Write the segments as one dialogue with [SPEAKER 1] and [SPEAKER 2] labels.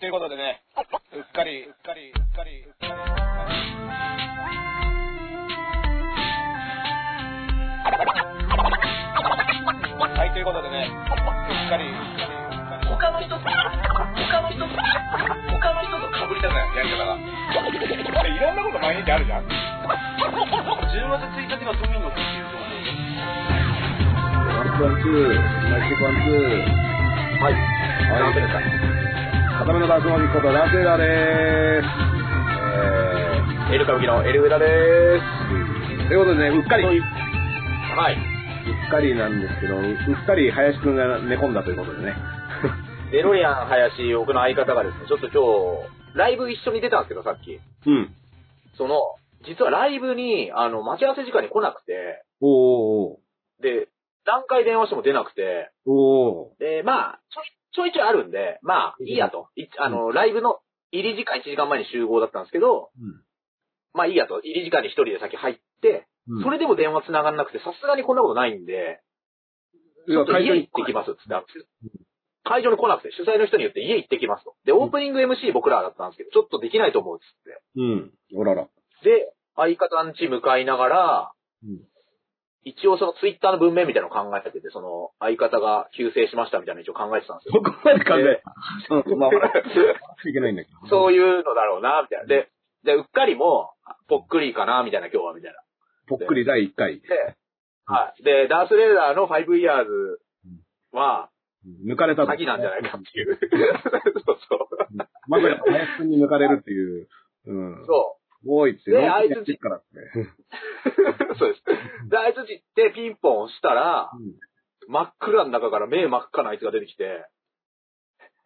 [SPEAKER 1] ということでね、うっかり、うっかり、うっかり、うっかり。うっかりはい、ということでね、うっかり、うっかり、うっかり。
[SPEAKER 2] 他の人と、他の人と、他の人と被りたくない、やり方が。
[SPEAKER 1] いろんなこと毎日あるじゃん。
[SPEAKER 2] 10月1日が都民の日っていうところで
[SPEAKER 3] ワンチワンツー、ナイスワンツー。はい。
[SPEAKER 2] 何
[SPEAKER 3] は
[SPEAKER 2] ですか
[SPEAKER 3] 片目のダークマジックことランセーラーでーす。
[SPEAKER 2] エル歌舞伎のエルウダです。
[SPEAKER 3] えー、ということでね、うっかり、う
[SPEAKER 2] はい。
[SPEAKER 3] っかりなんですけど、うっかり林くんが寝込んだということでね。
[SPEAKER 2] デロリアン林、僕の相方がですね、ちょっと今日、ライブ一緒に出たんですけど、さっき。
[SPEAKER 3] うん。
[SPEAKER 2] その、実はライブに、あの、待ち合わせ時間に来なくて、
[SPEAKER 3] おー
[SPEAKER 2] で、何回電話しても出なくて、
[SPEAKER 3] おーお
[SPEAKER 2] で、まあ、ちょい、ちょいちょいあるんで、まあ、いいやと。いあの、ライブの入り時間1時間前に集合だったんですけど、
[SPEAKER 3] うん
[SPEAKER 2] まあいいやと。入り時間に一人で先入って、
[SPEAKER 3] ーうん
[SPEAKER 2] それでも電話繋がんなくて、さすがにこんなことないんで、ち
[SPEAKER 3] いや
[SPEAKER 2] ょっと
[SPEAKER 3] 会
[SPEAKER 2] 家
[SPEAKER 3] 場
[SPEAKER 2] 行ってきますっつって、会場に来なくて、主催の人に言って家行ってきますと。で、オープニング MC 僕らだったんですけど、ちょっとできないと思うっつって。
[SPEAKER 3] うん。おらら。
[SPEAKER 2] で、相方の家向かいながら、
[SPEAKER 3] うん
[SPEAKER 2] 一応そのツイッターの文面みたいなの考えてて、その相方が急性しましたみたいなの一応考えてたんですよ。
[SPEAKER 3] そこまで考え、うん、まあ、笑っちゃいけないんだけど。
[SPEAKER 2] そういうのだろうな、みたいな。で、で、うっかりも、ぽっくりかな、みたいな今日は、みたいな。
[SPEAKER 3] ぽっくり第1回。
[SPEAKER 2] で、はい。で、ダースレーダーの5イヤーズは、
[SPEAKER 3] 抜かれたと
[SPEAKER 2] 詐欺なんじゃないかっていう。 そうそう。
[SPEAKER 3] まさか林くんに抜かれるっていう。うん。
[SPEAKER 2] そう。
[SPEAKER 3] おいって、
[SPEAKER 2] ね
[SPEAKER 3] ロング
[SPEAKER 2] あいつ
[SPEAKER 3] やってっからって。
[SPEAKER 2] そうです。で、あいつちってピンポン押したら、
[SPEAKER 3] うん
[SPEAKER 2] 真っ暗の中から目真っ赤なあいつが出てきて、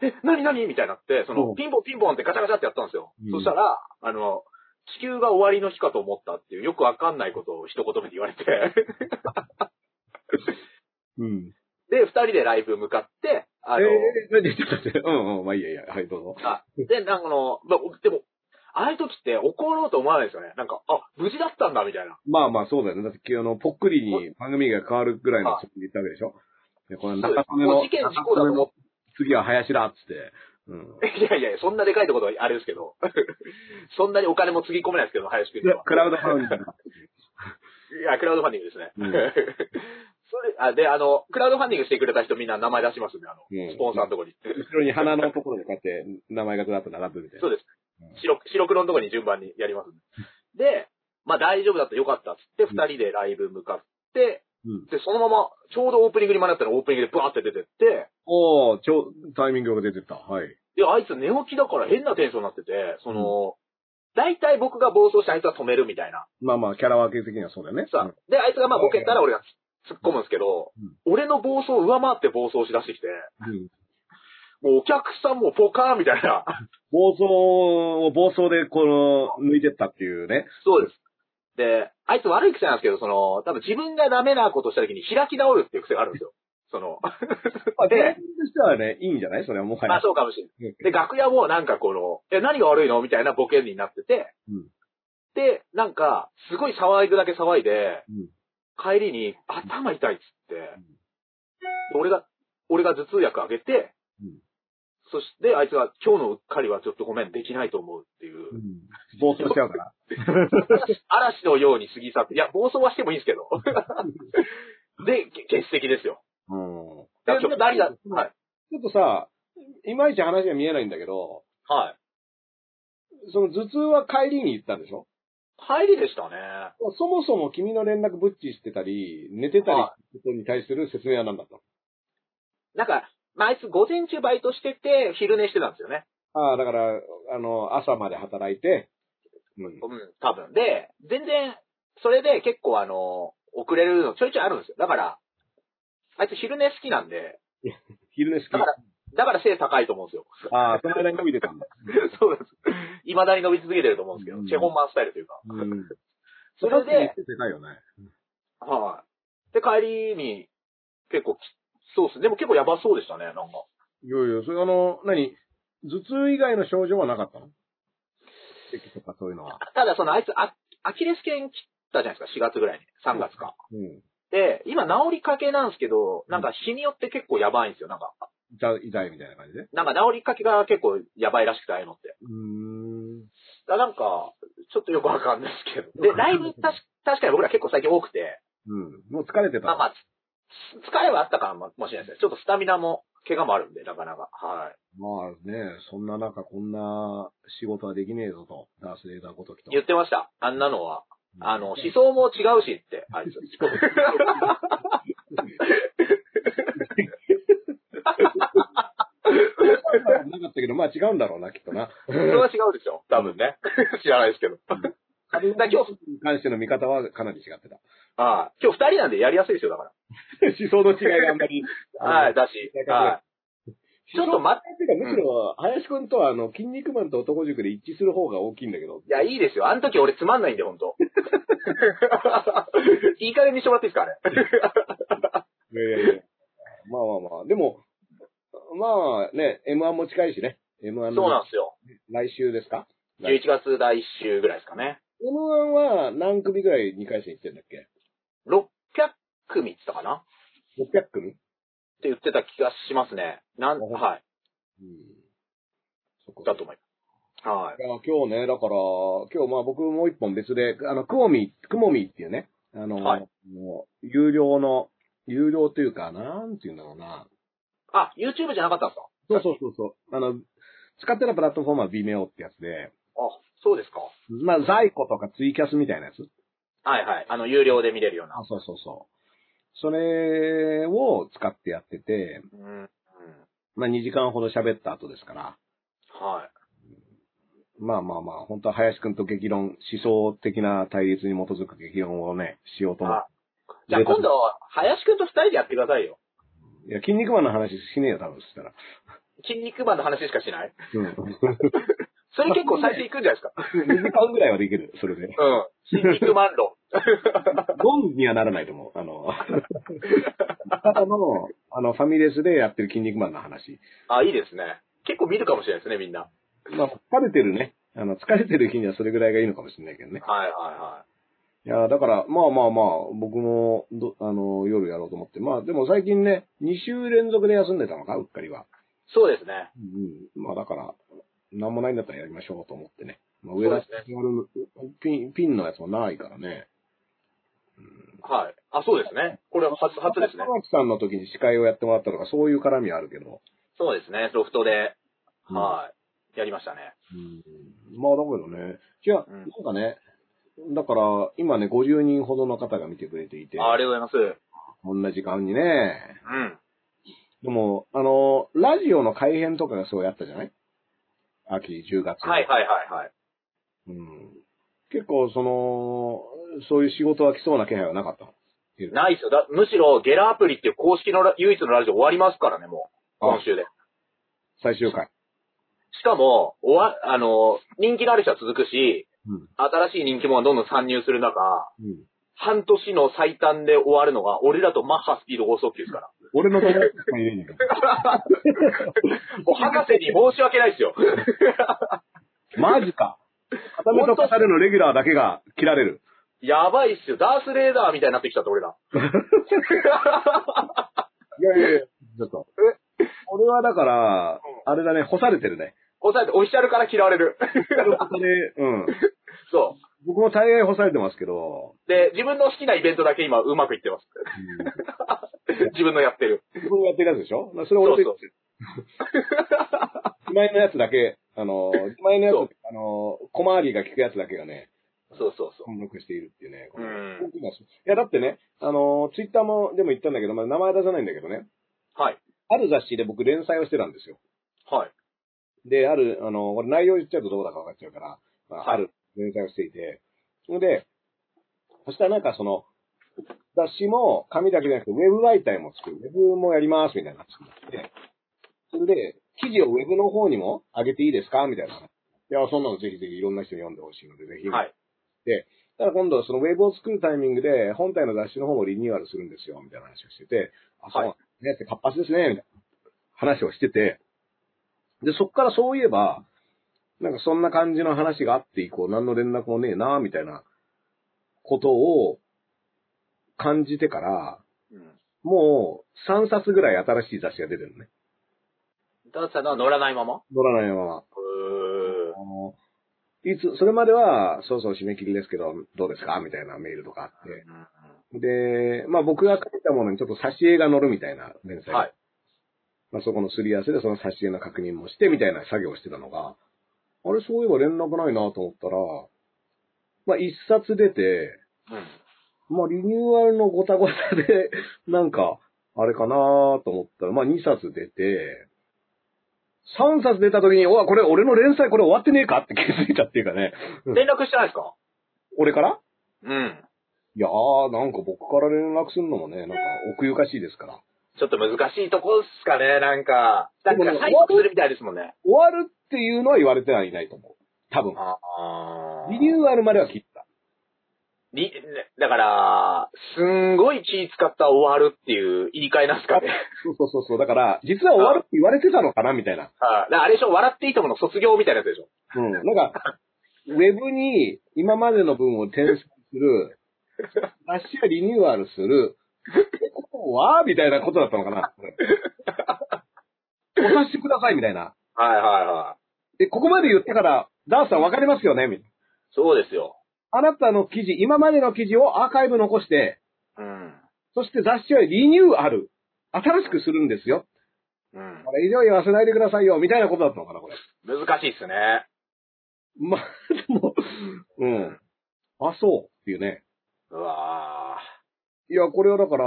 [SPEAKER 2] え、なになにみたいになって、そ
[SPEAKER 3] うん
[SPEAKER 2] の、ピンポンピンポンってガチャガチャってやったんですよ。
[SPEAKER 3] うん
[SPEAKER 2] そしたら、あの、地球が終わりの日かと思ったっていう、よくわかんないことを一言目で言われて、
[SPEAKER 3] うん。
[SPEAKER 2] で、二人でライブ向かって、あの、
[SPEAKER 3] えー、何ちょっと待って。うんうん、まあいいやいいや。はい、どうぞ。
[SPEAKER 2] あで、なんかあの、までも、ああいう時って怒ろうと思わないですよね。なんか、あ、無事だったんだ、みたいな。
[SPEAKER 3] まあまあそうだよね。だって、あの、ぽっくりに番組が変わるぐらいのつ
[SPEAKER 2] あ
[SPEAKER 3] もりで言ったわけでしょ。で、この
[SPEAKER 2] そうです
[SPEAKER 3] 中めの
[SPEAKER 2] もう、事件事故だと思っ
[SPEAKER 3] 次は林だっつって。うん。
[SPEAKER 2] いやいやいや、そんなでかいところはあれです けど、そんなにお金もつぎ込めないですけど、林くんには。
[SPEAKER 3] クラウドファウンディング。
[SPEAKER 2] いや、クラウドファンディングですね。
[SPEAKER 3] うん
[SPEAKER 2] それ、あ、で、あの、クラウドファンディングしてくれた人みんな名前出しますんで、あの、
[SPEAKER 3] うん
[SPEAKER 2] スポンサーのところに。
[SPEAKER 3] 後ろに鼻のところにこうやって名前がずらっと並ぶみたいな。
[SPEAKER 2] そうです
[SPEAKER 3] うん。
[SPEAKER 2] 白、白黒のところに順番にやりますんで。で、まあ大丈夫だったよかったっつって、
[SPEAKER 3] ん
[SPEAKER 2] 二人でライブ向かって、
[SPEAKER 3] うん。
[SPEAKER 2] で、そのまま、ちょうどオープニングに間に合ったらオープニングでバーって出てって、
[SPEAKER 3] おー、ちょ、タイミングが出てた。はい。
[SPEAKER 2] で、あいつ寝起きだから変なテンションになってて、その、大体僕が暴走してあいつは止めるみたいな。
[SPEAKER 3] まあまあ、キャラ分け的にはそうだよね。
[SPEAKER 2] さ、で、あいつがまあボケたら俺が突っ込むんですけど、俺の暴走を上回って暴走しだしてきて、
[SPEAKER 3] うん。
[SPEAKER 2] もうお客さんもポカーンみたいな。
[SPEAKER 3] 暴走を暴走で、この、抜いてったっていうね。
[SPEAKER 2] そうです。で、あいつ悪い癖なんですけど、その、多分自分がダメなことした時に開き直るっていう癖があるんですよ。その、
[SPEAKER 3] 芸
[SPEAKER 2] で、
[SPEAKER 3] 人としてはね、いいんじゃないそれはもは
[SPEAKER 2] まあ
[SPEAKER 3] や。
[SPEAKER 2] そうかもしれない。
[SPEAKER 3] うん
[SPEAKER 2] で、楽屋もなんかこの、え、何が悪いのみたいなボケになってて、
[SPEAKER 3] うん
[SPEAKER 2] で、なんか、すごい騒いぐだけ騒いで、
[SPEAKER 3] うん
[SPEAKER 2] 帰りに頭痛いっつって、で俺が、俺が頭痛薬あげて、
[SPEAKER 3] うん
[SPEAKER 2] そしてあいつが今日のうっかりはちょっとごめん、できないと思うっていう
[SPEAKER 3] う、ん暴走しちゃうから。
[SPEAKER 2] 嵐のように過ぎ去って、いや、暴走はしてもいいんで すけど。で、け欠席ですよ。
[SPEAKER 3] うん。
[SPEAKER 2] だから何だ、はい。
[SPEAKER 3] ちょっとさ、いまいち話が見えないんだけど、
[SPEAKER 2] はい。
[SPEAKER 3] その頭痛は帰りに行ったんでしょ
[SPEAKER 2] 入りでしたね。
[SPEAKER 3] そもそも君の連絡ぶっちしてたり、寝てたり
[SPEAKER 2] は
[SPEAKER 3] ことに対する説明は何だったの
[SPEAKER 2] なんか、まあ、あいつ午前中バイトしてて、昼寝してたんですよね。
[SPEAKER 3] ああ、だから、あの、朝まで働いて、うん。
[SPEAKER 2] うん、多分。で、全然、それで結構あの、遅れるのちょいちょいあるんですよ。だから、あいつ昼寝好きなんで、
[SPEAKER 3] 昼寝好き。
[SPEAKER 2] だからだから背高いと思うんですよ。
[SPEAKER 3] ああ、その間に伸びてたんだ。
[SPEAKER 2] そうなんです。未だに伸び続けてると思うんですけど、
[SPEAKER 3] うん
[SPEAKER 2] チェホンマンスタイルというか。
[SPEAKER 3] うん。
[SPEAKER 2] それで、
[SPEAKER 3] でかいよね。
[SPEAKER 2] はい。で、帰りに、結構き、そうですね。でも結構やばそうでしたね、なんか。
[SPEAKER 3] いやいや、それあの、何頭痛以外の症状はなかったの咳とかそういうのは。
[SPEAKER 2] ただ、その、あいつあ、アキレス腱切ったじゃないですか、4月ぐらいに。3月か。
[SPEAKER 3] うん。
[SPEAKER 2] で、今治りかけなんですけど、なんか日によって結構やばいんですよ、なんか。
[SPEAKER 3] じゃ、痛いみたいな感じで。
[SPEAKER 2] なんか治りかけが結構やばいらしくて、ああいうのって。
[SPEAKER 3] うーん。
[SPEAKER 2] だからなんか、ちょっとよくわかんないですけど。で、ライブ確か確かに僕ら結構最近多くて、
[SPEAKER 3] うん。もう疲れてた。
[SPEAKER 2] まあまあ、つ疲れはあったかもしれないですね。ちょっとスタミナも、怪我もあるんで、なかなか。はい。
[SPEAKER 3] まあね、そんな中こんな仕事はできねえぞと、ダースレーダーごときと。
[SPEAKER 2] 言ってました。あんなのは。
[SPEAKER 3] うん
[SPEAKER 2] あの、思想も違うしって、あいつ。
[SPEAKER 3] なかったけど、まあ違うんだろうな、きっとな。
[SPEAKER 2] それは違うでしょ多分ね。 知らないですけど。 だ今日、
[SPEAKER 3] に関しての見方はかなり違ってた。
[SPEAKER 2] ああ今日二人なんでやりやすいですよ、だか
[SPEAKER 3] 思想の違いがあんまり。
[SPEAKER 2] ら。 はい、だし
[SPEAKER 3] だ、から
[SPEAKER 2] はい。ちょっと待っ
[SPEAKER 3] て
[SPEAKER 2] て、
[SPEAKER 3] か、むしろ、林くんとは、あの、筋肉マンと男塾で一致する方が大きいんだけど。
[SPEAKER 2] いや、いいですよ。あの時俺つまんないんで、ほん と。いい加減にしてもらっていいですか、あれ。
[SPEAKER 3] いやいやいやまあまあまあ。でも、まあね、M1 も近いしね。M1
[SPEAKER 2] そう
[SPEAKER 3] の
[SPEAKER 2] なんですよ。
[SPEAKER 3] 来週ですか
[SPEAKER 2] 11月第1週ぐらいですかね。
[SPEAKER 3] ?M1 は何組ぐらい2回戦行ってんだっけ
[SPEAKER 2] 600組って言ったかなっ
[SPEAKER 3] ?600 組
[SPEAKER 2] て言ってた気がしますね。なん、
[SPEAKER 3] うん
[SPEAKER 2] はい。
[SPEAKER 3] うん。そこ
[SPEAKER 2] だと思います。はい
[SPEAKER 3] い。や今日ね、だから、今日まあ僕もう一本別で、あの、クオミ、クモミっていうね、あの、
[SPEAKER 2] はい
[SPEAKER 3] もう有料の、有料というか、なんていうんだろうな。
[SPEAKER 2] あ、YouTube じゃなかったんですか
[SPEAKER 3] そうそうそうそう。あの、使ってたプラットフォームは Vimeo ってやつで、
[SPEAKER 2] あ、そうですか。
[SPEAKER 3] まあ、在庫とかツイキャスみたいなやつ。
[SPEAKER 2] はいはい。あの、有料で見れるような。
[SPEAKER 3] あ、そうそうそう。それを使ってやってて、
[SPEAKER 2] うん。うん
[SPEAKER 3] まあ2時間ほど喋った後ですから、
[SPEAKER 2] はい。
[SPEAKER 3] まあまあまあ、本当は林くんと激論、思想的な対立に基づく激論をね、しようと思っ
[SPEAKER 2] あじゃあ今度、林くんと二人でやってくださいよ。
[SPEAKER 3] て。いや、筋肉マンの話しねえよ、多分、そしたら。
[SPEAKER 2] 筋肉マンの話しかしない
[SPEAKER 3] うん。
[SPEAKER 2] それ結構再生いくんじゃないです か。
[SPEAKER 3] 2時間ぐらいはできる、それで。
[SPEAKER 2] うん。筋肉マン論。
[SPEAKER 3] ゴンにはならないと思う。あの、ただの、あの、ファミレスでやってる筋肉マンの話。
[SPEAKER 2] あ、いいですね。結構見るかもしれないですね、みんな。
[SPEAKER 3] まあ、疲れてるね。あの、疲れてる日にはそれぐらいがいいのかもしれないけどね。
[SPEAKER 2] はいはい
[SPEAKER 3] や、だから、まあまあまあ、僕も、どあの、夜やろうと思って。まあ、でも最近ね、2週連続で休んでたのか、うっかりは。
[SPEAKER 2] い。そうですね。
[SPEAKER 3] うん。まあ、だから、なんもないんだったらやりましょうと思ってね。まあ、
[SPEAKER 2] そう
[SPEAKER 3] 上
[SPEAKER 2] で
[SPEAKER 3] 田
[SPEAKER 2] すね
[SPEAKER 3] ピン、ピンのやつもないからね。
[SPEAKER 2] はい。あ、そうですね。これは初、初ですね。
[SPEAKER 3] 玉木さんの時に司会をやってもらったとか、そういう絡みはあるけど。
[SPEAKER 2] そうですね。ロフトで、
[SPEAKER 3] うん
[SPEAKER 2] はい。やりましたね。
[SPEAKER 3] まあ、だけどね。いや、
[SPEAKER 2] うん
[SPEAKER 3] なんかね、だから、今ね、50人ほどの方が見てくれていて、
[SPEAKER 2] あありがとうございます。
[SPEAKER 3] こんな時間にね。
[SPEAKER 2] うん。
[SPEAKER 3] でも、あの、ラジオの改編とかがそうやったじゃない秋、10月。
[SPEAKER 2] はいはいはいはい。
[SPEAKER 3] うん。結構、その、そういう仕事は来そうな気配はなかったの。
[SPEAKER 2] ないですよ。だむしろ、ゲラアプリっていう公式のラ唯一のラジオ終わりますからね、もう。
[SPEAKER 3] あ
[SPEAKER 2] 今週で。
[SPEAKER 3] 最終回。
[SPEAKER 2] しかも、おわ、あの、人気のある人は続くし、
[SPEAKER 3] うん。
[SPEAKER 2] 新しい人気者がどんどん参入する中、
[SPEAKER 3] うん。
[SPEAKER 2] 半年の最短で終わるのが、俺らとマッハスピード5速球ですから。
[SPEAKER 3] 俺の友達しかいないんだけ
[SPEAKER 2] もう博士に申し訳ないですよ。
[SPEAKER 3] ど。マジか。片目と語るのレギュラーだけが切られる。
[SPEAKER 2] やばいっすよ。ダースレーダーみたいになってきちゃった、俺ら。
[SPEAKER 3] いやいやいや、ちょっと。俺はだから、あれだね、干されてるね。
[SPEAKER 2] 抑えて、オフィシャルから嫌われる。
[SPEAKER 3] うん。
[SPEAKER 2] そ
[SPEAKER 3] 僕も大概干されてますけど、
[SPEAKER 2] う。で、自分の好きなイベントだけ今うまくいって ます。自分のやってる。
[SPEAKER 3] 自分がやってるやつでしょまあそれ
[SPEAKER 2] そう
[SPEAKER 3] 俺
[SPEAKER 2] そ
[SPEAKER 3] と
[SPEAKER 2] う。
[SPEAKER 3] 自前のやつだけ、あ の、自前のや
[SPEAKER 2] そう
[SPEAKER 3] つ、あの、小回りが効くやつだけがね、
[SPEAKER 2] そうそうそ
[SPEAKER 3] 登録しているっていうね。
[SPEAKER 2] う。うん。
[SPEAKER 3] 僕がそういや、だってね、あの、ツイッターもでも言ったんだけど、まあ、名前出さないんだけどね、
[SPEAKER 2] はい。
[SPEAKER 3] ある雑誌で僕連載をしてたんですよ。
[SPEAKER 2] はい。
[SPEAKER 3] で、ある、あの、これ内容言っちゃうとどうだか分かっちゃうから、まあ、
[SPEAKER 2] はい
[SPEAKER 3] ある連載をしていて、それで、そしたらなんかその、雑誌も紙だけじゃなくて、ウェブ媒体も作る。ウェブもやります、みたいな話になって、それで、記事をウェブの方にも上げていいですかみたいな。いや、そんなのぜひぜひいろんな人に読んでほしいので、ぜひ。
[SPEAKER 2] はい。
[SPEAKER 3] ただ今度、そのウェブを作るタイミングで、本体の雑誌の方もリニューアルするんですよ、みたいな話をしてて、あ、そう
[SPEAKER 2] は
[SPEAKER 3] ないんですねって活発ですね、みたいな話をしてて、で、そっからそういえば、なんかそんな感じの話があって以降、何の連絡もねえな、みたいなことを感じてから、
[SPEAKER 2] うん
[SPEAKER 3] もう3冊ぐらい新しい雑誌が出てるのね。
[SPEAKER 2] だったのは乗らないまま
[SPEAKER 3] 乗らないまま。あの、いつ、それまでは、そうそう締め切りですけど、どうですかみたいなメールとかあっ
[SPEAKER 2] うん
[SPEAKER 3] て。で、まあ僕が書いたものにちょっと挿絵が乗るみたいな連載。
[SPEAKER 2] はい。
[SPEAKER 3] まあそこのすり合わせでその挿絵の確認もして、みたいな作業をしてたのが、あれ、そういえば連絡ないなと思ったら、まあ一冊出て、
[SPEAKER 2] うん
[SPEAKER 3] まあ、リニューアルのごたごたで、 なんか、あれかなと思ったら、まあ、2冊出て、3冊出た時に、おわ、これ、俺の連載これ終わってねえかって気づいたっていうかね、
[SPEAKER 2] 連絡してないですか
[SPEAKER 3] 俺から
[SPEAKER 2] うん。
[SPEAKER 3] いやー、なんか僕から連絡するのもね、なんか奥ゆかしいですから。
[SPEAKER 2] ちょっと難しいとこっすかね、なんか。なんか
[SPEAKER 3] でも
[SPEAKER 2] サイクするみたいですもんね。
[SPEAKER 3] 終わるっていうのは言われてはいないと思う。多分。
[SPEAKER 2] ああ
[SPEAKER 3] リニューアルまでは切った。
[SPEAKER 2] りだから、すんごい気使った終わるっていう言い換えなんすかね。
[SPEAKER 3] そうそうそうそう。だから、実は終わるって言われてたのかなみたいな。
[SPEAKER 2] はい。だからあれでしょ、笑っていいともの卒業みたいなやつでしょ。
[SPEAKER 3] うん。なんか、ウェブに今までの分を転送する、雑誌をリニューアルする、こはみたいなことだったのかな。お察しくださいみたいな。
[SPEAKER 2] はいはいはい。
[SPEAKER 3] で、ここまで言ったから、ダースさんわかりますよねみたいな。
[SPEAKER 2] そうですよ。
[SPEAKER 3] あなたの記事、今までの記事をアーカイブ残して、
[SPEAKER 2] うん。
[SPEAKER 3] そして雑誌をリニューアル、新しくするんですよ。
[SPEAKER 2] うん
[SPEAKER 3] こ。れ以上言わせないでくださいよ、みたいなことだったのかな、これ。
[SPEAKER 2] 難しいっすね。
[SPEAKER 3] まあ、でも、うん。あ、そう。っていうね。
[SPEAKER 2] うわー
[SPEAKER 3] いや、これはだから、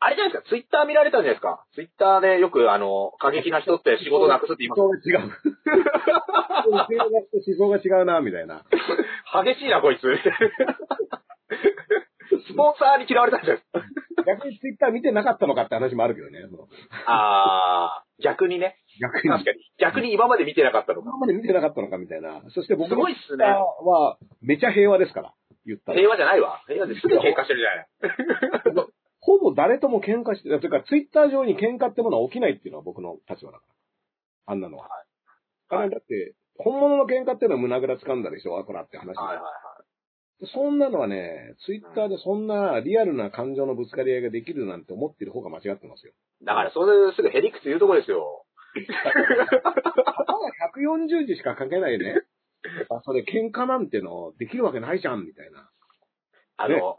[SPEAKER 2] あれじゃないですか、ツイッター見られたんじゃないですか。ツイッターでよく、あの、過激な人って仕事なくすって言います。
[SPEAKER 3] 思想が違う。性格と思想が違うな、みたいな。
[SPEAKER 2] 激しいな、 こいつ。スポンサーに嫌われたんじゃないです
[SPEAKER 3] 逆にツイッター見てなかったのかって話もあるけどね。その
[SPEAKER 2] か。あー、逆にね。
[SPEAKER 3] 逆に。
[SPEAKER 2] 確かに。逆に今まで見てなかったのか。
[SPEAKER 3] 今まで見てなかったのかみたいな。そして僕
[SPEAKER 2] す
[SPEAKER 3] の
[SPEAKER 2] ご
[SPEAKER 3] ツ
[SPEAKER 2] いっす
[SPEAKER 3] イッター
[SPEAKER 2] ね。
[SPEAKER 3] は、めちゃ平和ですから。言ったら。
[SPEAKER 2] 平和じゃないわ。平和ですぐ喧嘩してるじゃない。
[SPEAKER 3] ほぼ誰とも喧嘩して、というかツイッター上に喧嘩ってものは起きないっていうのは僕の立場だから。あんなのは。あ
[SPEAKER 2] はい
[SPEAKER 3] れだって、本物の喧嘩っていうのは胸ぐら掴んだでしょ、あこらって話。
[SPEAKER 2] はいはいはい。
[SPEAKER 3] そんなのはね、ツイッターでそんなリアルな感情のぶつかり合いができるなんて思ってる方が間違ってますよ。
[SPEAKER 2] だから、それすぐヘリクス言うとこですよ。
[SPEAKER 3] ただ140字しか書けないね。 あ、それ喧嘩なんてのできるわけないじゃん、みたいな。
[SPEAKER 2] あ
[SPEAKER 3] ね
[SPEAKER 2] の、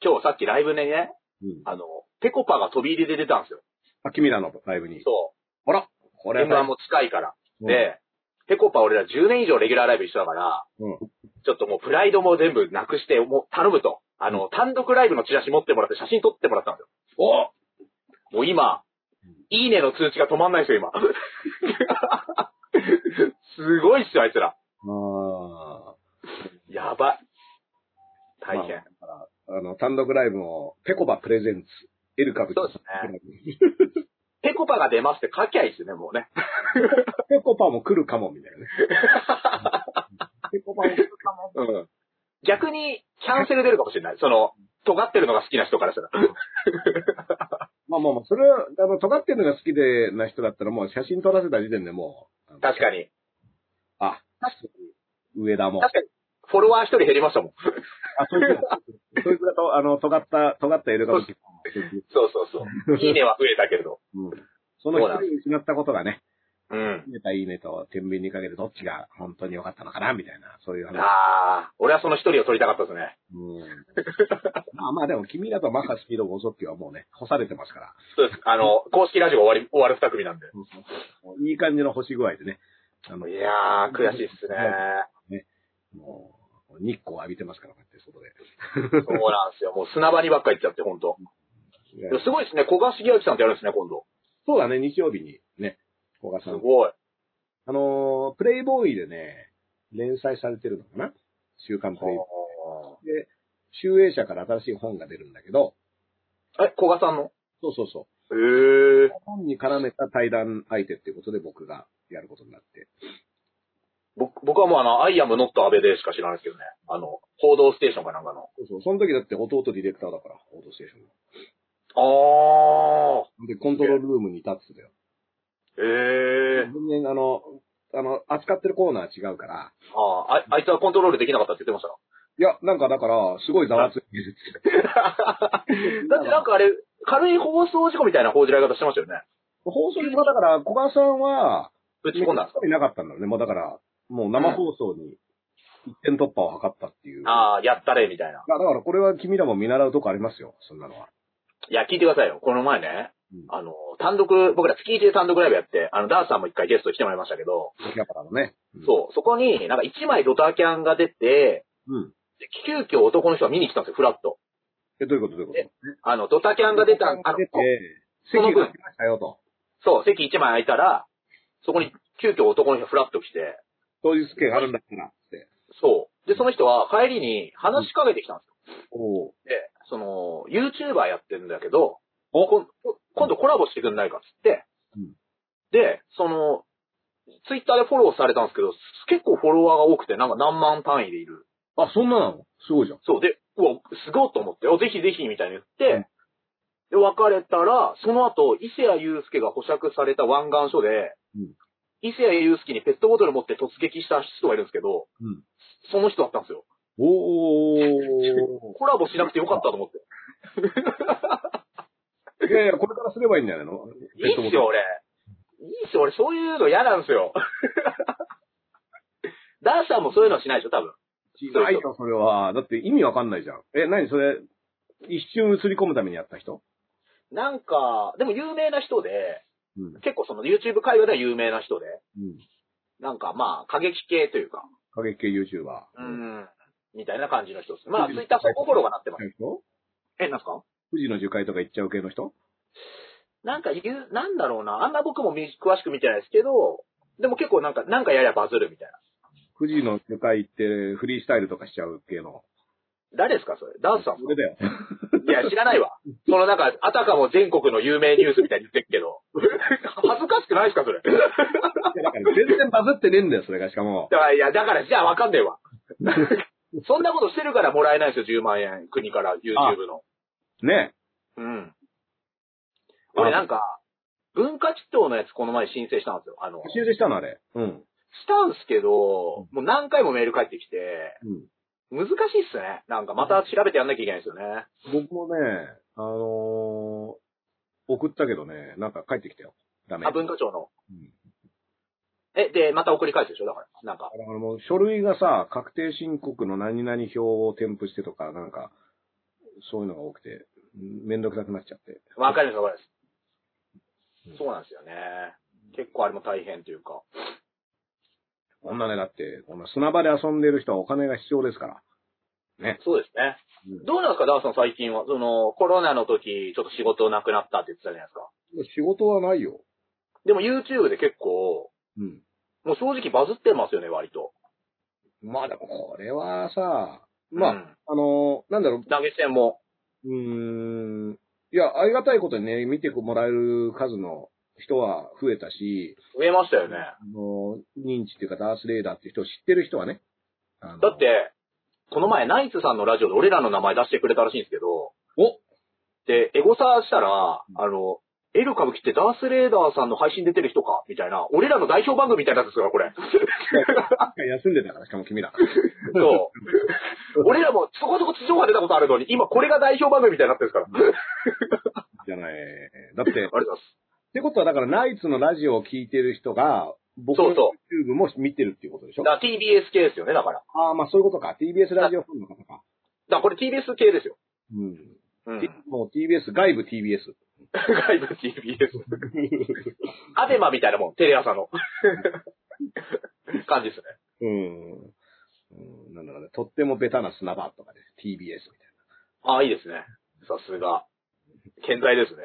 [SPEAKER 2] 今日さっきライブでね、
[SPEAKER 3] うん。
[SPEAKER 2] あの、ペコパが飛び入りで出たんですよ。
[SPEAKER 3] あ、君らのライブに。
[SPEAKER 2] そ
[SPEAKER 3] あらこ
[SPEAKER 2] う。
[SPEAKER 3] れ
[SPEAKER 2] M1 も近いから。
[SPEAKER 3] うん、
[SPEAKER 2] で、ペコパ俺ら10年以上レギュラーライブ一緒だから、
[SPEAKER 3] うん
[SPEAKER 2] ちょっともうプライドも全部なくして、もう頼むと。あの、単独ライブのチラシ持ってもらって写真撮ってもらったんですよ。おもう今、いいねの通知が止まんないですよ、 今。すごいっすよ、あいつら。
[SPEAKER 3] あ
[SPEAKER 2] やばい。大変。
[SPEAKER 3] あ。あの、単独ライブの、ペコバプレゼンツ、エルカブ
[SPEAKER 2] そうです
[SPEAKER 3] ね。
[SPEAKER 2] ペコパが出ますって書きゃいいっすね、もうね。
[SPEAKER 3] ペコパも来るかも、みたいな ね。ペコパも来るかも。
[SPEAKER 2] うん。逆に、キャンセル出るかもしれない。その、尖ってるのが好きな人からしたら。
[SPEAKER 3] まあまあまあ、それは、あの、尖ってるのが好きで、な人だったら、もう写真撮らせた時点でもう、
[SPEAKER 2] 確かに。
[SPEAKER 3] あ、上田も。
[SPEAKER 2] 確かに、フォロワー一人減りましたもん。
[SPEAKER 3] あ、そういう こと。そういうこと、あの、尖った、尖ったエルカブ
[SPEAKER 2] そうそうそう そう。いいねは増えたけど。
[SPEAKER 3] うんその一人を失ったことがね、
[SPEAKER 2] うん。
[SPEAKER 3] いいねたいいねと天秤にかけてどっちが本当に良かったのかな、みたいな、そういう 話。
[SPEAKER 2] ああ、俺はその一人を取りたかったですね。
[SPEAKER 3] うん、まあまあでも、君だとマハスピード5速記はもうね、干されてますから、
[SPEAKER 2] そうです。あの、公式ラジオ終わり、終わる二組なんで。
[SPEAKER 3] もういい感じの干し具合でね、あの
[SPEAKER 2] い、やー、悔しいっすね。
[SPEAKER 3] もう、日光浴びてますから、こうやって外で。
[SPEAKER 2] そうなんですよ。もう砂場にばっか行っちゃって、ほんと。
[SPEAKER 3] い
[SPEAKER 2] で
[SPEAKER 3] や
[SPEAKER 2] もすごいですね。小賀茂明さんってやるんですね、今度。
[SPEAKER 3] そうだね、日曜日にね、小賀
[SPEAKER 2] す
[SPEAKER 3] さん。
[SPEAKER 2] ごい。
[SPEAKER 3] あのープレイボーイでね、連載されてるのかな週刊プレイボーイ。で、集英社から新しい本が出るんだけど、
[SPEAKER 2] え、小賀さんの
[SPEAKER 3] そうそうそう。
[SPEAKER 2] えー。
[SPEAKER 3] 本に絡めた対談相手っていうことで僕がやることになって。
[SPEAKER 2] 僕僕はもうあの、アイアムノット安倍でしか知らないですけどね。あの、報道ステーションかなんかの。
[SPEAKER 3] そうそう。その時だって弟ディレクターだから、オートステーション
[SPEAKER 2] あ
[SPEAKER 3] の。で、コントロールルームにいたっつってたよ。
[SPEAKER 2] ー。ええー。
[SPEAKER 3] 全然あの、あの、扱ってるコーナー違うから、
[SPEAKER 2] あーあ、あいつはコントロールできなかったって言ってました
[SPEAKER 3] いや、なんかだから、すごいざわついてるって。
[SPEAKER 2] だってなんかあれ、軽い放送事故みたいな報じられ方してましたよね。
[SPEAKER 3] 放送で、まあだから、小川さんは、
[SPEAKER 2] ぶち込んだんです
[SPEAKER 3] いなかったんだろうね。もうだから、もう生放送に一点突破を図ったっていう。
[SPEAKER 2] かああ、やったれ、みたいな。
[SPEAKER 3] まあだからこれは君らも見習うとこありますよ、そんなのは。
[SPEAKER 2] いや、聞いてくださいよ。この前ね
[SPEAKER 3] うん、
[SPEAKER 2] あの、単独、僕ら月1で単独ライブやって、あの、ダースさんも一回ゲスト来てもらいましたけど、
[SPEAKER 3] だからのね。
[SPEAKER 2] そう、そこになんか一枚ドタキャンが出て、
[SPEAKER 3] うん。うん。
[SPEAKER 2] で急遽男の人が見に来たんですよ、フラット。
[SPEAKER 3] え、どういうことどういうこと
[SPEAKER 2] えあの、ドタキャンが出た、あの、
[SPEAKER 3] 出て、
[SPEAKER 2] その
[SPEAKER 3] 席が空きましたよと。
[SPEAKER 2] そう、席一枚空いたら、そこに急遽男の人がフラッと来て、
[SPEAKER 3] 当日券があるんだから、って。
[SPEAKER 2] そう。で、その人は帰りに話しかけてきたんですよ。
[SPEAKER 3] おう
[SPEAKER 2] で、その、YouTuber やってるんだけど、
[SPEAKER 3] お
[SPEAKER 2] こん今度コラボしてくんないかっつって、
[SPEAKER 3] うん
[SPEAKER 2] で、その、ツイッターでフォローされたんですけど、結構フォロワーが多くて、なんか何万単位でいる。
[SPEAKER 3] あ、そんななのすごいじゃん。
[SPEAKER 2] そう、で、うわ、すごいと思って、おぜひぜひみたいに言って、で、別れたら、その後、伊勢谷友介が保釈された湾岸署で、
[SPEAKER 3] うん
[SPEAKER 2] 伊勢谷友介にペットボトル持って突撃した人がいるんですけど、
[SPEAKER 3] うん
[SPEAKER 2] その人だったんですよ。
[SPEAKER 3] おー。
[SPEAKER 2] コラボしなくてよかったと思って。
[SPEAKER 3] いやいや、これからすればいいんじゃないの
[SPEAKER 2] いいっすよ、。俺。いいっすよ、俺、そういうの嫌なんですよ。 ダンサーもそういうのしないでしょ、多分。
[SPEAKER 3] ペットボトルないよ、それは。だって意味わかんないじゃん。え、何それ、一瞬映り込むためにやった人
[SPEAKER 2] なんか、でも有名な人で、
[SPEAKER 3] うん。
[SPEAKER 2] 結構その YouTube 界隈では有名な人で、
[SPEAKER 3] うん。
[SPEAKER 2] なんかまあ、過激系というか、
[SPEAKER 3] 過激系 YouTuber。
[SPEAKER 2] う。ん、みたいな感じの人です。まあ、
[SPEAKER 3] うん
[SPEAKER 2] ツイッターそう心がなってます。
[SPEAKER 3] 人
[SPEAKER 2] え、なんすか
[SPEAKER 3] 富士の樹海とか行っちゃう系の人
[SPEAKER 2] なんか言う、なんだろうな。あんな僕もみ詳しく見てないですけど、でも結構なんか、なんかやりゃバズるみたいな。
[SPEAKER 3] 富士の樹海行ってフリースタイルとかしちゃう系の。
[SPEAKER 2] 誰ですかそれダンスさん
[SPEAKER 3] それだよ。
[SPEAKER 2] いや、知らないわ。そのなんか、あたかも全国の有名ニュースみたいに言ってるけど。恥ずかしくないですかそれ。だか
[SPEAKER 3] いやだから全然バズってねえんだよ、それが。しかも。
[SPEAKER 2] ら、いや、だから、じゃあわかんねえわ。 そんなことしてるからもらえないですよ、10万円。国から、YouTube の。
[SPEAKER 3] ね
[SPEAKER 2] うん。俺なんか、文化地等のやつこの前申請したんですよ。あの、
[SPEAKER 3] え。修正したの、あれ。うん。
[SPEAKER 2] したんすけど、もう何回もメール返ってきて、
[SPEAKER 3] うん。
[SPEAKER 2] 難しいっすね。なんかまた調べてやんなきゃいけないですよね。
[SPEAKER 3] 僕もね、あのー、送ったけどね、なんか帰ってきたよ。ダメ。
[SPEAKER 2] あ、文化庁の
[SPEAKER 3] うん。
[SPEAKER 2] え、で、また送り返すでしょだから。なんか。
[SPEAKER 3] だからもう書類がさ、確定申告の何々表を添付してとか、なんか、そういうのが多くて、んめんどくさくなっちゃって。
[SPEAKER 2] わかります、わかります。そうなんですよね。結構あれも大変というか。
[SPEAKER 3] こんなね、だって、この砂場で遊んでる人はお金が必要ですから。
[SPEAKER 2] そうですね
[SPEAKER 3] う。ん
[SPEAKER 2] どうなんですか、ダースさん最近は。その、コロナの時、ちょっと仕事なくなったって言ってたじゃないですか。
[SPEAKER 3] 仕事はないよ。
[SPEAKER 2] でも YouTube で結構、
[SPEAKER 3] うん。
[SPEAKER 2] もう正直バズってますよね、割と。
[SPEAKER 3] まあでもこれはさ、まあ、
[SPEAKER 2] うん
[SPEAKER 3] あのーなんだろう、
[SPEAKER 2] 投げ銭も。
[SPEAKER 3] うーんいや、ありがたいことにね、見てもらえる数の人は増えたし、
[SPEAKER 2] 増えましたよね。
[SPEAKER 3] あの、認知っていうか、ダースレーダーっていう人を知ってる人はね。だ
[SPEAKER 2] だっ、て、この前、ナイツさんのラジオで俺らの名前出してくれたらしいんですけど、
[SPEAKER 3] お
[SPEAKER 2] で、エゴサーしたら、あの、エル歌舞伎ってダースレーダーさんの配信出てる人かみたいな、俺らの代表番組みたいなやつですから、これ。
[SPEAKER 3] なんか休んでたから、しかも 君ら。
[SPEAKER 2] そう。俺らもそこそこ地上波出たことあるのに、今これが代表番組みたいになってるんですから。
[SPEAKER 3] じゃない。だって、っ
[SPEAKER 2] ありがとうございます。
[SPEAKER 3] てことは、だから、ナイツのラジオを聞いてる人が、僕の
[SPEAKER 2] そうそ
[SPEAKER 3] YouTube も見てるっていうことでしょ
[SPEAKER 2] だから TBS 系ですよね、だから。だか
[SPEAKER 3] ああ、まあそういうことか。TBS ラジオファンの方か。
[SPEAKER 2] らこれ TBS 系ですよ。
[SPEAKER 3] うん。
[SPEAKER 2] うん。
[SPEAKER 3] もう TBS、外部 TBS。
[SPEAKER 2] 外部 TBS。アベマみたいなもん、テレ朝の。感じですね。
[SPEAKER 3] うん。うんなんだろうね、とってもベタな砂場とかね、TBS みたいな。
[SPEAKER 2] ああ、いいですね。さすが。健在ですね。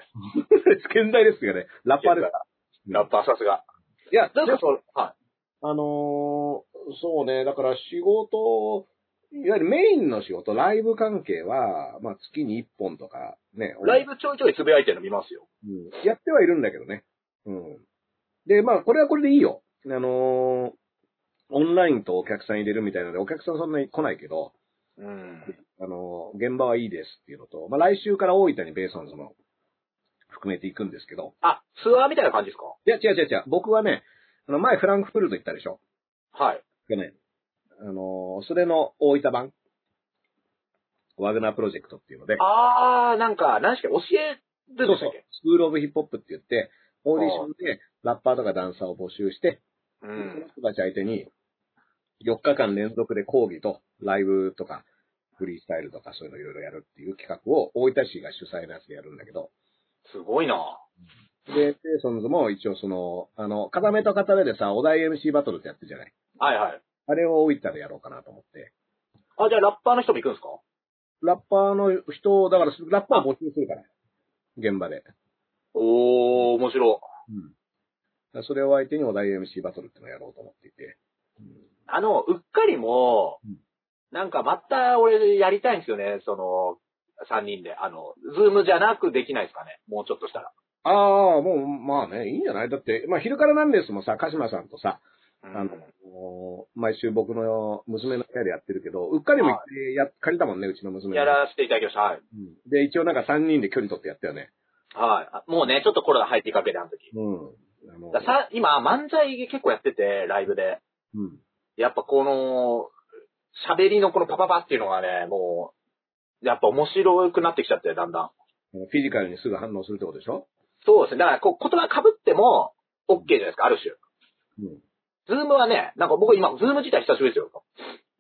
[SPEAKER 3] 健在ですよね。ラッパーですから。
[SPEAKER 2] ラッパーさすが。
[SPEAKER 3] いや、
[SPEAKER 2] なん
[SPEAKER 3] でも
[SPEAKER 2] かその、は
[SPEAKER 3] あのーそうね、だから仕事を、いわゆるメインの仕事、ライブ関係は、まあ月に1本とかね、
[SPEAKER 2] い。ライブちょいちょいつぶやいてるの見ますよ。
[SPEAKER 3] うんやってはいるんだけどね。うん。で、まあこれはこれでいいよ。あのーオンラインとお客さん入れるみたいなので、お客さんそんなに来ないけど、
[SPEAKER 2] うん。
[SPEAKER 3] あのー現場はいいですっていうのと、まあ来週から大分にベースオンその、含めていくんですけど、
[SPEAKER 2] あ、ツアーみたいな感じですか
[SPEAKER 3] いや、違う違う違う。僕はね、あの、前フランクフルト行ったでしょ
[SPEAKER 2] はい。
[SPEAKER 3] 去年。あのーそれの大分版。ワグナープロジェクトっていうので。
[SPEAKER 2] あー、なんか、何でしたっけ教える
[SPEAKER 3] そ
[SPEAKER 2] んで
[SPEAKER 3] うそ
[SPEAKER 2] した
[SPEAKER 3] う
[SPEAKER 2] っけ。
[SPEAKER 3] スクールオブヒップホップって言って、オーディションでラッパーとかダンサーを募集して、そ
[SPEAKER 2] う
[SPEAKER 3] の
[SPEAKER 2] ん。
[SPEAKER 3] 人たち相手に4日間連続で講義とライブとかフリースタイルとかそういうのいろいろやるっていう企画を大分市が主催のやつでやるんだけど、
[SPEAKER 2] すごいな
[SPEAKER 3] で、ペーソンズも一応その、あの、片目と片目でさ、お題 MC バトルってやってるじゃない
[SPEAKER 2] はいはい。
[SPEAKER 3] あれを大分でやろうかなと思って。
[SPEAKER 2] あ、じゃあラッパーの人も行くんですか
[SPEAKER 3] ラッパーの人を、だからラッパーを募集するから、現場で。
[SPEAKER 2] おー、面白い。
[SPEAKER 3] うん。それを相手にお題 MC バトルってのをやろうと思っていて。
[SPEAKER 2] あの、うっかりも
[SPEAKER 3] うん、
[SPEAKER 2] なんかまた俺やりたいんですよね、その、三人で。あの、ズームじゃなくできないですかね。もうちょっとしたら。
[SPEAKER 3] ああ、もう、まあね、いいんじゃないだって、まあ、昼からなんですもさ、鹿島さんとさ、
[SPEAKER 2] う
[SPEAKER 3] あの、毎週僕の娘の部屋でやってるけど、うっかりも一回や、借りたもんね、うちの娘の
[SPEAKER 2] やらせていただきました。はい。
[SPEAKER 3] うんで、一応なんか3人で距離取ってやったよね。
[SPEAKER 2] はいあ。もうね、ちょっとコロナ入っていくわけで、あの時。
[SPEAKER 3] うん。あの、
[SPEAKER 2] ださ今、漫才結構やってて、ライブで。
[SPEAKER 3] うん。
[SPEAKER 2] やっぱこの、喋りのこのパパパっていうのがね、もう、やっぱ面白くなってきちゃって、だんだん。
[SPEAKER 3] フィジカルにすぐ反応するってことでしょ
[SPEAKER 2] そうですね。だからこう、言葉被っても、OK じゃないですか、ある種。
[SPEAKER 3] うん。
[SPEAKER 2] ズームはね、なんか僕今、ズーム自体久しぶりですよ。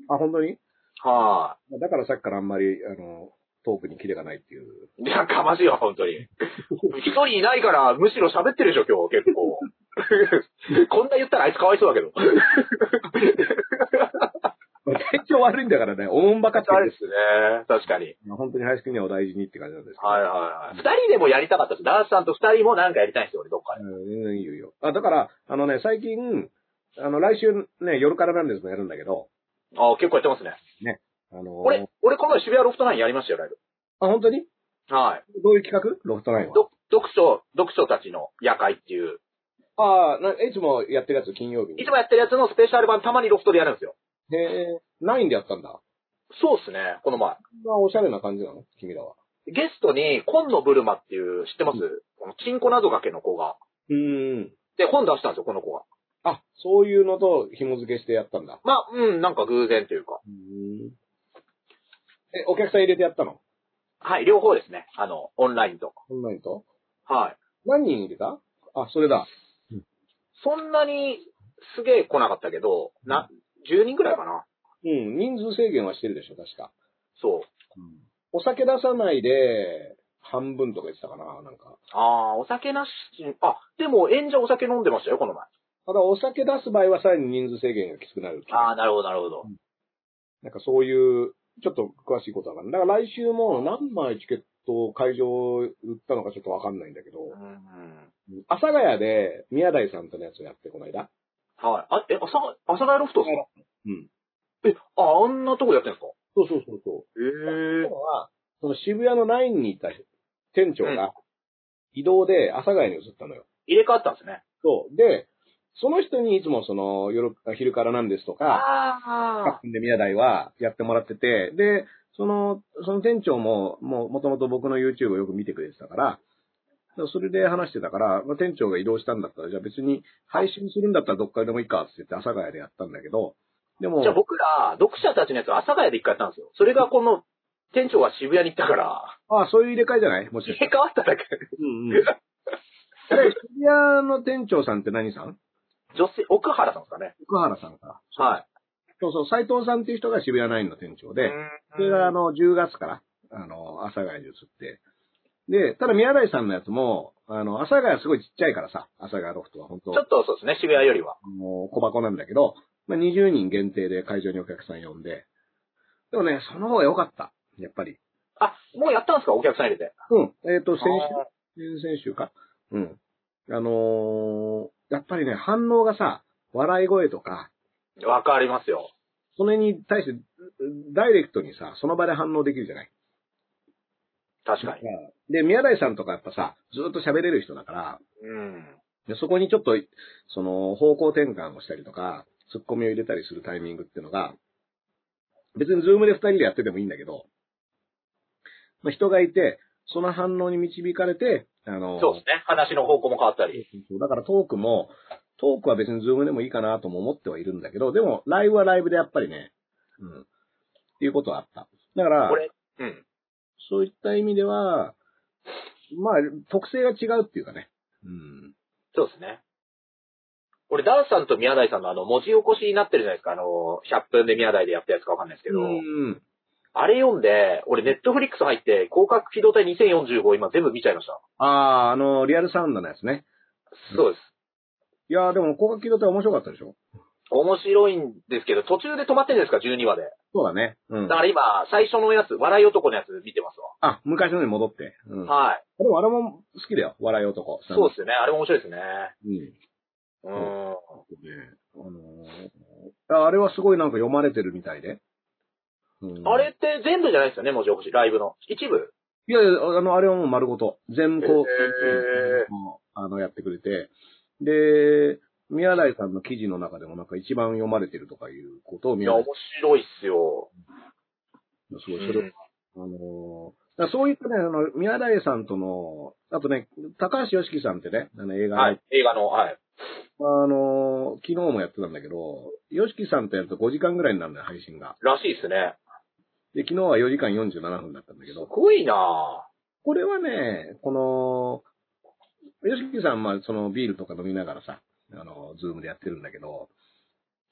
[SPEAKER 3] あ、本当に
[SPEAKER 2] は
[SPEAKER 3] だからさっきからあんまり、あの、トークにキレがないっていう。
[SPEAKER 2] い。いや、かましいわ、本当 に。一人いないから、むしろ喋ってるでしょ、今日、結 構。こんな言ったらあいつかわいそうだけど。
[SPEAKER 3] 体調悪いんだからね、おもんばかって
[SPEAKER 2] あれですね。確かに。
[SPEAKER 3] まあ本当に林くんにはお大事にって感じなんですけど。
[SPEAKER 2] はいはいはい。二人でもやりたかったです。ダースさんと二人もなんかやりたいんですよ、俺、どっかで。
[SPEAKER 3] うん全然いいよいいよ。あ、だから、あのね、最近、あの、来週ね、夜からなんですもやるんだけど、
[SPEAKER 2] ああ、結構やってますね。
[SPEAKER 3] あのー、
[SPEAKER 2] 俺、俺この前渋谷ロフトナインやりましたよ、ライブ。
[SPEAKER 3] あ、本当に
[SPEAKER 2] はい。
[SPEAKER 3] どういう企画ロフトナインは。
[SPEAKER 2] ど読書、読書たちの夜会っていう、
[SPEAKER 3] ああ、ないつもやってるやつ、金曜日に。
[SPEAKER 2] いつもやってるやつのスペシャル版たまにロフトでやるんですよ。
[SPEAKER 3] へえ、ナインでやったんだ。
[SPEAKER 2] そうっすね、この前。
[SPEAKER 3] こんなおしゃれな感じなの君らは。
[SPEAKER 2] ゲストに、今野ブルマっていう、知ってます、この、チンコ謎かけの子が。
[SPEAKER 3] うーん。
[SPEAKER 2] で、本出したんですよ、この子が。
[SPEAKER 3] あ、そういうのと紐付けしてやったんだ。
[SPEAKER 2] まあ、うん、なんか偶然というか。
[SPEAKER 3] うーん。え、お客さん入れてやったの
[SPEAKER 2] はい、両方ですね。あの、オンラインと。
[SPEAKER 3] オンラインと
[SPEAKER 2] はい。
[SPEAKER 3] 何人入れたあ、それだ。
[SPEAKER 2] そんなに、すげえ来なかったけど、な、10人くらいかな。
[SPEAKER 3] うん、人数制限はしてるでしょ、確か。
[SPEAKER 2] そう。
[SPEAKER 3] お酒出さないで、半分とか言ってたかな、なんか。
[SPEAKER 2] ああ、お酒なし、あ、でも演者お酒飲んでましたよ、この前。
[SPEAKER 3] ただ、お酒出す場合はさらに人数制限がきつくなる。
[SPEAKER 2] ああ、なるほど、なるほど。
[SPEAKER 3] なんかそういう、ちょっと詳しいことはわかんない。だから来週も何枚チケット会場売ったのかちょっとわかんないんだけど、
[SPEAKER 2] うん。
[SPEAKER 3] 阿佐ヶ谷で宮台さんとのやつをやって、この間。
[SPEAKER 2] はい。あ、え、朝、朝ヶ谷ロフトですか
[SPEAKER 3] うん。
[SPEAKER 2] え、あ、あんなとこでやってんですか
[SPEAKER 3] そうそうそうそう。
[SPEAKER 2] へ
[SPEAKER 3] 今日は、その渋谷のナインにいた店長
[SPEAKER 2] うん
[SPEAKER 3] が、移動で阿佐ヶ谷に移ったのよ。
[SPEAKER 2] 入れ替わったんですね。
[SPEAKER 3] そう。で、その人にいつもその、夜、昼からなんですとか、
[SPEAKER 2] ああ。
[SPEAKER 3] で、宮台はやってもらってて、で、その、その店長も、もう、もともと僕の YouTube をよく見てくれてたから、だからそれで話してたから、まあ、店長が移動したんだったら、じゃあ別に配信するんだったらどっからでもいいかって言って、阿佐ヶ谷でやったんだけど、でも、
[SPEAKER 2] じゃあ僕ら、読者たちのやつ、朝ヶ谷で一回やったんですよ。それがこの、店長が渋谷に行ったから、
[SPEAKER 3] ああ、そういう入れ替えじゃないもしか
[SPEAKER 2] 入
[SPEAKER 3] し
[SPEAKER 2] れ
[SPEAKER 3] て。
[SPEAKER 2] 替わっただけ。
[SPEAKER 3] うん うん。あれ、渋谷の店長さんって何さん
[SPEAKER 2] 女性、奥原さんですかね。
[SPEAKER 3] 福原さんか。
[SPEAKER 2] はい。
[SPEAKER 3] そうそう、斎藤さんっていう人が渋谷ナインの店長で、それ
[SPEAKER 2] うん
[SPEAKER 3] が、あの、10月から、あの、阿佐ヶ谷に移って。で、ただ宮台さんのやつも、あの、阿佐ヶ谷すごいちっちゃいからさ、阿佐ヶ谷ロフトは本当
[SPEAKER 2] ちょっとそうですね、渋谷よりは。
[SPEAKER 3] あの、小箱なんだけど、まあ、20人限定で会場にお客さん呼んで。でもね、その方が良かった。やっぱり。
[SPEAKER 2] あ、もうやったんですかお客さん入れて。
[SPEAKER 3] うん。えっ、と、先
[SPEAKER 2] あー
[SPEAKER 3] 週、先々週か。うん。あのーやっぱりね、反応がさ、笑い声とか、
[SPEAKER 2] わかりますよ。
[SPEAKER 3] それに対して、ダイレクトにさ、その場で反応できるじゃない。
[SPEAKER 2] 確かに。
[SPEAKER 3] で、宮台さんとかやっぱさ、ずっと喋れる人だから、
[SPEAKER 2] うん。
[SPEAKER 3] で、そこにちょっと、その、方向転換をしたりとか、突っ込みを入れたりするタイミングっていうのが、別にズームで二人でやっててもいいんだけど、まあ、人がいて、その反応に導かれて、あの、
[SPEAKER 2] そうですね。話の方向も変わったり。
[SPEAKER 3] そうだからトークも、トークは別にズームでもいいかなとも思ってはいるんだけど、でも、ライブはライブでやっぱりね、うん、っていうことはあった。だから、
[SPEAKER 2] これ、うん。
[SPEAKER 3] そういった意味では、まあ、特性が違うっていうかね。うん。
[SPEAKER 2] そうですね。俺、ダンスさんと宮台さんのあの、文字起こしになってるじゃないですか。あの、100分で宮台でやったやつかわかんないですけど、
[SPEAKER 3] うん。
[SPEAKER 2] あれ読んで、俺、ネットフリックス入って、広角機動隊2045今全部見ちゃいました。
[SPEAKER 3] ああ、あの、リアルサウンドのやつね。
[SPEAKER 2] そうです。
[SPEAKER 3] いやーでも、広角機動隊面白かったでしょ
[SPEAKER 2] 面白いんですけど、途中で止まってるんですか、12話で。
[SPEAKER 3] そうだね。うん
[SPEAKER 2] だか。ら今、最初のやつ、笑い男のやつ見てます
[SPEAKER 3] あ、昔のに戻って。うん。
[SPEAKER 2] わ。はい。
[SPEAKER 3] でも、あれも好きだよ。笑い男。
[SPEAKER 2] そうですよね。あれも面白いですね。
[SPEAKER 3] うん。
[SPEAKER 2] う
[SPEAKER 3] あとね、あのーああれはすごいなんか読まれてるみたいで。うん
[SPEAKER 2] ん。あれって全部じゃないですよね、文字起こし、ライブの。一部。
[SPEAKER 3] いやいや、あの、あれはもう丸ごと。全
[SPEAKER 2] へ
[SPEAKER 3] 校、
[SPEAKER 2] ー
[SPEAKER 3] もうあの、やってくれて。で、宮台さんの記事の中でもなんか一番読まれてるとかいうことを
[SPEAKER 2] い
[SPEAKER 3] 宮
[SPEAKER 2] や、
[SPEAKER 3] 台
[SPEAKER 2] 面白いっすよ。
[SPEAKER 3] さんすご
[SPEAKER 2] う
[SPEAKER 3] い、それを
[SPEAKER 2] ん
[SPEAKER 3] あのーだからそういったね、あの、宮台さんとの、あとね、高橋良樹さんってね、あの映画の、
[SPEAKER 2] はい。映画の、はい。
[SPEAKER 3] あのー昨日もやってたんだけど、良樹さんとやると5時間ぐらいになるんだよ、配信が。
[SPEAKER 2] らしいっすね。
[SPEAKER 3] で、昨日は4時間47分だったんだけ
[SPEAKER 2] す
[SPEAKER 3] ど、
[SPEAKER 2] ごいな
[SPEAKER 3] これはね、この、吉木さん、まあ、そのビールとか飲みながらさ、あの、ズームでやってるんだけど、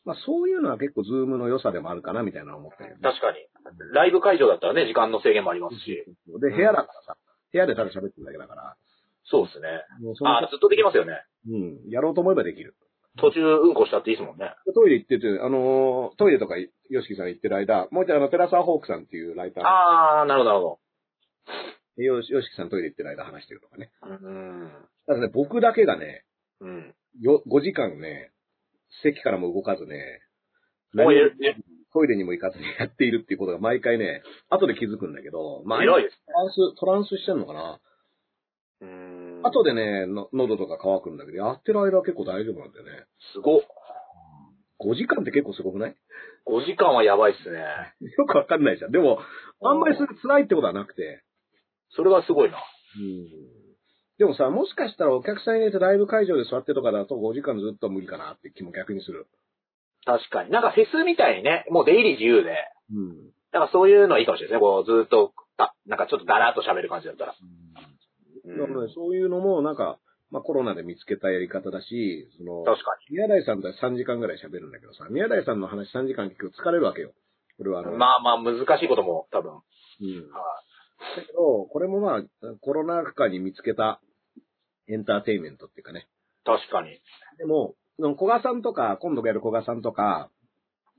[SPEAKER 3] まあ、そういうのは結構ズームの良さでもあるかな、みたいなのを思ったけど、
[SPEAKER 2] ぁ確かに。ライブ会場だったらね、時間の制限もありますし。
[SPEAKER 3] で、部屋だからさ、部屋でただ喋ってるだけだから、
[SPEAKER 2] そうっすね。
[SPEAKER 3] もうその
[SPEAKER 2] あ、ずっとできますよね。
[SPEAKER 3] うん、やろうと思えばできる。
[SPEAKER 2] 途中、うんこしたっていいっすもんね。
[SPEAKER 3] トイレ行ってて、あのートイレとか、吉木さん行ってる間、もう一回あの、テラサーホークさんっていうライターの、
[SPEAKER 2] あー、なるほど、なるほ
[SPEAKER 3] よし吉木さんトイレ行ってる間話してるとかね。
[SPEAKER 2] ど。うん。
[SPEAKER 3] ただね、僕だけがね、
[SPEAKER 2] うん。
[SPEAKER 3] よ5時間ね、席からも動かずね、
[SPEAKER 2] もう、え、
[SPEAKER 3] トイレにも行かずにやっているっていうことが毎回ね、後で気づくんだけど、まあ、ト
[SPEAKER 2] 偉いです。
[SPEAKER 3] ランス、トランスしてんのかな、
[SPEAKER 2] うん。
[SPEAKER 3] 後でね、の喉とか乾くんだけど、やってる間は結構大丈夫なんだよね。
[SPEAKER 2] すごっ。
[SPEAKER 3] 5時間って結構すごくない
[SPEAKER 2] 5時間はやばいっすね。
[SPEAKER 3] よくわかんないじゃん。でも、あんまりそれ辛いってことはなくて。
[SPEAKER 2] それはすごいな。
[SPEAKER 3] うん。でもさ、もしかしたらお客さん入れてライブ会場で座ってとかだと5時間ずっと無理かなって気も逆にする。
[SPEAKER 2] 確かに。なんかフェスみたいにね、もう出入り自由で、
[SPEAKER 3] うん。
[SPEAKER 2] なんかそういうのはいいかもしれないですね。こう、ずーっと、あ、なんかちょっとだらーっと喋る感じだったら。う
[SPEAKER 3] だから
[SPEAKER 2] ん
[SPEAKER 3] ね、そういうのもなんか、まあコロナで見つけたやり方だし、その、
[SPEAKER 2] 確か
[SPEAKER 3] 宮台さんとは3時間ぐらい喋るんだけどさ、宮台さんの話3時間聞くと疲れるわけよ。これはあの、
[SPEAKER 2] に。まあまあ、難しいことも多分。
[SPEAKER 3] うん。だけど、これもまあ、コロナ禍に見つけたエンターテインメントっていうかね。
[SPEAKER 2] 確かに。
[SPEAKER 3] でも、その古賀さんとか、今度やる古賀さんとか、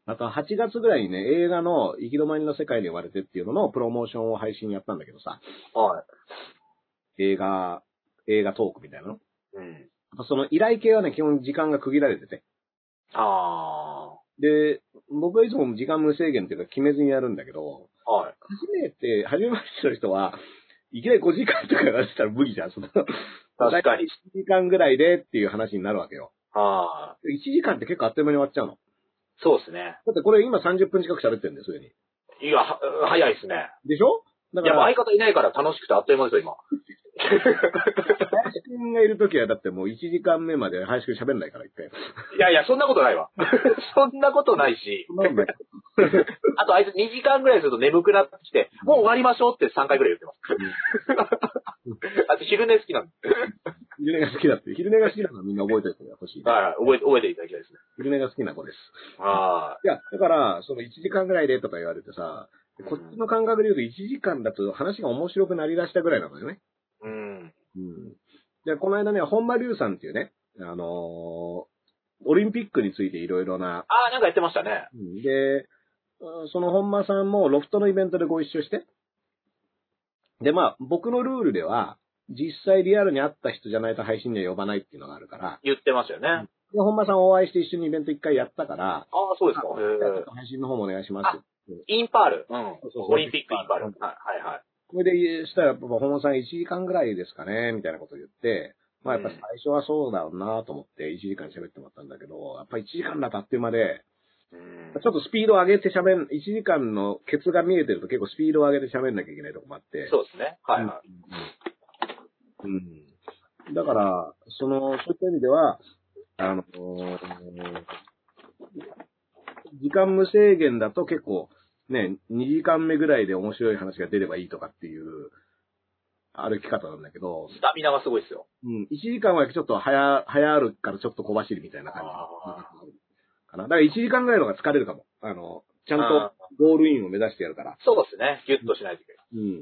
[SPEAKER 3] あと8月ぐらいにね、映画の行き止まりの世界に生まれてっていうののプロモーションを配信やったんだけどさ、
[SPEAKER 2] はい。
[SPEAKER 3] 映画、映画トークみたいなの。
[SPEAKER 2] うん。
[SPEAKER 3] その依頼系はね、基本時間が区切られてて。
[SPEAKER 2] あ
[SPEAKER 3] で、僕はいつも時間無制限っていうか決めずにやるんだけど、
[SPEAKER 2] ー。はい。
[SPEAKER 3] 初めて、初めましての人は、いきなり5時間とかやらせたら無理じゃん、その。
[SPEAKER 2] 確かに。
[SPEAKER 3] 1時間ぐらいでっていう話になるわけよ。
[SPEAKER 2] はい。
[SPEAKER 3] 1時間って結構あっという間に終わっちゃうの。
[SPEAKER 2] そうですね。
[SPEAKER 3] だってこれ今30分近く喋ってるんです、すでに。
[SPEAKER 2] いや、は早いですね。
[SPEAKER 3] でしょだか
[SPEAKER 2] やっぱ
[SPEAKER 3] ら、
[SPEAKER 2] 相方いないから楽しくてあっという間ですよ、今。
[SPEAKER 3] 林くんがいるときはだってもう1時間目まで林くん喋んないから、一回。
[SPEAKER 2] いやいや、そんなことない わ。そんなことないし。
[SPEAKER 3] なんで
[SPEAKER 2] あとあいつ2時間ぐらいすると眠くなってきて、もう終わりましょうって3回ぐらい言ってます。 あと昼寝好きなんで。
[SPEAKER 3] 昼寝が好きだって。昼寝が好きなのはみんな覚えておいてほしい。
[SPEAKER 2] はい、覚えて、覚えていただきたいですね。
[SPEAKER 3] 昼寝が好きな子です。
[SPEAKER 2] はい
[SPEAKER 3] や、だから、その1時間ぐらいでとか言われてさ、こっちの感覚で言うと1時間だと話が面白くなりだしたぐらいなのよね。
[SPEAKER 2] い。うん。
[SPEAKER 3] うん。で、この間ね、本間龍さんっていうね、あのーオリンピックについていろいろな、
[SPEAKER 2] ああ、なんかやってましたね。
[SPEAKER 3] うんで、うんその本間さんもロフトのイベントでご一緒して、で、まあ、僕のルールでは、実際リアルに会った人じゃないと配信には呼ばないっていうのがあるから、
[SPEAKER 2] 言ってましたよね。あ
[SPEAKER 3] で本間さんお会いして一緒にイベント一回やったから、
[SPEAKER 2] あ、そうですか。
[SPEAKER 3] じゃあちょっ
[SPEAKER 2] へ
[SPEAKER 3] と配信の方もお願いしますって。
[SPEAKER 2] え。インパール。うん
[SPEAKER 3] そうそう。
[SPEAKER 2] オリンピックインパール。
[SPEAKER 3] う
[SPEAKER 2] は
[SPEAKER 3] ん
[SPEAKER 2] い、はい、はい。
[SPEAKER 3] それで、したら、やっぱ本間さん1時間ぐらいですかね、みたいなこと言って、まあやっぱ最初はそうだろうなと思って1時間喋ってもらったんだけど、やっぱ1時間だとあっという間で、
[SPEAKER 2] うん
[SPEAKER 3] ちょっとスピードを上げて喋ん、1時間のケツが見えてると結構スピードを上げて喋んなきゃいけないとこもあって。
[SPEAKER 2] そうですね。はい、はい。
[SPEAKER 3] うん。だから、その、そういった意味では、あの、時間無制限だと結構、ね、2時間目ぐらいで面白い話が出ればいいとかっていう、歩き方なんだけど、
[SPEAKER 2] スタミナがすごいですよ。
[SPEAKER 3] うん、1時間はちょっと早、早あるからちょっと小走りみたいな感じ。
[SPEAKER 2] あ
[SPEAKER 3] かな。だから1時間ぐらいの方が疲れるかも。あの、ちゃん
[SPEAKER 2] あ
[SPEAKER 3] とゴールインを目指してやるから。
[SPEAKER 2] そうですね。ギュッとしないといけ
[SPEAKER 3] うん。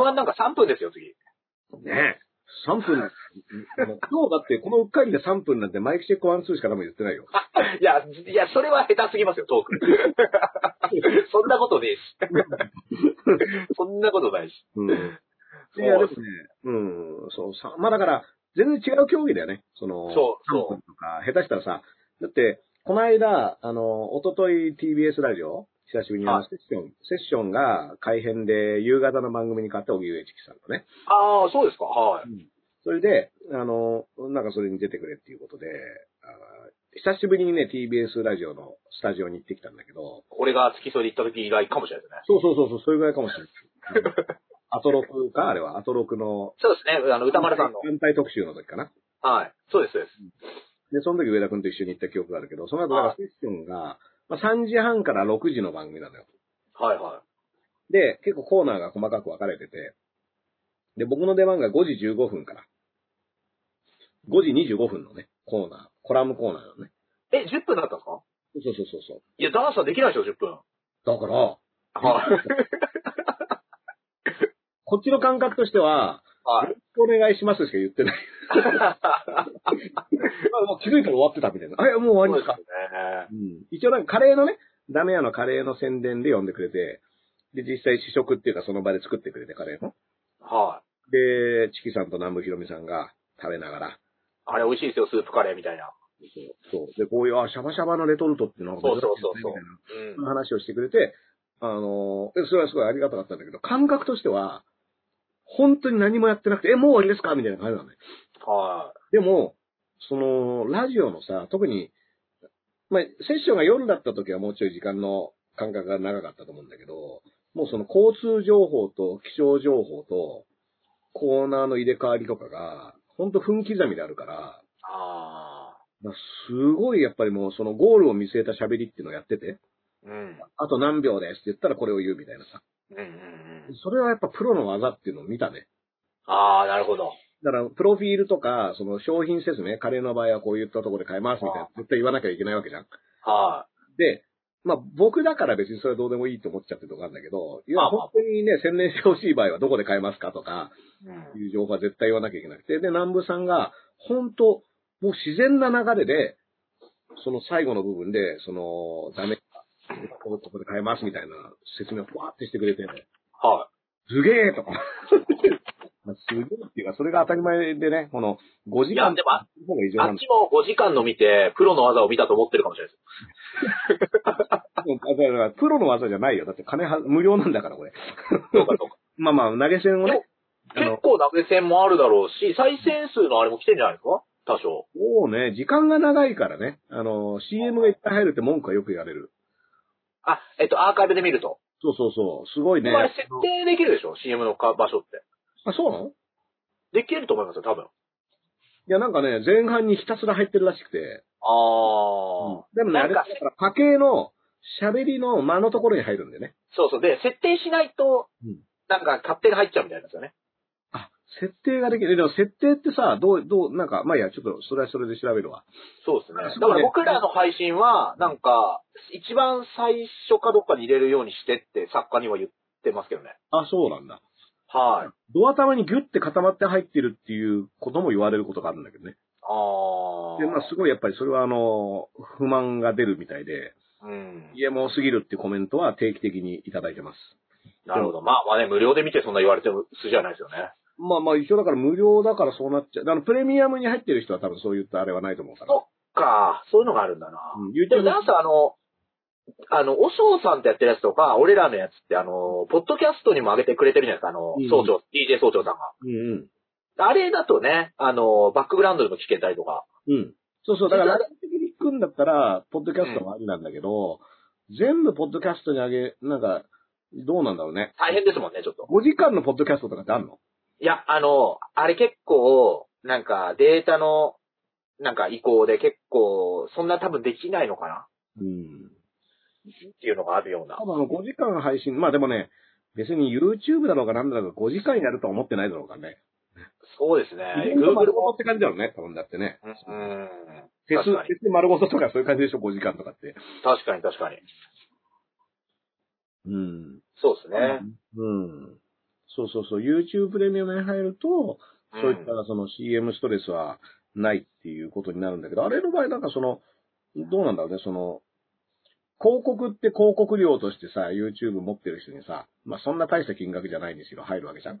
[SPEAKER 2] ない。M1 なんか3分ですよ、次。
[SPEAKER 3] ねえ。3分なん、もう今日だってこのうっかりで3分なんてマイクチェックワンツーしか多分言ってないよ。
[SPEAKER 2] いや、いや、それは下手すぎますよ、トーク。 そんなことね えし。そんな ことないし。
[SPEAKER 3] うん。
[SPEAKER 2] そう
[SPEAKER 3] いや、ですね。うん。そう、さ、まあだから、全然違う競技だよね。その、
[SPEAKER 2] そうそう
[SPEAKER 3] 3分とか、下手したらさ、だって、この間、あの、おととい TBS ラジオ、久しぶりにあの
[SPEAKER 2] は
[SPEAKER 3] セッション、セッションが改編で夕方の番組に変わった荻上チキさんとね。
[SPEAKER 2] ああ、そうですか。はい。
[SPEAKER 3] それで、あの、なんかそれに出てくれっていうことで、あー久しぶりにね、TBS ラジオのスタジオに行ってきたんだけど、
[SPEAKER 2] 俺が付き添いで行った時以来かもしれないですね。
[SPEAKER 3] そうそうそう、そうそれぐらいかもしれない。うん アトロクかあれは、アトロクの、
[SPEAKER 2] そうですね。あの、歌丸さんの。
[SPEAKER 3] 反対特集の時かな。
[SPEAKER 2] はい。そうです、そうです。
[SPEAKER 3] で、その時上田くんと一緒に行った記憶があるけど、その後、だから
[SPEAKER 2] は
[SPEAKER 3] セッションが、まあ、3時半から6時の番組なのよ。
[SPEAKER 2] はい、は
[SPEAKER 3] で、結構コーナーが細かく分かれてて、で、僕の出番が5時15分から。5時25分のね、コーナー、コラムコーナーなのね。
[SPEAKER 2] い。え、10分だったんですか
[SPEAKER 3] そうそうそうそう。
[SPEAKER 2] いや、ダンスはできないでしょ、10分。
[SPEAKER 3] だから、
[SPEAKER 2] はい。
[SPEAKER 3] こっちの感覚としては、
[SPEAKER 2] はい。
[SPEAKER 3] お願いしますしか言 ってない。もう気づいたら終わってたみたいな。あれもう終わりですか。
[SPEAKER 2] ね。
[SPEAKER 3] うん。一応なんかカレーのね、ダメ屋のカレーの宣伝で呼んでくれて、で、実際試食っていうかその場で作ってくれてカレーの。
[SPEAKER 2] はい。
[SPEAKER 3] で、チキさんと南部ひろみさんが食べながら、
[SPEAKER 2] あれ美味しいですよ、スープカレーみたいな。
[SPEAKER 3] そう。そうで、こういう、あ、シャバシャバのレトルトってなんか珍しいです
[SPEAKER 2] そうそう
[SPEAKER 3] ね
[SPEAKER 2] そ
[SPEAKER 3] みたいな
[SPEAKER 2] うん
[SPEAKER 3] その話をしてくれて、あのー、えそれはすごいありがたかったんだけど、感覚としては、本当に何もやってなくて、え、もう終わりですかみたいな感じなのね。
[SPEAKER 2] は
[SPEAKER 3] でも、その、ラジオのさ、特に、まあ、セッションが夜だった時はもうちょい時間の間隔が長かったと思うんだけど、もうその交通情報と気象情報とコーナーの入れ替わりとかが、ほんと分刻みであるから、
[SPEAKER 2] い。ああ。
[SPEAKER 3] まあすごいやっぱりもうそのゴールを見据えた喋りっていうのをやってて、
[SPEAKER 2] うん。
[SPEAKER 3] あと何秒ですって言ったらこれを言うみたいなさ。
[SPEAKER 2] うんうんうん。
[SPEAKER 3] それはやっぱプロの技っていうのを見たね。
[SPEAKER 2] ああ、なるほど。
[SPEAKER 3] だから、プロフィールとか、その商品説明、カレーの場合はこういったところで買えますみたいな、絶対言わなきゃいけないわけじゃん。
[SPEAKER 2] は
[SPEAKER 3] で、まあ僕だから別にそれはどうでもいいと思っちゃってるとこあるんだけど、いや
[SPEAKER 2] まあまあ
[SPEAKER 3] 本当にね、専念してほしい場合はどこで買えますかとか、
[SPEAKER 2] い。うん
[SPEAKER 3] いう情報は絶対言わなきゃいけなくて、で、南部さんが、本当もう自然な流れで、その最後の部分で、その、ダメ、ここで買えますみたいな説明をふわってしてくれて、
[SPEAKER 2] は
[SPEAKER 3] すげえとか。 まあすげえっていうか、それが当たり前でね、この5
[SPEAKER 2] い。
[SPEAKER 3] 時
[SPEAKER 2] いや、
[SPEAKER 3] 間
[SPEAKER 2] でも、あ
[SPEAKER 3] の方が異常
[SPEAKER 2] あ
[SPEAKER 3] なん
[SPEAKER 2] っ
[SPEAKER 3] だ
[SPEAKER 2] ちも5時間の見て、プロの技を見たと思ってるかもしれないです。
[SPEAKER 3] だからプロの技じゃないよ。だって金は無料なんだから、これ。
[SPEAKER 2] そうかそうか
[SPEAKER 3] まあまあ、投げ銭をね、 あの
[SPEAKER 2] 結構投げ銭もあるだろうし、再生数のあれも来てんじゃないですか多少。
[SPEAKER 3] もうね、時間が長いからね、あの、CM がいっぱい入るって文句はよく言われる。
[SPEAKER 2] あ、えっと、アーカイブで見ると。
[SPEAKER 3] そうそうそう、すごいね。
[SPEAKER 2] これ設定できるでしょ ?CM のか場所って。
[SPEAKER 3] あ、そうなのい
[SPEAKER 2] できると思いますよ、多分。
[SPEAKER 3] や、なんかね、前半にひたすら入ってるらしくて。
[SPEAKER 2] ああ、
[SPEAKER 3] でもね、あ
[SPEAKER 2] な
[SPEAKER 3] れ
[SPEAKER 2] ん
[SPEAKER 3] だ
[SPEAKER 2] か
[SPEAKER 3] から、家計の喋りの間のところに入るんでね。
[SPEAKER 2] そうそう。で、設定しないと
[SPEAKER 3] うん、
[SPEAKER 2] なんか勝手に入っちゃうみたいなんですよね。
[SPEAKER 3] あ、設定ができる。でも設定ってさ、どう、どう、なんか、まあいいや、ちょっと、それはそれで調べるわ。
[SPEAKER 2] そうですね。
[SPEAKER 3] あ
[SPEAKER 2] だ
[SPEAKER 3] そう
[SPEAKER 2] から僕らの配信は、なんか、一番最初かどっかに入れるようにしてって作家には言ってますけどね。
[SPEAKER 3] あ、そうなんだ。
[SPEAKER 2] はい。
[SPEAKER 3] ドア玉にギュッて固まって入ってるっていうことも言われることがあるんだけどね。
[SPEAKER 2] ああ。
[SPEAKER 3] で、まあすごいやっぱりそれはあの、不満が出るみたいで、
[SPEAKER 2] うん。
[SPEAKER 3] 家も多すぎるってコメントは定期的にいただいてます。
[SPEAKER 2] なるほど。まあまあね、無料で見てそんな言われても筋じゃないですよね。
[SPEAKER 3] まあまあ一応だから無料だからそうなっちゃう。あの、プレミアムに入ってる人は多分そういったあれはないと思うから。
[SPEAKER 2] そっか、そういうのがあるんだな。
[SPEAKER 3] うん、
[SPEAKER 2] でも
[SPEAKER 3] YouTube
[SPEAKER 2] ダンスあの、あの、おしょうさんってやってるやつとか、俺らのやつって、あの、ポッドキャストにも上げてくれてるじゃないですか、あの
[SPEAKER 3] うん、
[SPEAKER 2] 総長、DJ 総長さんが。
[SPEAKER 3] うんうん。
[SPEAKER 2] あれだとね、あの、バックグラウンドでも聞けたりとか。
[SPEAKER 3] うん。そうそう、だから、ライブ的に行くんだったら、ポッドキャストもありなんだけど、全部ポッドキャストにあげ、なんか、どうなんだろうね。
[SPEAKER 2] 大変ですもんね、ちょっと。
[SPEAKER 3] 5時間のポッドキャストとかってあんの
[SPEAKER 2] いや、あの、あれ結構、なんか、データの、なんか移行で結構、そんな多分できないのかな
[SPEAKER 3] うん。
[SPEAKER 2] っていうのがあるような
[SPEAKER 3] 多。分あの5時間配信、まあでもね、別に YouTube だろうがなんだろうが5時間やるとは思ってないだろうからね。
[SPEAKER 2] そうですね
[SPEAKER 3] イベン。ト丸ごとって感じだろうね、多分だってね。
[SPEAKER 2] うん。
[SPEAKER 3] フェス、
[SPEAKER 2] 確
[SPEAKER 3] フ
[SPEAKER 2] かに
[SPEAKER 3] ェスで丸ごととかそういう感じでしょ、5時間とかって。
[SPEAKER 2] 確かに確かに。
[SPEAKER 3] うん。
[SPEAKER 2] そうですね。
[SPEAKER 3] うん。そうそうそう。YouTube プレミアムに入ると、そういったその CM ストレスはないっていうことになるんだけど、あれの場合なんかその、どうなんだろうね、その、広告って広告料としてさ、YouTube 持ってる人にさ、まあそんな大した金額じゃないんですけど、入るわけじゃん。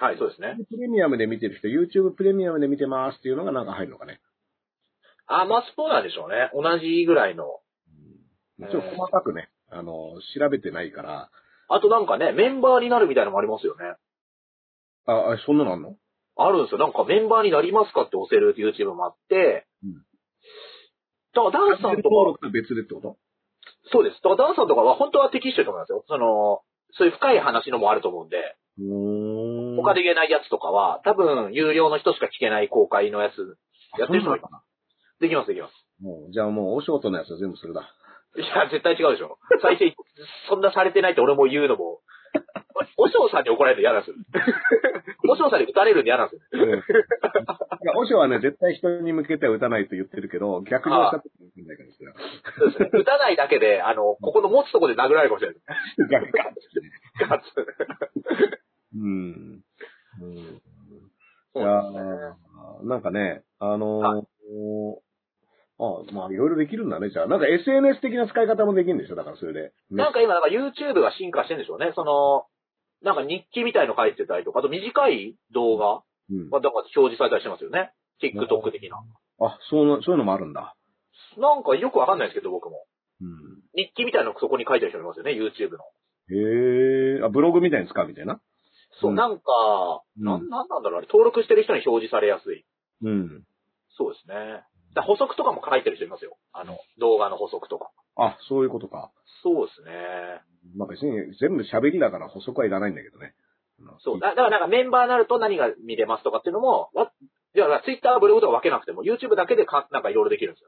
[SPEAKER 2] はい、そうですね。
[SPEAKER 3] プレミアムで見てる人、YouTube プレミアムで見てますっていうのがなんか入るのかね。
[SPEAKER 2] あ、まあそうなんでしょうね。同じぐらいの。
[SPEAKER 3] ちょっと細かくね、あの、調べてないから、
[SPEAKER 2] あとなんかね、メンバーになるみたいなのもありますよね。
[SPEAKER 3] あ、あそんなのあんの
[SPEAKER 2] あるんですよ。なんかメンバーになりますかって押せる YouTube もあって。
[SPEAKER 3] うん
[SPEAKER 2] だからダンさんと
[SPEAKER 3] 登
[SPEAKER 2] か、
[SPEAKER 3] 録と別でってこと
[SPEAKER 2] そうです。だからダンさんとかは本当は適してると思いますよ。その、そういう深い話のもあると思うんで、
[SPEAKER 3] お
[SPEAKER 2] 他で言えないやつとかは、多分有料の人しか聞けない公開のやつ、やってる人もい
[SPEAKER 3] かな。
[SPEAKER 2] できますできます。
[SPEAKER 3] もう、じゃあもう、お仕事のやつは全部それだ。
[SPEAKER 2] いや、絶対違うでしょ。最低、そんなされてないって俺も言うのも、おお嬢さんに怒られるの嫌なんですよ。お嬢さんに打たれるの嫌なんですよ。
[SPEAKER 3] いや、おしはね、絶対人に向けては打たないと言ってるけど、逆におっしゃってるんないからですよ。
[SPEAKER 2] そうですね打たないだけで、あの、ここの持つとこで殴られるかもしれない。
[SPEAKER 3] ガッガッ
[SPEAKER 2] ガッツ。
[SPEAKER 3] うん。うん。い
[SPEAKER 2] そう
[SPEAKER 3] や
[SPEAKER 2] なんですね
[SPEAKER 3] ーなんかね、あのー
[SPEAKER 2] は
[SPEAKER 3] あ、まあ、いろいろできるんだね、じゃあ。なんか SNS 的な使い方もできるんでしょだからそれで。
[SPEAKER 2] なんか今、なんか YouTube が進化してるんでしょうね。その、なんか日記みたいの書いてたりとか、あと短い動画
[SPEAKER 3] うん
[SPEAKER 2] が、なんか表示されたりしてますよね。TikTok 的な。
[SPEAKER 3] あ、そうの、そういうのもあるんだ。
[SPEAKER 2] なんかよくわかんないですけど、僕も。
[SPEAKER 3] うん。
[SPEAKER 2] 日記みたいのそこに書いてる人いますよね、YouTube の。
[SPEAKER 3] へえ。あ、ブログみたいに使うみたいな。
[SPEAKER 2] そうう、
[SPEAKER 3] ん
[SPEAKER 2] なんか、な、
[SPEAKER 3] うん
[SPEAKER 2] なんなんだろう、あれ、登録してる人に表示されやすい。
[SPEAKER 3] うん。
[SPEAKER 2] そうですね。だ補足とかも書いてる人いますよ。あの、動画の補足とか。
[SPEAKER 3] あ、そういうことか。
[SPEAKER 2] そうですね。
[SPEAKER 3] まあ別に全部喋りだから補足はいらないんだけどね。
[SPEAKER 2] そう。だだからなんかメンバーになると何が見れますとかっていうのも、わいや、ツイッター、ブログとか分けなくても、YouTube だけでか、なんかいろいろできるんです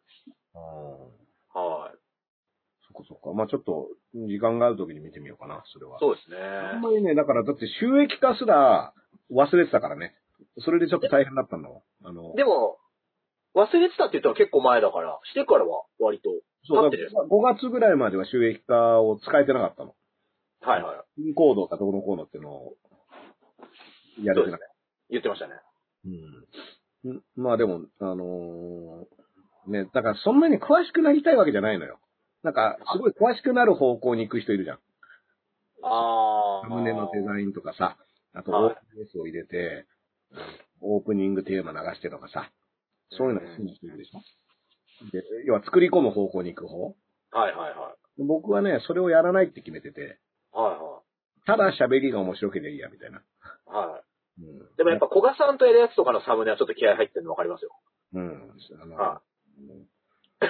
[SPEAKER 3] あー
[SPEAKER 2] よ。はい。
[SPEAKER 3] そっかそっか。まあちょっと、時間がある時に見てみようかな、それは。
[SPEAKER 2] そうですね。
[SPEAKER 3] あんまりね、だからだって収益化すら忘れてたからね。それでちょっと大変だったの。あの、
[SPEAKER 2] でも、忘れてたって言ったら結構前だから、してからは割と。
[SPEAKER 3] そう
[SPEAKER 2] 待ってる
[SPEAKER 3] 5月ぐらいまでは収益化を使えてなかったの。
[SPEAKER 2] はいはい。
[SPEAKER 3] ピンコードかどうのこうのっていうのを、やれてなかっ
[SPEAKER 2] 言ってましたね。
[SPEAKER 3] た。うん。んまあでも、あのーね、だからそんなに詳しくなりたいわけじゃないのよ。なんか、すごい詳しくなる方向に行く人いるじゃん。
[SPEAKER 2] あー。
[SPEAKER 3] サムネのデザインとかさ、あと、
[SPEAKER 2] はい
[SPEAKER 3] OS を入れて、オープニングテーマ流してとかさ、そういうのが好きにしてるでしょで、要は作り込む方向に行く方
[SPEAKER 2] はいはいはい。
[SPEAKER 3] 僕はね、それをやらないって決めてて、
[SPEAKER 2] はいは
[SPEAKER 3] ただ喋りが面白ければいいや、みたいな。
[SPEAKER 2] い。はい。
[SPEAKER 3] うん。
[SPEAKER 2] でもやっぱ、古賀さんとやるやつとかのサムネはちょっと気合入ってるの分かりますよ。
[SPEAKER 3] うん。あの、
[SPEAKER 2] は
[SPEAKER 3] うん
[SPEAKER 2] い。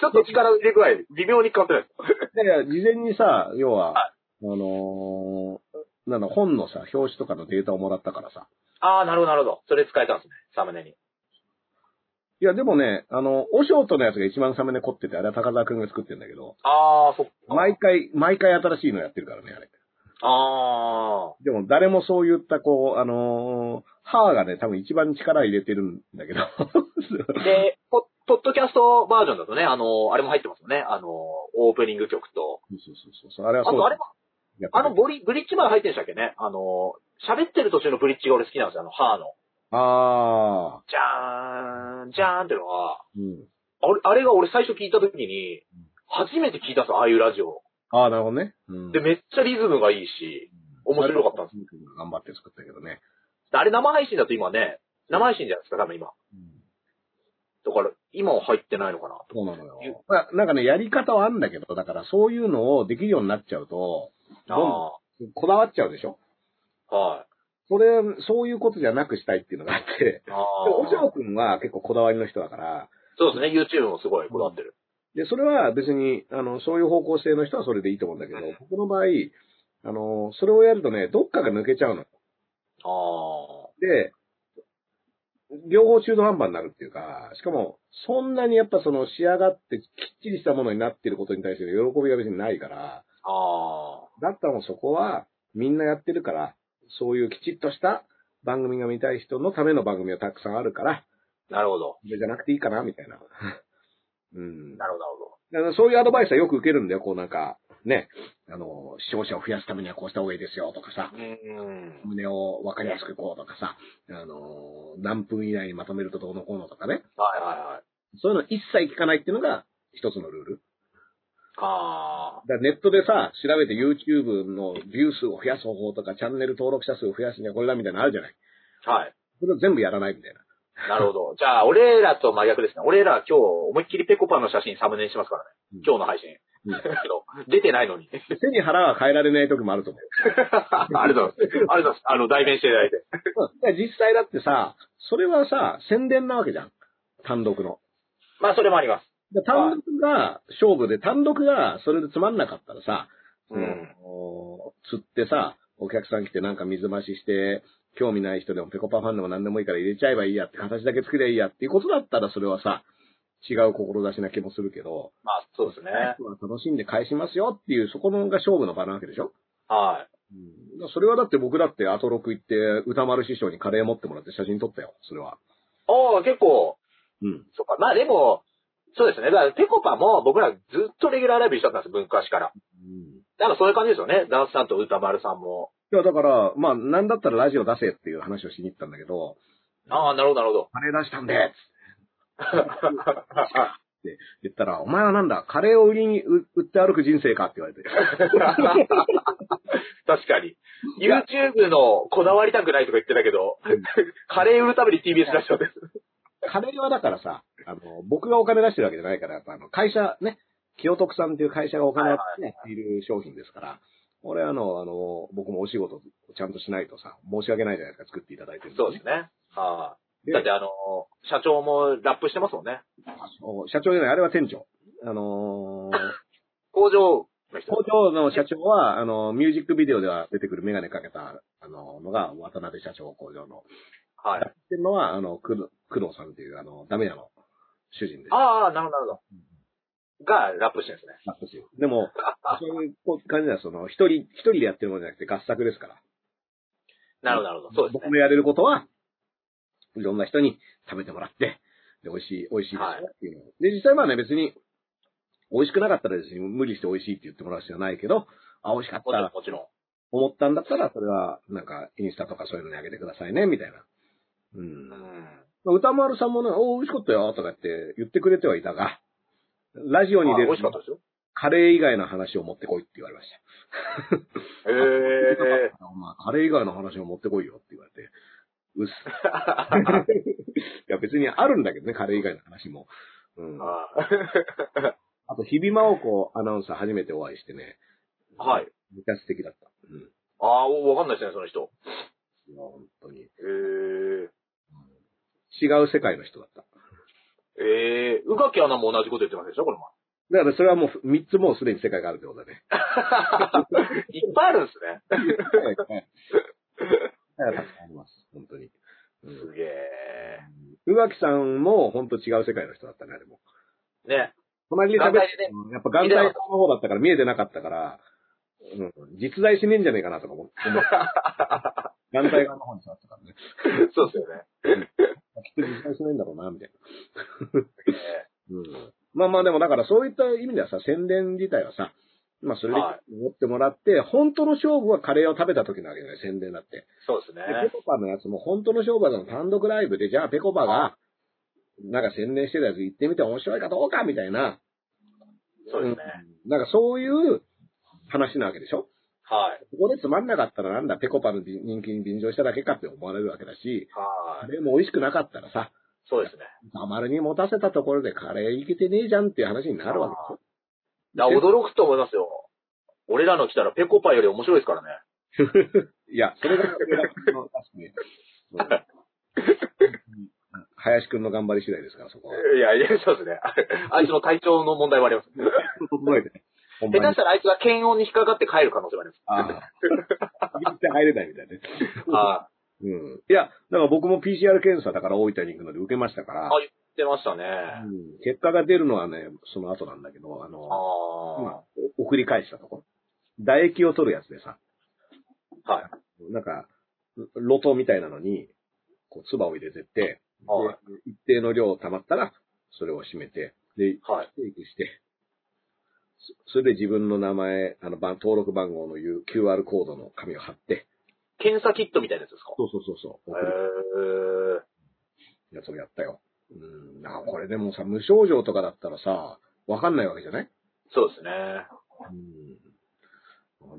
[SPEAKER 2] ちょっと力入れ具合、微妙に変わってないです。
[SPEAKER 3] だから事前にさ、要は、
[SPEAKER 2] は
[SPEAKER 3] あのーなんだ、本のさ、表紙とかのデータをもらったからさ。
[SPEAKER 2] ああ、なるほど、なるほど。それ使えたんですね。サムネに。
[SPEAKER 3] いや、でもね、あの、おショートのやつが一番サムネ凝ってて、あれは高沢くんが作ってんだけど、
[SPEAKER 2] ああ、そっか。
[SPEAKER 3] 毎回、毎回新しいのやってるからね、あれ。
[SPEAKER 2] ああ。
[SPEAKER 3] でも誰もそういった、こう、あのー歯がね、多分一番力入れてるんだけど。
[SPEAKER 2] で、ポポッドキャストバージョンだとね、あの、あれも入ってますよね。あの、オープニング曲と。
[SPEAKER 3] そうそうそうそう。あれ
[SPEAKER 2] あ
[SPEAKER 3] はそう
[SPEAKER 2] と、あれも、
[SPEAKER 3] やって
[SPEAKER 2] あ
[SPEAKER 3] る
[SPEAKER 2] のボリ、ブリッジまで入ってるんでしたっけね。あの、喋ってる途中のブリッジが俺好きなんですよ。あの、ハーの。
[SPEAKER 3] あ
[SPEAKER 2] じゃーん、じゃーんってのが、
[SPEAKER 3] ー。うん。
[SPEAKER 2] あれあれが俺最初聞いた時に、初めて聞いたんですよ、ああいうラジオ。
[SPEAKER 3] ああ、なるほどね。うん
[SPEAKER 2] で、めっちゃリズムがいいし、面白かったんです。
[SPEAKER 3] 頑張って作ったけどね。
[SPEAKER 2] あれ生配信だと今ね、生配信じゃないですか、多分今。だから、今は入ってないのかなと。
[SPEAKER 3] そうなのよ。まあ、なんかね、やり方はあるんだけど、だからそういうのをできるようになっちゃうと、どんど
[SPEAKER 2] あ
[SPEAKER 3] んこだわっちゃうでしょ
[SPEAKER 2] あ、はい。
[SPEAKER 3] それ、そういうことじゃなくしたいっていうのがあって、
[SPEAKER 2] ああ
[SPEAKER 3] で、おしょうくんは結構こだわりの人だから、
[SPEAKER 2] そうですね、YouTube もすごいこだわってる。
[SPEAKER 3] で、それは別に、あの、そういう方向性の人はそれでいいと思うんだけど
[SPEAKER 2] うん、
[SPEAKER 3] 僕の場合、あの、それをやるとね、どっかが抜けちゃうの。
[SPEAKER 2] ああ、
[SPEAKER 3] で、両方中途半端になるっていうか、しかも、そんなにやっぱその仕上がってきっちりしたものになってることに対しての喜びが別にないから、
[SPEAKER 2] ああ、
[SPEAKER 3] だったらもうそこはみんなやってるから、そういうきちっとした番組が見たい人のための番組はたくさんあるから、
[SPEAKER 2] なるほど。
[SPEAKER 3] それじゃなくていいかな、みたいな。 うん。
[SPEAKER 2] なるほど、なるほど。
[SPEAKER 3] だからそういうアドバイスはよく受けるんだよ。こうなんか、ね、あの、視聴者を増やすためにはこうした方がいいですよとかさ、
[SPEAKER 2] うん。
[SPEAKER 3] 胸を分かりやすくこうとかさ、あの、何分以内にまとめるとどうのこうのとかね。
[SPEAKER 2] はいはいはい。
[SPEAKER 3] そういうの一切聞かないっていうのが一つのルール。
[SPEAKER 2] あ
[SPEAKER 3] だからネットでさ、調べて YouTube のビュー数を増やす方法とか、チャンネル登録者数を増やすにはこれだみたいなのあるじゃない。
[SPEAKER 2] あ。はい。
[SPEAKER 3] それを全部やらないみたいな。
[SPEAKER 2] なるほど。じ ゃあ、俺らと真逆ですね。俺ら今日、思いっきりペコパの写真サムネにしますからね
[SPEAKER 3] うん。
[SPEAKER 2] 今日の配信。
[SPEAKER 3] うん
[SPEAKER 2] 出てないの に。
[SPEAKER 3] 手に腹は変えられない時もあると思う。
[SPEAKER 2] ありがとうございます。ありがとうございます。あの、代弁していただいて。
[SPEAKER 3] うんだから実際だってさ、それはさ、宣伝なわけじゃん。単独の。
[SPEAKER 2] まあ、それもあります。
[SPEAKER 3] で単独が勝負で、単独がそれでつまんなかったらさ、
[SPEAKER 2] うん
[SPEAKER 3] その釣ってさ、お客さん来てなんか水増しして、興味ない人でもペコパファンでも何でもいいから入れちゃえばいいやって、形だけ作りゃいいやっていうことだったらそれはさ、違う志な気もするけど、
[SPEAKER 2] まあ、そうですね。
[SPEAKER 3] 僕は楽しんで返しますよっていう、そこのが勝負の場なわけでしょ、
[SPEAKER 2] は
[SPEAKER 3] うん、だからそれはだって僕だってアトロク行って歌丸師匠にカレー持ってもらって写真撮ったよ、それは。
[SPEAKER 2] い。おー、結構、
[SPEAKER 3] うん。
[SPEAKER 2] そうか。まあ、でも、そうですね。だから、ペコパも僕らずっとレギュラーライブ一緒だったんですよ、文化史から。
[SPEAKER 3] うん
[SPEAKER 2] だから、そういう感じですよね。ダンスさんと歌丸さんも。
[SPEAKER 3] いや、だから、まあ、なんだったらラジオ出せっていう話をしに行ったんだけど、
[SPEAKER 2] ああ、なるほど、なるほど。
[SPEAKER 3] カレー出したんでつって 言ったら、お前はなんだ、カレーを売りに売売って歩く人生かって言われて。
[SPEAKER 2] 確かに。YouTube のこだわりたくないとか言ってたけど、 カレー売るために TBS 出したんです。
[SPEAKER 3] カレーはだからさ、あの、僕がお金出してるわけじゃないから、やっぱあの、会社ね、清徳さんっていう会社がお金をね、やっている商品ですから、俺はあの、あの、僕もお仕事をちゃんとしないとさ、申し訳ないじゃないですか、作っていただいてるのに
[SPEAKER 2] そうですね。は
[SPEAKER 3] で
[SPEAKER 2] い。だってあの、社長もラップしてますもんね。
[SPEAKER 3] お社長じゃない、あれは店長。あのー、
[SPEAKER 2] 工場の人。
[SPEAKER 3] 工場の社長は、あの、ミュージックビデオでは出てくるメガネかけた、あの、のが、渡辺社長工場の。
[SPEAKER 2] はい。
[SPEAKER 3] やってるのは、あの、工藤工藤さんっていう、あの、ダメなの主人です。
[SPEAKER 2] ああ、なるほど、なるほど。が、ラップしてるんですね。
[SPEAKER 3] ラップですよでも、そういう感じでは、その、一人、一人でやってるものじゃなくて合作ですから。
[SPEAKER 2] なるほど、なるほど。そうです
[SPEAKER 3] 僕
[SPEAKER 2] ね。
[SPEAKER 3] のやれることは、いろんな人に食べてもらって、で、美味しい、美味しいですよっていうのを、で、実際まあね、別に、美味しくなかったらですね、無理して美味しいって言ってもらう必要はないけど、あ、美味しかっ
[SPEAKER 2] もち
[SPEAKER 3] た
[SPEAKER 2] ろん
[SPEAKER 3] ら、、
[SPEAKER 2] もちろん。
[SPEAKER 3] 思ったんだったら、それは、なんか、インスタとかそういうのにあげてくださいね、みたいな。う。
[SPEAKER 2] うんん。
[SPEAKER 3] まあ歌丸さんもね、おー美味しかったよ、とかって言ってくれてはいたが、ラジオに
[SPEAKER 2] あ
[SPEAKER 3] 出
[SPEAKER 2] 美
[SPEAKER 3] る
[SPEAKER 2] 味しかったですよ。
[SPEAKER 3] カレー以外の話を持ってこいって言われまし
[SPEAKER 2] へえ。
[SPEAKER 3] た。お前、カレー以外の話を持ってこいよって言われて、うっす。いや、別にあるんだけどね、カレー以外の話も。うん。あ
[SPEAKER 2] は
[SPEAKER 3] と、日比真央子アナウンサー初めてお会いしてね、
[SPEAKER 2] いはい。
[SPEAKER 3] めちゃ素敵だった。うん。
[SPEAKER 2] ああ、おわかんないですね、その人。
[SPEAKER 3] いや、本当に。
[SPEAKER 2] へえ。
[SPEAKER 3] 違う世界の人だった。
[SPEAKER 2] ええ宇垣アナも同じこと言ってますでしょ、この前。
[SPEAKER 3] だからそれはもう三つもうすでに世界があるってことだね。
[SPEAKER 2] いっぱいあるんですね。
[SPEAKER 3] はいはい。だからたくさんあります、本当に。うん
[SPEAKER 2] すげえ。
[SPEAKER 3] 宇垣さんも本当違う世界の人だったね、あれも。
[SPEAKER 2] ね。
[SPEAKER 3] 隣で喋って
[SPEAKER 2] 眼帯でね
[SPEAKER 3] うんやっぱ眼帯の方だったから見えてなかったから、うん、実在しねえんじゃねえかなとか思って。眼帯側の方に座ってたからね。
[SPEAKER 2] そうですよね。
[SPEAKER 3] きっと実在しねえんだろうな、みたい
[SPEAKER 2] ええ
[SPEAKER 3] な。うん。まあまあでもだからそういった意味ではさ、宣伝自体はさ、まあそれで
[SPEAKER 2] は
[SPEAKER 3] 持ってもらって、本当の勝負はカレーを食べた時なわけじゃない、宣伝だって。
[SPEAKER 2] そうですね。
[SPEAKER 3] でペコパのやつも本当の商売の単独ライブで、じゃあペコパが、なんか宣伝してたやつ行ってみて面白いかどうかみたいな、
[SPEAKER 2] そうですね。
[SPEAKER 3] うんなんかそういう話なわけでしょ
[SPEAKER 2] はい。
[SPEAKER 3] ここでつまんなかったらなんだ、ペコパの人気に便乗しただけかって思われるわけだし、
[SPEAKER 2] は
[SPEAKER 3] カ
[SPEAKER 2] い。
[SPEAKER 3] レーも美味しくなかったらさ、
[SPEAKER 2] そうですね。
[SPEAKER 3] あまりに持たせたところでカレーいけてねえじゃんっていう話になるわけでしょ
[SPEAKER 2] だから驚くと思いますよ。俺らの来たらペコパより面白いですからね。
[SPEAKER 3] いや、それが、それが確かにうん林くんの頑張り次第ですから、そこは。
[SPEAKER 2] いや、いや、そうですね。 あいつの体調の問題もあり ます。
[SPEAKER 3] 整えて。ほん
[SPEAKER 2] 下手
[SPEAKER 3] ま
[SPEAKER 2] し
[SPEAKER 3] に。
[SPEAKER 2] たらあいつが検温に引っかかって帰る可能性もあり
[SPEAKER 3] ああ。入れないみたいね。
[SPEAKER 2] ます。は
[SPEAKER 3] うん。いや、だから僕も PCR 検査だから大分に行くので受けましたから、
[SPEAKER 2] あい。出ましたね。
[SPEAKER 3] うん結果が出るのはね、その後なんだけど、あ
[SPEAKER 2] あ
[SPEAKER 3] の、
[SPEAKER 2] あ。
[SPEAKER 3] まあ、お送り返したところ。唾液を取るやつでさ、
[SPEAKER 2] はい。
[SPEAKER 3] なんか、ロトみたいなのに、こう、唾を入れてって、
[SPEAKER 2] はい
[SPEAKER 3] で一定の量溜まったら、それを閉めて、で、
[SPEAKER 2] はい。
[SPEAKER 3] 定義して、そそれで自分の名前、あの、番登録番号の言う QR コードの紙を貼って、
[SPEAKER 2] 検査キットみたいなやつですか
[SPEAKER 3] そうそうそうそう、送る
[SPEAKER 2] へ
[SPEAKER 3] やつをやったよ。うん、あ、これでもさ、無症状とかだったらさ、わかんないわけじゃない
[SPEAKER 2] ーそうですね。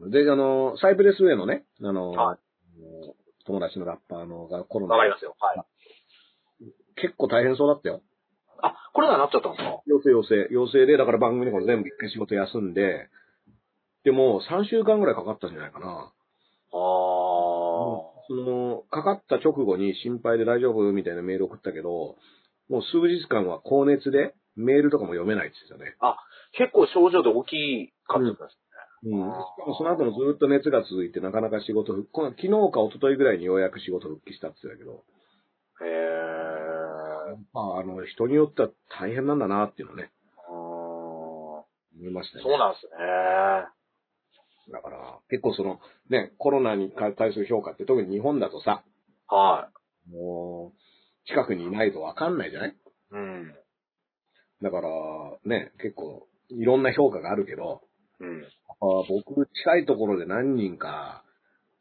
[SPEAKER 3] うん。で、あの、サイプレスウェイのね、あの、
[SPEAKER 2] はい
[SPEAKER 3] 友達のラッパーのがコロナ
[SPEAKER 2] わかりますよ。はい。
[SPEAKER 3] 結構大変そうだったよ。
[SPEAKER 2] あ、コロナになっちゃったんですか
[SPEAKER 3] 陽性陽性。陽性で、だから番組でこれ全部一回仕事休んで、でも3週間ぐらいかかったんじゃないかな。
[SPEAKER 2] あ
[SPEAKER 3] その、かかった直後に心配で大丈夫みたいなメール送ったけど、もう数日間は高熱で、メールとかも読めないって言ってたね。
[SPEAKER 2] ー。結構症状で大きい感じだったんです
[SPEAKER 3] うん。しかもその後もずっと熱が続いて、なかなか仕事復、この昨日か一昨日ぐらいにようやく仕事復帰したって言ってたけど、
[SPEAKER 2] ね。へー。
[SPEAKER 3] まあ、あの、人によっては大変なんだなっていうのね、
[SPEAKER 2] うーん
[SPEAKER 3] 思いましたね。
[SPEAKER 2] そうなんですね。
[SPEAKER 3] だから、結構その、ね、コロナに対する評価って特に日本だとさ、
[SPEAKER 2] は
[SPEAKER 3] もう、近くにいないとわかんないじゃない
[SPEAKER 2] い。うん。
[SPEAKER 3] だから、ね、結構、いろんな評価があるけど、
[SPEAKER 2] うん。
[SPEAKER 3] ああ僕、近いところで何人か、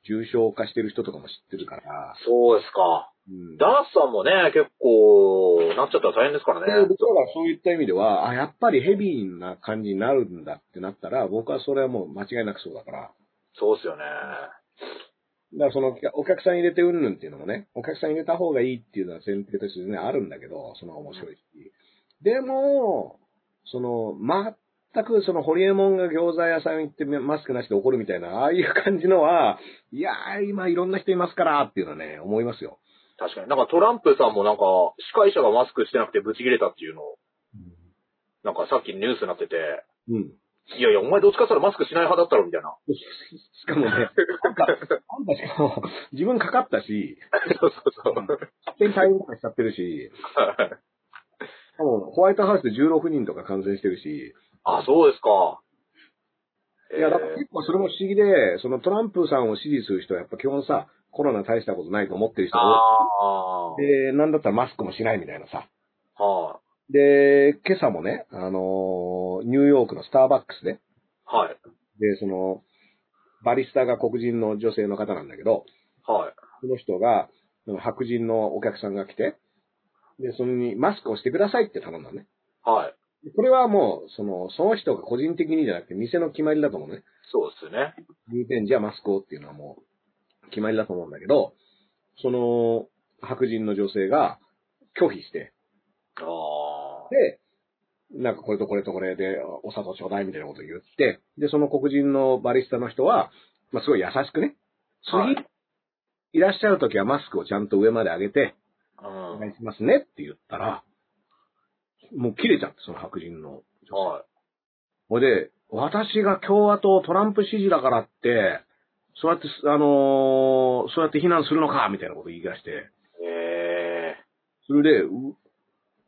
[SPEAKER 3] 重症化してる人とかも知ってるから、
[SPEAKER 2] そうですか。
[SPEAKER 3] うんだ
[SPEAKER 2] ダースさんもね、結構、なっちゃったら大変ですから
[SPEAKER 3] から
[SPEAKER 2] ね。
[SPEAKER 3] そういった意味では、あ、やっぱりヘビーな感じになるんだってなったら、僕はそれはもう間違いなくそうだから、だか
[SPEAKER 2] そうですよね。
[SPEAKER 3] らその、お客さん入れてうんぬんっていうのもね、お客さん入れた方がいいっていうのは前提としてね、あるんだけど、その面白いし。でも、その、全くその、ホリエモンが餃子屋さん行ってマスクなしで怒るみたいな、ああいう感じのは、いやー、今いろんな人いますから、っていうのはね、思いますよ。
[SPEAKER 2] 確かに。なんかトランプさんもなんか、司会者がマスクしてなくてブチ切れたっていうのを、なんかさっきニュースになってて、
[SPEAKER 3] うん。
[SPEAKER 2] いやいや、お前どっちかって言ったらマスクしない派だったろみたいな。
[SPEAKER 3] しかもね、なんか、なんかしかも、自分かかったし、
[SPEAKER 2] そうそうそう。
[SPEAKER 3] 勝手に退院とかしちゃってるし、しかもホワイトハウスで16人とか感染してるし、
[SPEAKER 2] あ、そうですか。
[SPEAKER 3] いや、だから結構それも不思議で、そのトランプさんを支持する人はやっぱ基本さ、コロナ大したことないと思ってる人が
[SPEAKER 2] あ
[SPEAKER 3] 多いで、なんだったらマスクもしないみたいなさ。
[SPEAKER 2] あ。は
[SPEAKER 3] で、今朝もね、あのーニューヨークのスターバックスで、
[SPEAKER 2] い。はい。
[SPEAKER 3] で、その、バリスタが黒人の女性の方なんだけど、
[SPEAKER 2] はい。
[SPEAKER 3] その人が、その白人のお客さんが来て、で、それにマスクをしてくださいって頼んだのね。
[SPEAKER 2] はい。
[SPEAKER 3] これはもう、その、その人が個人的にじゃなくて、店の決まりだと思うのね。
[SPEAKER 2] そうですね。
[SPEAKER 3] 入店時はマスクをっていうのはもう、決まりだと思うんだけど、その、白人の女性が拒否して、
[SPEAKER 2] あ
[SPEAKER 3] で、なんかこれとこれとこれでお砂糖ちょうだいみたいなこと言って、で、その黒人のバリスタの人は、まあ、すごい優しくね、次、
[SPEAKER 2] はい
[SPEAKER 3] い、らっしゃるときはマスクをちゃんと上まで上げて、
[SPEAKER 2] あ。
[SPEAKER 3] お
[SPEAKER 2] うん。は
[SPEAKER 3] 願
[SPEAKER 2] い
[SPEAKER 3] い。しますねって言ったら、もう切れちゃって、その白人の女性。ほいで、私が共和党トランプ支持だからって、そうやって、あのーそうやって非難するのかみたいなこと言い出して、
[SPEAKER 2] ええ
[SPEAKER 3] それで、う、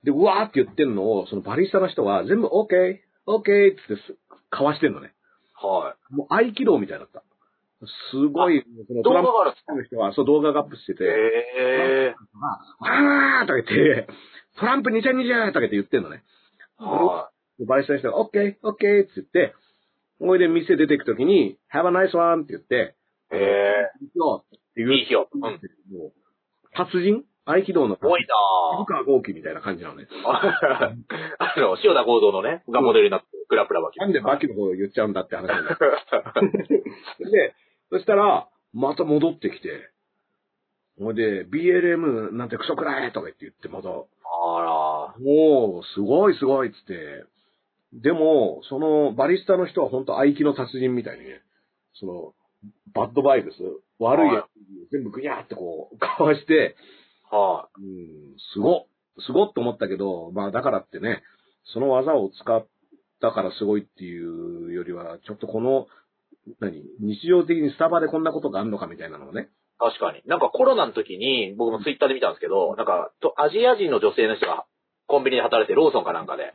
[SPEAKER 3] で、うわーって言ってるのを、そのバリスタの人は全部 OK、OK ってってすかわしてんのね。
[SPEAKER 2] はい。
[SPEAKER 3] もう合気道みたいだった。すごい、その
[SPEAKER 2] 動
[SPEAKER 3] トラ
[SPEAKER 2] 画
[SPEAKER 3] ンプ
[SPEAKER 2] があるんですか
[SPEAKER 3] の人は、そう動画がアップしてて、
[SPEAKER 2] ええ
[SPEAKER 3] あーとか言って、トランプ2020とか言って言ってんのね。
[SPEAKER 2] は
[SPEAKER 3] バイスの人が、オッケー、オッケーって言って、おいで店出てくときに、Have a nice one って言って、
[SPEAKER 2] い。え
[SPEAKER 3] いいよって
[SPEAKER 2] え
[SPEAKER 3] 言う。
[SPEAKER 2] いい日を。うん。
[SPEAKER 3] もう達人合気道の達
[SPEAKER 2] 多
[SPEAKER 3] 人。
[SPEAKER 2] いな
[SPEAKER 3] 古川豪輝みたいな感じなのね。
[SPEAKER 2] ああの、塩田合同のね、がモデルになって、プラプラバキ。
[SPEAKER 3] なんでバキの方を言っちゃうんだって話 なんだよで、そしたら、また戻ってきて、ほいで、BLM なんてクソくらえとか言って言って、また、
[SPEAKER 2] あ
[SPEAKER 3] もう、すごいすごいっつって。でも、その、バリスタの人は本当合気の達人みたいにね、その、バッドバイブス、悪いやつ、
[SPEAKER 2] は
[SPEAKER 3] 全部グニャーってこう、かわして、
[SPEAKER 2] ら。は
[SPEAKER 3] うん、すごっ、すごっと思ったけど、まあだからってね、その技を使ったからすごいっていうよりは、ちょっとこの、何、日常的にスタバでこんなことがあるのかみたいなのをね、
[SPEAKER 2] い。確かに。なんかコロナの時に、僕もツイッターで見たんですけど、なんか、とアジア人の女性の人がコンビニで働いて、ローソンかなんかで。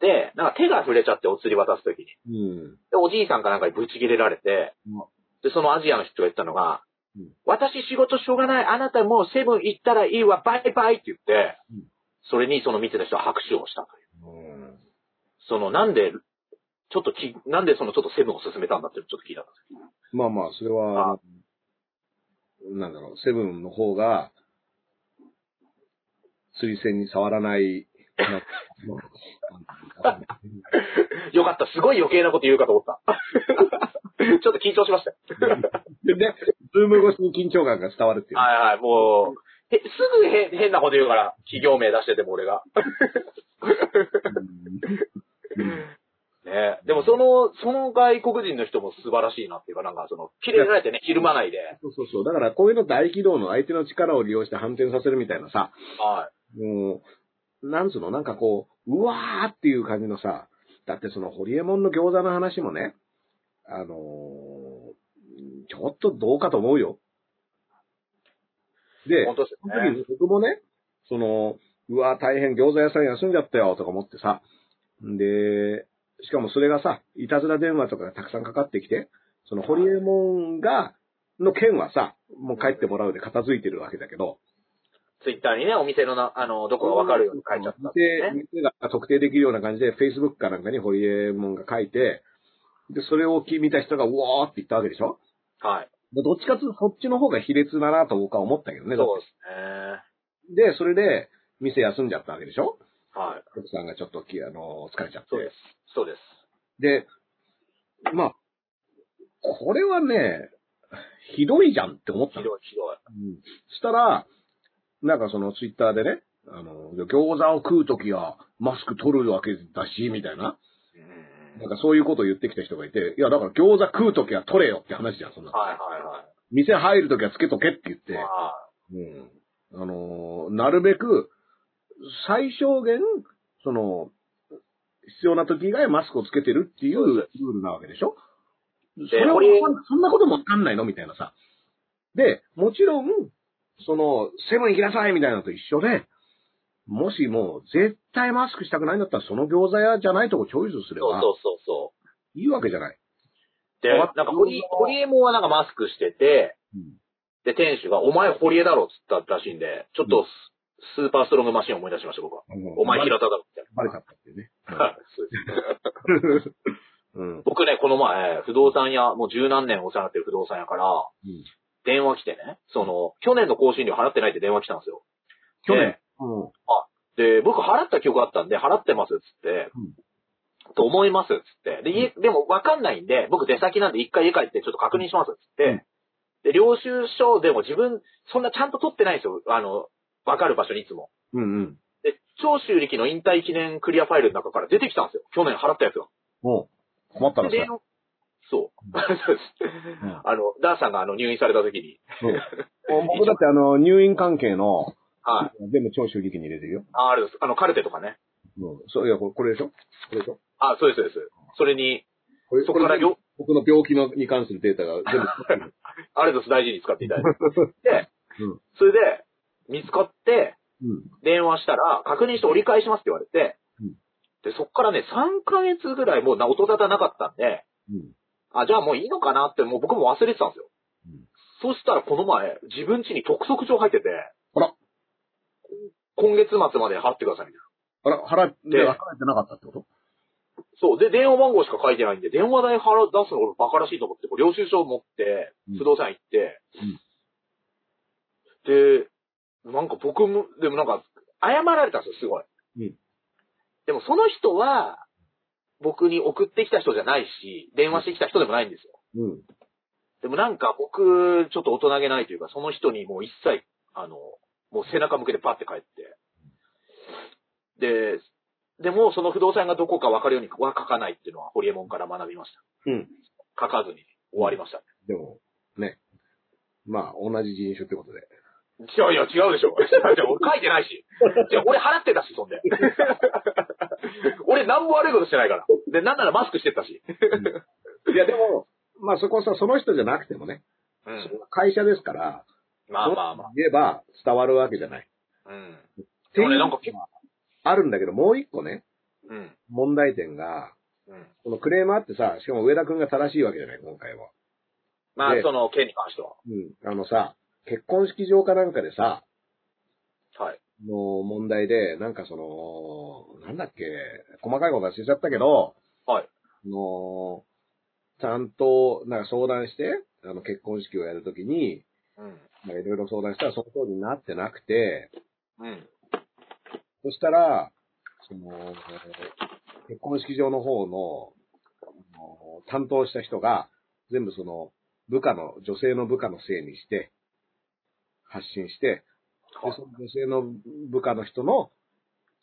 [SPEAKER 2] で、なんか手が触れちゃって、お釣り渡す時に。
[SPEAKER 3] うん、
[SPEAKER 2] で、おじいさんかなんかにブチ切れられて
[SPEAKER 3] うわ、
[SPEAKER 2] で、そのアジアの人が言ったのが、
[SPEAKER 3] うん
[SPEAKER 2] 私仕事しょうがない、あなたもうセブン行ったらいいわ、バイバイって言って、
[SPEAKER 3] うん
[SPEAKER 2] それにその見てた人は拍手をしたという。
[SPEAKER 3] うん。
[SPEAKER 2] その、なんで、ちょっとき、なんでそのちょっとセブンを勧めたんだってちょっと聞いたんですよ
[SPEAKER 3] まあまあ、それは
[SPEAKER 2] あ、
[SPEAKER 3] なんだろう、セブンの方が、推薦に触ら ない、なんかなんか
[SPEAKER 2] よかった、すごい余計なこと言うかと思った。 ちょっと緊張しましたよ。
[SPEAKER 3] で、ズーム越しに緊張感が伝わるっていう。
[SPEAKER 2] はいはい、もう、へすぐへ変なこと言うから、企業名出してても俺が。ねでもその、その外国人の人も素晴らしいなっていうか、なんかその、綺麗になれてね、ひるまないで。
[SPEAKER 3] そうそうそう。だからこういうのって合気道の相手の力を利用して反転させるみたいなさ、
[SPEAKER 2] は
[SPEAKER 3] もう、なんつうの、なんかこう、うわーっていう感じのさ、だってその、ホリエモンの餃子の話もね、あのー、ちょっとどうかと思うよ。
[SPEAKER 2] い。
[SPEAKER 3] で
[SPEAKER 2] 本、当です
[SPEAKER 3] そ
[SPEAKER 2] よ
[SPEAKER 3] の時
[SPEAKER 2] ね。
[SPEAKER 3] に僕もね、その、うわー大変餃子屋さん休んじゃったよとか思ってさ、で、しかもそれがさ、いたずら電話とかがたくさんかかってきて、そのホリエモンが、の件はさ、もう帰ってもらうで片付いてるわけだけど、
[SPEAKER 2] ツイッターにね、お店のな、あの、どこがわかるように書いちゃったんですね。
[SPEAKER 3] 店店が特定できるような感じで、Facebook かなんかにホリエモンが書いて、で、それを見た人が、うわーって言ったわけでしょ
[SPEAKER 2] はい。
[SPEAKER 3] でどっちかっていうと、そっちの方が卑劣だなと僕は思ったけど
[SPEAKER 2] そ
[SPEAKER 3] ね。
[SPEAKER 2] うですね。
[SPEAKER 3] で、それで、店休んじゃったわけでしょ
[SPEAKER 2] はい。
[SPEAKER 3] 奥さんがちょっとき、あの、疲れちゃって。
[SPEAKER 2] そうです。そうです。
[SPEAKER 3] で、まあ、これはね、ひどいじゃんって思った
[SPEAKER 2] ひ
[SPEAKER 3] の。
[SPEAKER 2] どい、ひどい。
[SPEAKER 3] うんしたら、なんかそのツイッターでね、あの、餃子を食うときはマスク取るわけだし、みたいな。
[SPEAKER 2] うん
[SPEAKER 3] なんかそういうことを言ってきた人がいて、いやだから餃子食うときは取れよって話じゃん、そんな。
[SPEAKER 2] はいはいは
[SPEAKER 3] 店入るときはつけとけって言っ
[SPEAKER 2] い。
[SPEAKER 3] て、
[SPEAKER 2] は
[SPEAKER 3] うん。あのーなるべく、最小限、その、必要な時以外マスクをつけてるっていうルールなわけでしょそれ
[SPEAKER 2] ホリエ
[SPEAKER 3] はそんなこともわかんないのみたいなさ。で、もちろん、その、セブン行きなさいみたいなのと一緒で、もしもう絶対マスクしたくないんだったら、その餃子屋じゃないとこチョイスす
[SPEAKER 2] い。
[SPEAKER 3] れ
[SPEAKER 2] そう
[SPEAKER 3] ば
[SPEAKER 2] そうそうそう。
[SPEAKER 3] いいわけじゃない。
[SPEAKER 2] で、
[SPEAKER 3] 終わ
[SPEAKER 2] なん
[SPEAKER 3] っ
[SPEAKER 2] かホリ、ホリエモンはなんかマスクしてて、で、店主が、お前ホリエだろっつったらしいんで、ちょっとス,、スーパーストロングマシンを思い出しました、僕は。お前平田だろみたい
[SPEAKER 3] バレちゃったっていうね。
[SPEAKER 2] な。はいそうです
[SPEAKER 3] うん。
[SPEAKER 2] 僕ね、この前、不動産屋、もう十何年お世話になってる不動産屋から、
[SPEAKER 3] うん
[SPEAKER 2] 電話来てね、その、去年の更新料払ってないって電話来たんですよ。
[SPEAKER 3] 去年。うん。
[SPEAKER 2] で、僕払った記憶あったんで、払ってますっつって、と思いますっつって、で、家、でもわかんないんで、僕出先なんで一回家帰ってちょっと確認しますっつって、
[SPEAKER 3] うん
[SPEAKER 2] で、領収書でも自分、そんなちゃんと取ってないんですよ。あの、わかる場所にいつも。
[SPEAKER 3] うんうん。
[SPEAKER 2] で、長州力の引退記念クリアファイルの中から出てきたんですよ。去年払ったやつが。
[SPEAKER 3] もう、困ったら
[SPEAKER 2] で、電話そう。そうです
[SPEAKER 3] う ん
[SPEAKER 2] あの、ダーさんがあの入院された時に。
[SPEAKER 3] うん僕だってあの、入院関係の、
[SPEAKER 2] はい。
[SPEAKER 3] 全部長州力に入れてるよ。
[SPEAKER 2] あ、あれです。あの、カルテとかね。
[SPEAKER 3] うん。そういや、これこれでしょこれでしょ
[SPEAKER 2] あ、そうです、そうです。それに、
[SPEAKER 3] これ
[SPEAKER 2] そこから
[SPEAKER 3] これ
[SPEAKER 2] よ、
[SPEAKER 3] 僕の病気のに関するデータが全部。
[SPEAKER 2] あれです、大事に使っていただ いて。で、
[SPEAKER 3] うん
[SPEAKER 2] それで、見つかって、
[SPEAKER 3] うん。
[SPEAKER 2] 電話したら、確認して折り返しますって言われて、
[SPEAKER 3] うん
[SPEAKER 2] で、そっからね、3ヶ月ぐらいもうな音沙汰なかったんで、
[SPEAKER 3] うん。
[SPEAKER 2] あ、じゃあもういいのかなって、もう僕も忘れてたんですよ。
[SPEAKER 3] うん
[SPEAKER 2] そしたらこの前、自分家に督促状入ってて、
[SPEAKER 3] あら
[SPEAKER 2] 今月末まで払ってくださいみたいな。
[SPEAKER 3] あら、払って、
[SPEAKER 2] で
[SPEAKER 3] 払ってなかったってこと
[SPEAKER 2] そう。で、電話番号しか書いてないんで、電話代払う出すの俺バカらしいと思って、こう領収書を持って
[SPEAKER 3] うん、
[SPEAKER 2] 不動産行って、で、なんか僕も、でもなんか、謝られたんですよ、すごい。
[SPEAKER 3] うん
[SPEAKER 2] でもその人は、僕に送ってきた人じゃないし、電話してきた人でもないんですよ。
[SPEAKER 3] うん。
[SPEAKER 2] でもなんか僕、ちょっと大人げないというか、その人にもう一切、あの、もう背中向けてパッて帰って。で、でもその不動産がどこか分かるようには書かないっていうのは、ホリエモンから学びまし
[SPEAKER 3] うん。
[SPEAKER 2] た。書かずに終わりました。
[SPEAKER 3] でも、ね。まあ、同じ人種って ことで。
[SPEAKER 2] いやいや、違う でしょ。違う違う俺書いてないし。違う俺払ってたし、そんで。 俺何も悪いことしてないから。で、なんならマスクしてたし。
[SPEAKER 3] いや、でも、まあそこさ、その人じゃなくてもね、
[SPEAKER 2] う
[SPEAKER 3] そ
[SPEAKER 2] ん。
[SPEAKER 3] の会社ですから、
[SPEAKER 2] まあまあまあ。
[SPEAKER 3] 言えば伝わるわけじゃない。
[SPEAKER 2] うん。
[SPEAKER 3] っ
[SPEAKER 2] で
[SPEAKER 3] てい
[SPEAKER 2] もね、
[SPEAKER 3] うの
[SPEAKER 2] なんか
[SPEAKER 3] が
[SPEAKER 2] 結構、
[SPEAKER 3] あるんだけど、もう一個ね、
[SPEAKER 2] うん。
[SPEAKER 3] 問題点が、
[SPEAKER 2] うん。
[SPEAKER 3] このクレーマーってさ、しかも上田くんが正しいわけじゃない、今回は。
[SPEAKER 2] まあ
[SPEAKER 3] で、
[SPEAKER 2] その件に関しては。
[SPEAKER 3] うん。あのさ、結婚式場かなんかでさ、
[SPEAKER 2] はい。
[SPEAKER 3] の問題で、なんかその、なんだっけ、細かいことは忘れちゃったけど、
[SPEAKER 2] はい。
[SPEAKER 3] あのー、ちゃんと、なんか相談して、あの、結婚式をやるときに、
[SPEAKER 2] うん。
[SPEAKER 3] なんかいろいろ相談したらその通りになってなくて、
[SPEAKER 2] うん。
[SPEAKER 3] そしたら、その、結婚式場の方の、あの担当した人が、全部その、部下の、女性の部下のせいにして、発信して、でその女性の部下の人の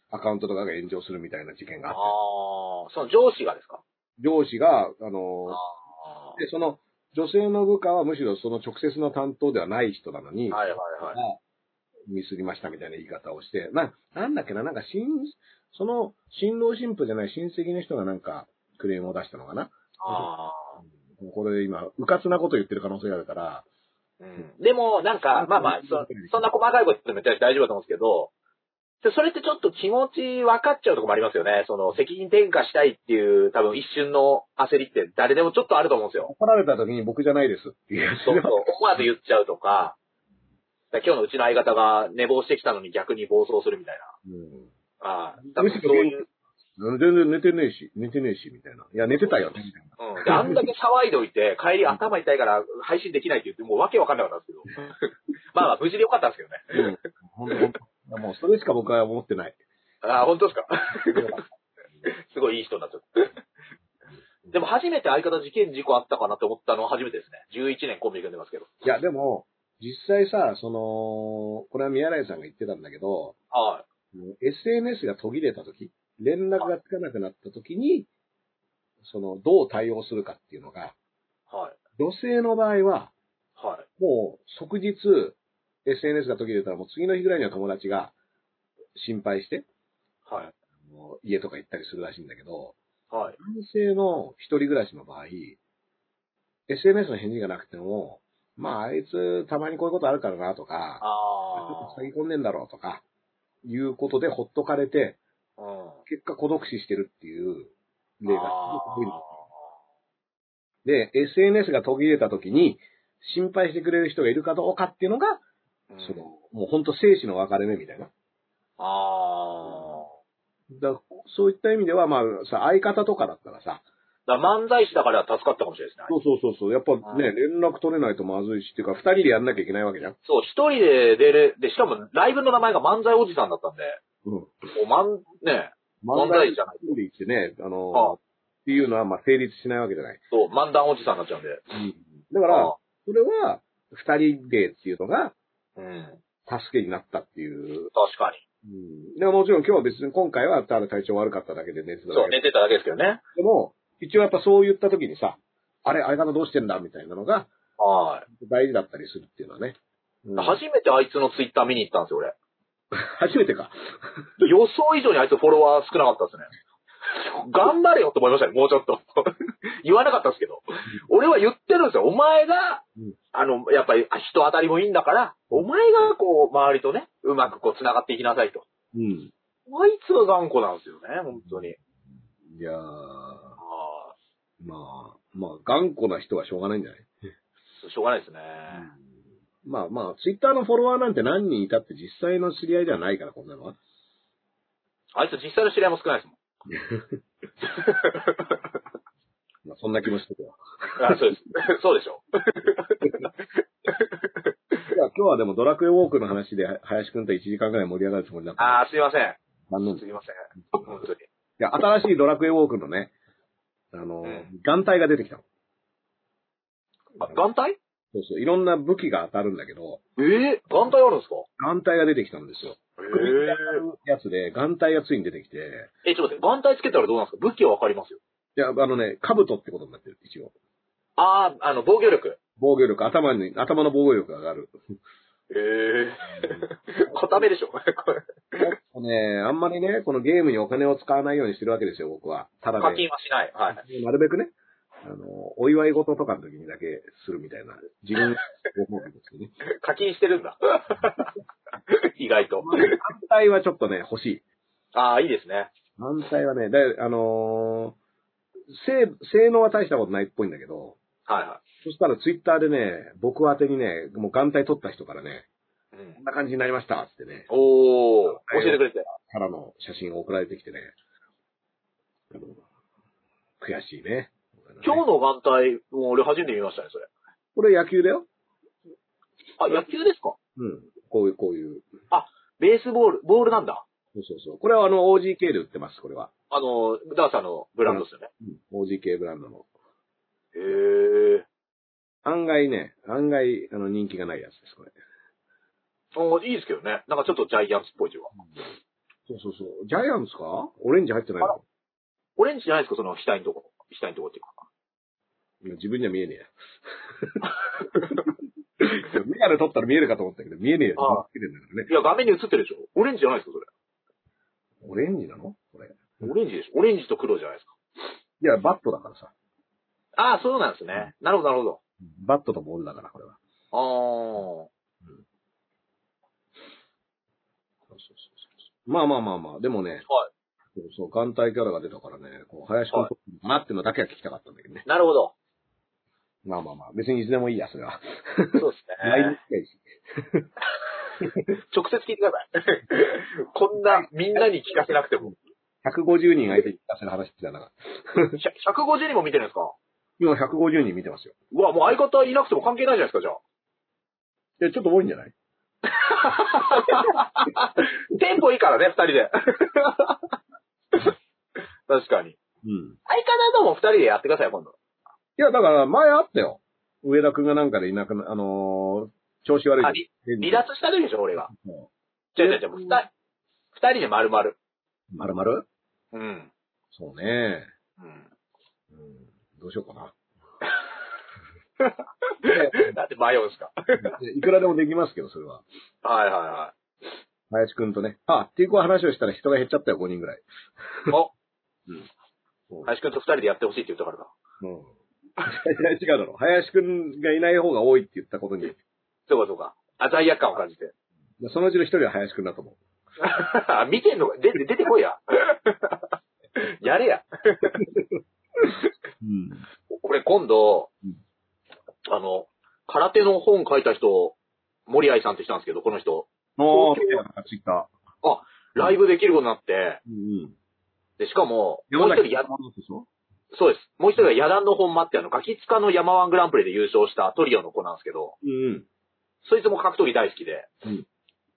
[SPEAKER 3] アカウントとかが炎上するみたいな事件が
[SPEAKER 2] あ
[SPEAKER 3] あ
[SPEAKER 2] あ
[SPEAKER 3] って、
[SPEAKER 2] その上司がですか
[SPEAKER 3] 上司が、あの、
[SPEAKER 2] あ
[SPEAKER 3] で、その女性の部下はむしろその直接の担当ではない人なのに、
[SPEAKER 2] ーはいはいはい。
[SPEAKER 3] ミスりましたみたいな言い方をして、な、なんだっけな、なんか新、その、新郎新婦じゃない親戚の人がなんかクレームを出したのかな。
[SPEAKER 2] ああ。
[SPEAKER 3] これ今、うかつなこと言ってる可能性があるから、
[SPEAKER 2] うんでも、なんか、まあまあ、そそんな細かいこと言っても別に大丈夫だと思うんですけど、でそれってちょっと気持ち分かっちゃうとこもありますよね。その、責任転嫁したいっていう、多分一瞬の焦りって誰でもちょっとあると思うんですよ。
[SPEAKER 3] 怒られた時に僕じゃないですっていう。
[SPEAKER 2] そうそう、思わず言っちゃうと か、だから今日のうちの相方が寝坊してきたのに逆に暴走するみたい
[SPEAKER 3] うん
[SPEAKER 2] な。ああ、多分そういう。
[SPEAKER 3] 全然寝てねえし、寝てねえし、みたいな。いや、寝てたよ、みたいな。
[SPEAKER 2] うん。であんだけ騒いでおいて、帰り頭痛いから配信できないって言って、もうわけわかんなかったんですけど。まあまあ、無事でよかったんですけどね。
[SPEAKER 3] うん、ほんとほんと いやもうそれしか僕は思ってない。
[SPEAKER 2] ああ、本当ですか。すごいいい人になっちゃった。でも初めて相方事件事故あったかなって思ったのは初めてですね。11年コンビ組んでますけど。
[SPEAKER 3] いや、でも、実際さ、その、これは宮内さんが言ってたんだけど、
[SPEAKER 2] はい。
[SPEAKER 3] SNS が途切れた時、連絡がつかなくなった時に、その、どう対応するかっていうのが、
[SPEAKER 2] はい。
[SPEAKER 3] 女性の場合は、
[SPEAKER 2] はい。
[SPEAKER 3] もう即日 SNS が途切れたらもう次の日ぐらいには友達が心配して、
[SPEAKER 2] はい。
[SPEAKER 3] あの家とか行ったりするらしいんだけど、
[SPEAKER 2] はい。
[SPEAKER 3] 男性の一人暮らしの場合、SNS の返事がなくても、まああいつたまにこういうことあるからなとか、
[SPEAKER 2] あ
[SPEAKER 3] 詐欺込んでんだろうとか、いうことでほっとかれて、
[SPEAKER 2] あ。うん。
[SPEAKER 3] 結果孤独死してるっていう例が
[SPEAKER 2] あ
[SPEAKER 3] すごく多いので、SNS が途切れた時に、心配してくれる人がいるかどうかっていうのが、
[SPEAKER 2] ー
[SPEAKER 3] その、もうほんと生死の分かれ目みたいな。
[SPEAKER 2] あ
[SPEAKER 3] だそういった意味では、まあさ、相方とかだったらさ、
[SPEAKER 2] あ。だから漫才師だから助かったかもしれないですね。
[SPEAKER 3] そうそうそうそう、やっぱね、
[SPEAKER 2] う
[SPEAKER 3] 連絡取れないとまずいし、っていうか、二人でやんなきゃいけないわけじゃん。
[SPEAKER 2] そう、一人で出れ、で、しかもライブの名前が漫才おじさんだったんで、
[SPEAKER 3] うん。
[SPEAKER 2] おまん、ね、
[SPEAKER 3] 漫
[SPEAKER 2] 漫
[SPEAKER 3] 才
[SPEAKER 2] 才じゃない。
[SPEAKER 3] 一人で行ってね、あの、っ
[SPEAKER 2] ああ
[SPEAKER 3] ていうのは、まあ、成立しないわけじゃない。
[SPEAKER 2] そう、漫談おじさんになっちゃうんで。
[SPEAKER 3] だか
[SPEAKER 2] だ
[SPEAKER 3] ら、、それは、二人でっていうのが、
[SPEAKER 2] うん。
[SPEAKER 3] 助けになったっていう。
[SPEAKER 2] 確かに。
[SPEAKER 3] うん。でももちろん今日は別に今回はただ体調悪かっただけで寝てただけ
[SPEAKER 2] そう、寝てただけですけどね。
[SPEAKER 3] でも、一応やっぱそう言った時にさ、あれ、相方どうしてんだみたいなのが
[SPEAKER 2] はい。
[SPEAKER 3] 大事だったりするっていうのはね。うん
[SPEAKER 2] 初めてあいつのツイッター見に行ったんですよ、俺。
[SPEAKER 3] 初めてか。
[SPEAKER 2] 予想以上にあいつフォロワー少なかったですね。頑張れよって思いましたね、もうちょっと。 言わなかったですけど。俺は言ってるんですよ。お前が
[SPEAKER 3] うん、
[SPEAKER 2] あの、やっぱり人当たりもいいんだから、お前がこう、周りとね、うまくこう、繋がっていきなさいと。
[SPEAKER 3] うん。
[SPEAKER 2] あいつが頑固なんですよね、本当に。
[SPEAKER 3] いやー、
[SPEAKER 2] ああ
[SPEAKER 3] まあ、まあ、頑固な人はしょうがないんじゃない、
[SPEAKER 2] しょうがないですね。
[SPEAKER 3] まあまあ、ツイッターのフォロワーなんて何人いたって実際の知り合いではないから、こんなのは。
[SPEAKER 2] あいつ実際の知り合いも少ないですもん。
[SPEAKER 3] まあ、そんな気もして たよ。
[SPEAKER 2] あそうです。そうでしょ。
[SPEAKER 3] いや、今日はでもドラクエウォークの話で、林くんと1時間ぐらい盛り上がるつもりだった。
[SPEAKER 2] ああ、すいません。
[SPEAKER 3] 残念ですす。い
[SPEAKER 2] いません。本当に。
[SPEAKER 3] や、新しいドラクエウォークのね、あの、
[SPEAKER 2] うん
[SPEAKER 3] 眼帯が出てきたの。
[SPEAKER 2] あ眼帯
[SPEAKER 3] そうそう。いろんな武器が当たるんだけど、
[SPEAKER 2] ええ眼帯あるんですか
[SPEAKER 3] 眼帯が出てきたんですよ。
[SPEAKER 2] え
[SPEAKER 3] やつで、眼帯がついに出てきて、
[SPEAKER 2] えちょっと待って、眼帯つけたらどうなんですか武器はわかりますよ。
[SPEAKER 3] いや、あのね、兜ってことになってる、一応。
[SPEAKER 2] ああ、あの、防御力。
[SPEAKER 3] 防御力、頭に、頭の防御力が上がる。
[SPEAKER 2] ええ 固めでしょこれ
[SPEAKER 3] ね、あんまりね、このゲームにお金を使わないようにしてるわけですよ、僕は。ただ
[SPEAKER 2] 課
[SPEAKER 3] ね、
[SPEAKER 2] 金はしない。はい。
[SPEAKER 3] なるべくね、あの、お祝い事とかの時にだけするみたいな、自分のご褒美ですよね。
[SPEAKER 2] 課金してるん だ。意外と。
[SPEAKER 3] 反対はちょっとね、欲しい。
[SPEAKER 2] ああ、いいですね。
[SPEAKER 3] 反対はね、だいあのー性、性能は大したことないっぽいんだけど、
[SPEAKER 2] はいは
[SPEAKER 3] そしたらツイッターでね、僕宛てにね、もう眼帯取った人からね、
[SPEAKER 2] い。うん
[SPEAKER 3] こんな感じになりましたっつってね、
[SPEAKER 2] おー、教えてくれて。
[SPEAKER 3] からの写真を送られてきてね、あの悔しいね。
[SPEAKER 2] 今日の眼帯、もう俺初めて見ましたね、それ。
[SPEAKER 3] これ野球だよ。
[SPEAKER 2] あ、野球ですか
[SPEAKER 3] うん。こういう、こういう。
[SPEAKER 2] ベースボール、ボールなんだ。
[SPEAKER 3] そうそうそう。これはあの、OGK で売ってます、これは。
[SPEAKER 2] あの、ダーサのブランドですよね。
[SPEAKER 3] うん。OGK ブランドの。
[SPEAKER 2] へえ。
[SPEAKER 3] 案外ね、案外、あの、人気がないやつです、これ。
[SPEAKER 2] おーいいですけどね。なんかちょっとジャイアンツっぽい字は。
[SPEAKER 3] そうそうそう。ジャイアンツかオレンジ入ってないの
[SPEAKER 2] オレンジじゃないですか、その額のとこ。額のとこっていうか。
[SPEAKER 3] 自分には見え ねえや。メガネ取ったら見えるかと思ったけど、見えねえよ。
[SPEAKER 2] ああ
[SPEAKER 3] 見えてんだからね。
[SPEAKER 2] いや、画面に映ってるでしょ。オレンジじゃないですか、そ
[SPEAKER 3] オレンジなのこれ。
[SPEAKER 2] れ。オレンジでしょ。オレンジと黒じゃないですか。
[SPEAKER 3] いや、バットだからさ。
[SPEAKER 2] ああ、そうなんですね。なるほど、なるほど。
[SPEAKER 3] バットとボールだから、これは。
[SPEAKER 2] あ
[SPEAKER 3] そうそうそうそうまあまあまあまあ、でもね、そうそう、眼帯キャラが出たからね、こう、林くん
[SPEAKER 2] はい
[SPEAKER 3] 撮ってるのかなってのだけは聞きたかったんだけどね。
[SPEAKER 2] あ、なるほど。
[SPEAKER 3] まあまあまあ、別にいつでもいいや、それは。
[SPEAKER 2] そうです
[SPEAKER 3] 来
[SPEAKER 2] ね。
[SPEAKER 3] 日したいし。
[SPEAKER 2] 直接聞いてください。 こんな、みんなに聞かせなくても。
[SPEAKER 3] 150人相手に聞かせる話じゃなかった。
[SPEAKER 2] 100 150人も見てるんですか
[SPEAKER 3] 今150人見てますよ。
[SPEAKER 2] うわ、もう相方いなくても関係ないじゃないですか、じゃあ。
[SPEAKER 3] いや、ちょっと多いんじゃない
[SPEAKER 2] テンポいいからね、二人 で。確かに。
[SPEAKER 3] うん。
[SPEAKER 2] 相方とも二人でやってください、今度。
[SPEAKER 3] いや、だから前あったよ。上田くんがなんかでいなくな、あのー、調子悪い
[SPEAKER 2] あり離脱した時でしょ、俺が。
[SPEAKER 3] も
[SPEAKER 2] 違う違う違う、二人、二人で丸々。
[SPEAKER 3] う、まるまる
[SPEAKER 2] うん。
[SPEAKER 3] そうね。
[SPEAKER 2] うん。
[SPEAKER 3] うん。どうしようかな。
[SPEAKER 2] だって迷うんすか。
[SPEAKER 3] いくらでもできますけど、それは。
[SPEAKER 2] はいはいは
[SPEAKER 3] 林くんとね。あ、っていうこう話をしたら人が減っちゃったよ、5人ぐらい。
[SPEAKER 2] い。お、
[SPEAKER 3] うん。
[SPEAKER 2] 林くんと二人でやってほしいって言ったからだ。
[SPEAKER 3] うん。違うだろ。林くんがいない方が多いって言ったことに、
[SPEAKER 2] そうかそうか。あ、罪悪感を感じて。
[SPEAKER 3] そのうちの一人は林くんだと思う。
[SPEAKER 2] 見てんのか、出て、出てこい や。やれや。
[SPEAKER 3] うん。
[SPEAKER 2] 俺今度
[SPEAKER 3] うん、
[SPEAKER 2] あの、空手の本書いた人、森愛さんって人なんですけど、この人、
[SPEAKER 3] おー、
[SPEAKER 2] 東京
[SPEAKER 3] あっち行った。
[SPEAKER 2] ライブできることになって、
[SPEAKER 3] うん。
[SPEAKER 2] で、しかも、も
[SPEAKER 3] 山
[SPEAKER 2] う一
[SPEAKER 3] 崎
[SPEAKER 2] 人や、
[SPEAKER 3] でしょ
[SPEAKER 2] そうです。もう一人が野団の本間って、あの、ガキツカの山ワングランプリで優勝したトリオの子なんですけど、
[SPEAKER 3] うん。
[SPEAKER 2] そいつも格闘技大好きで、
[SPEAKER 3] うん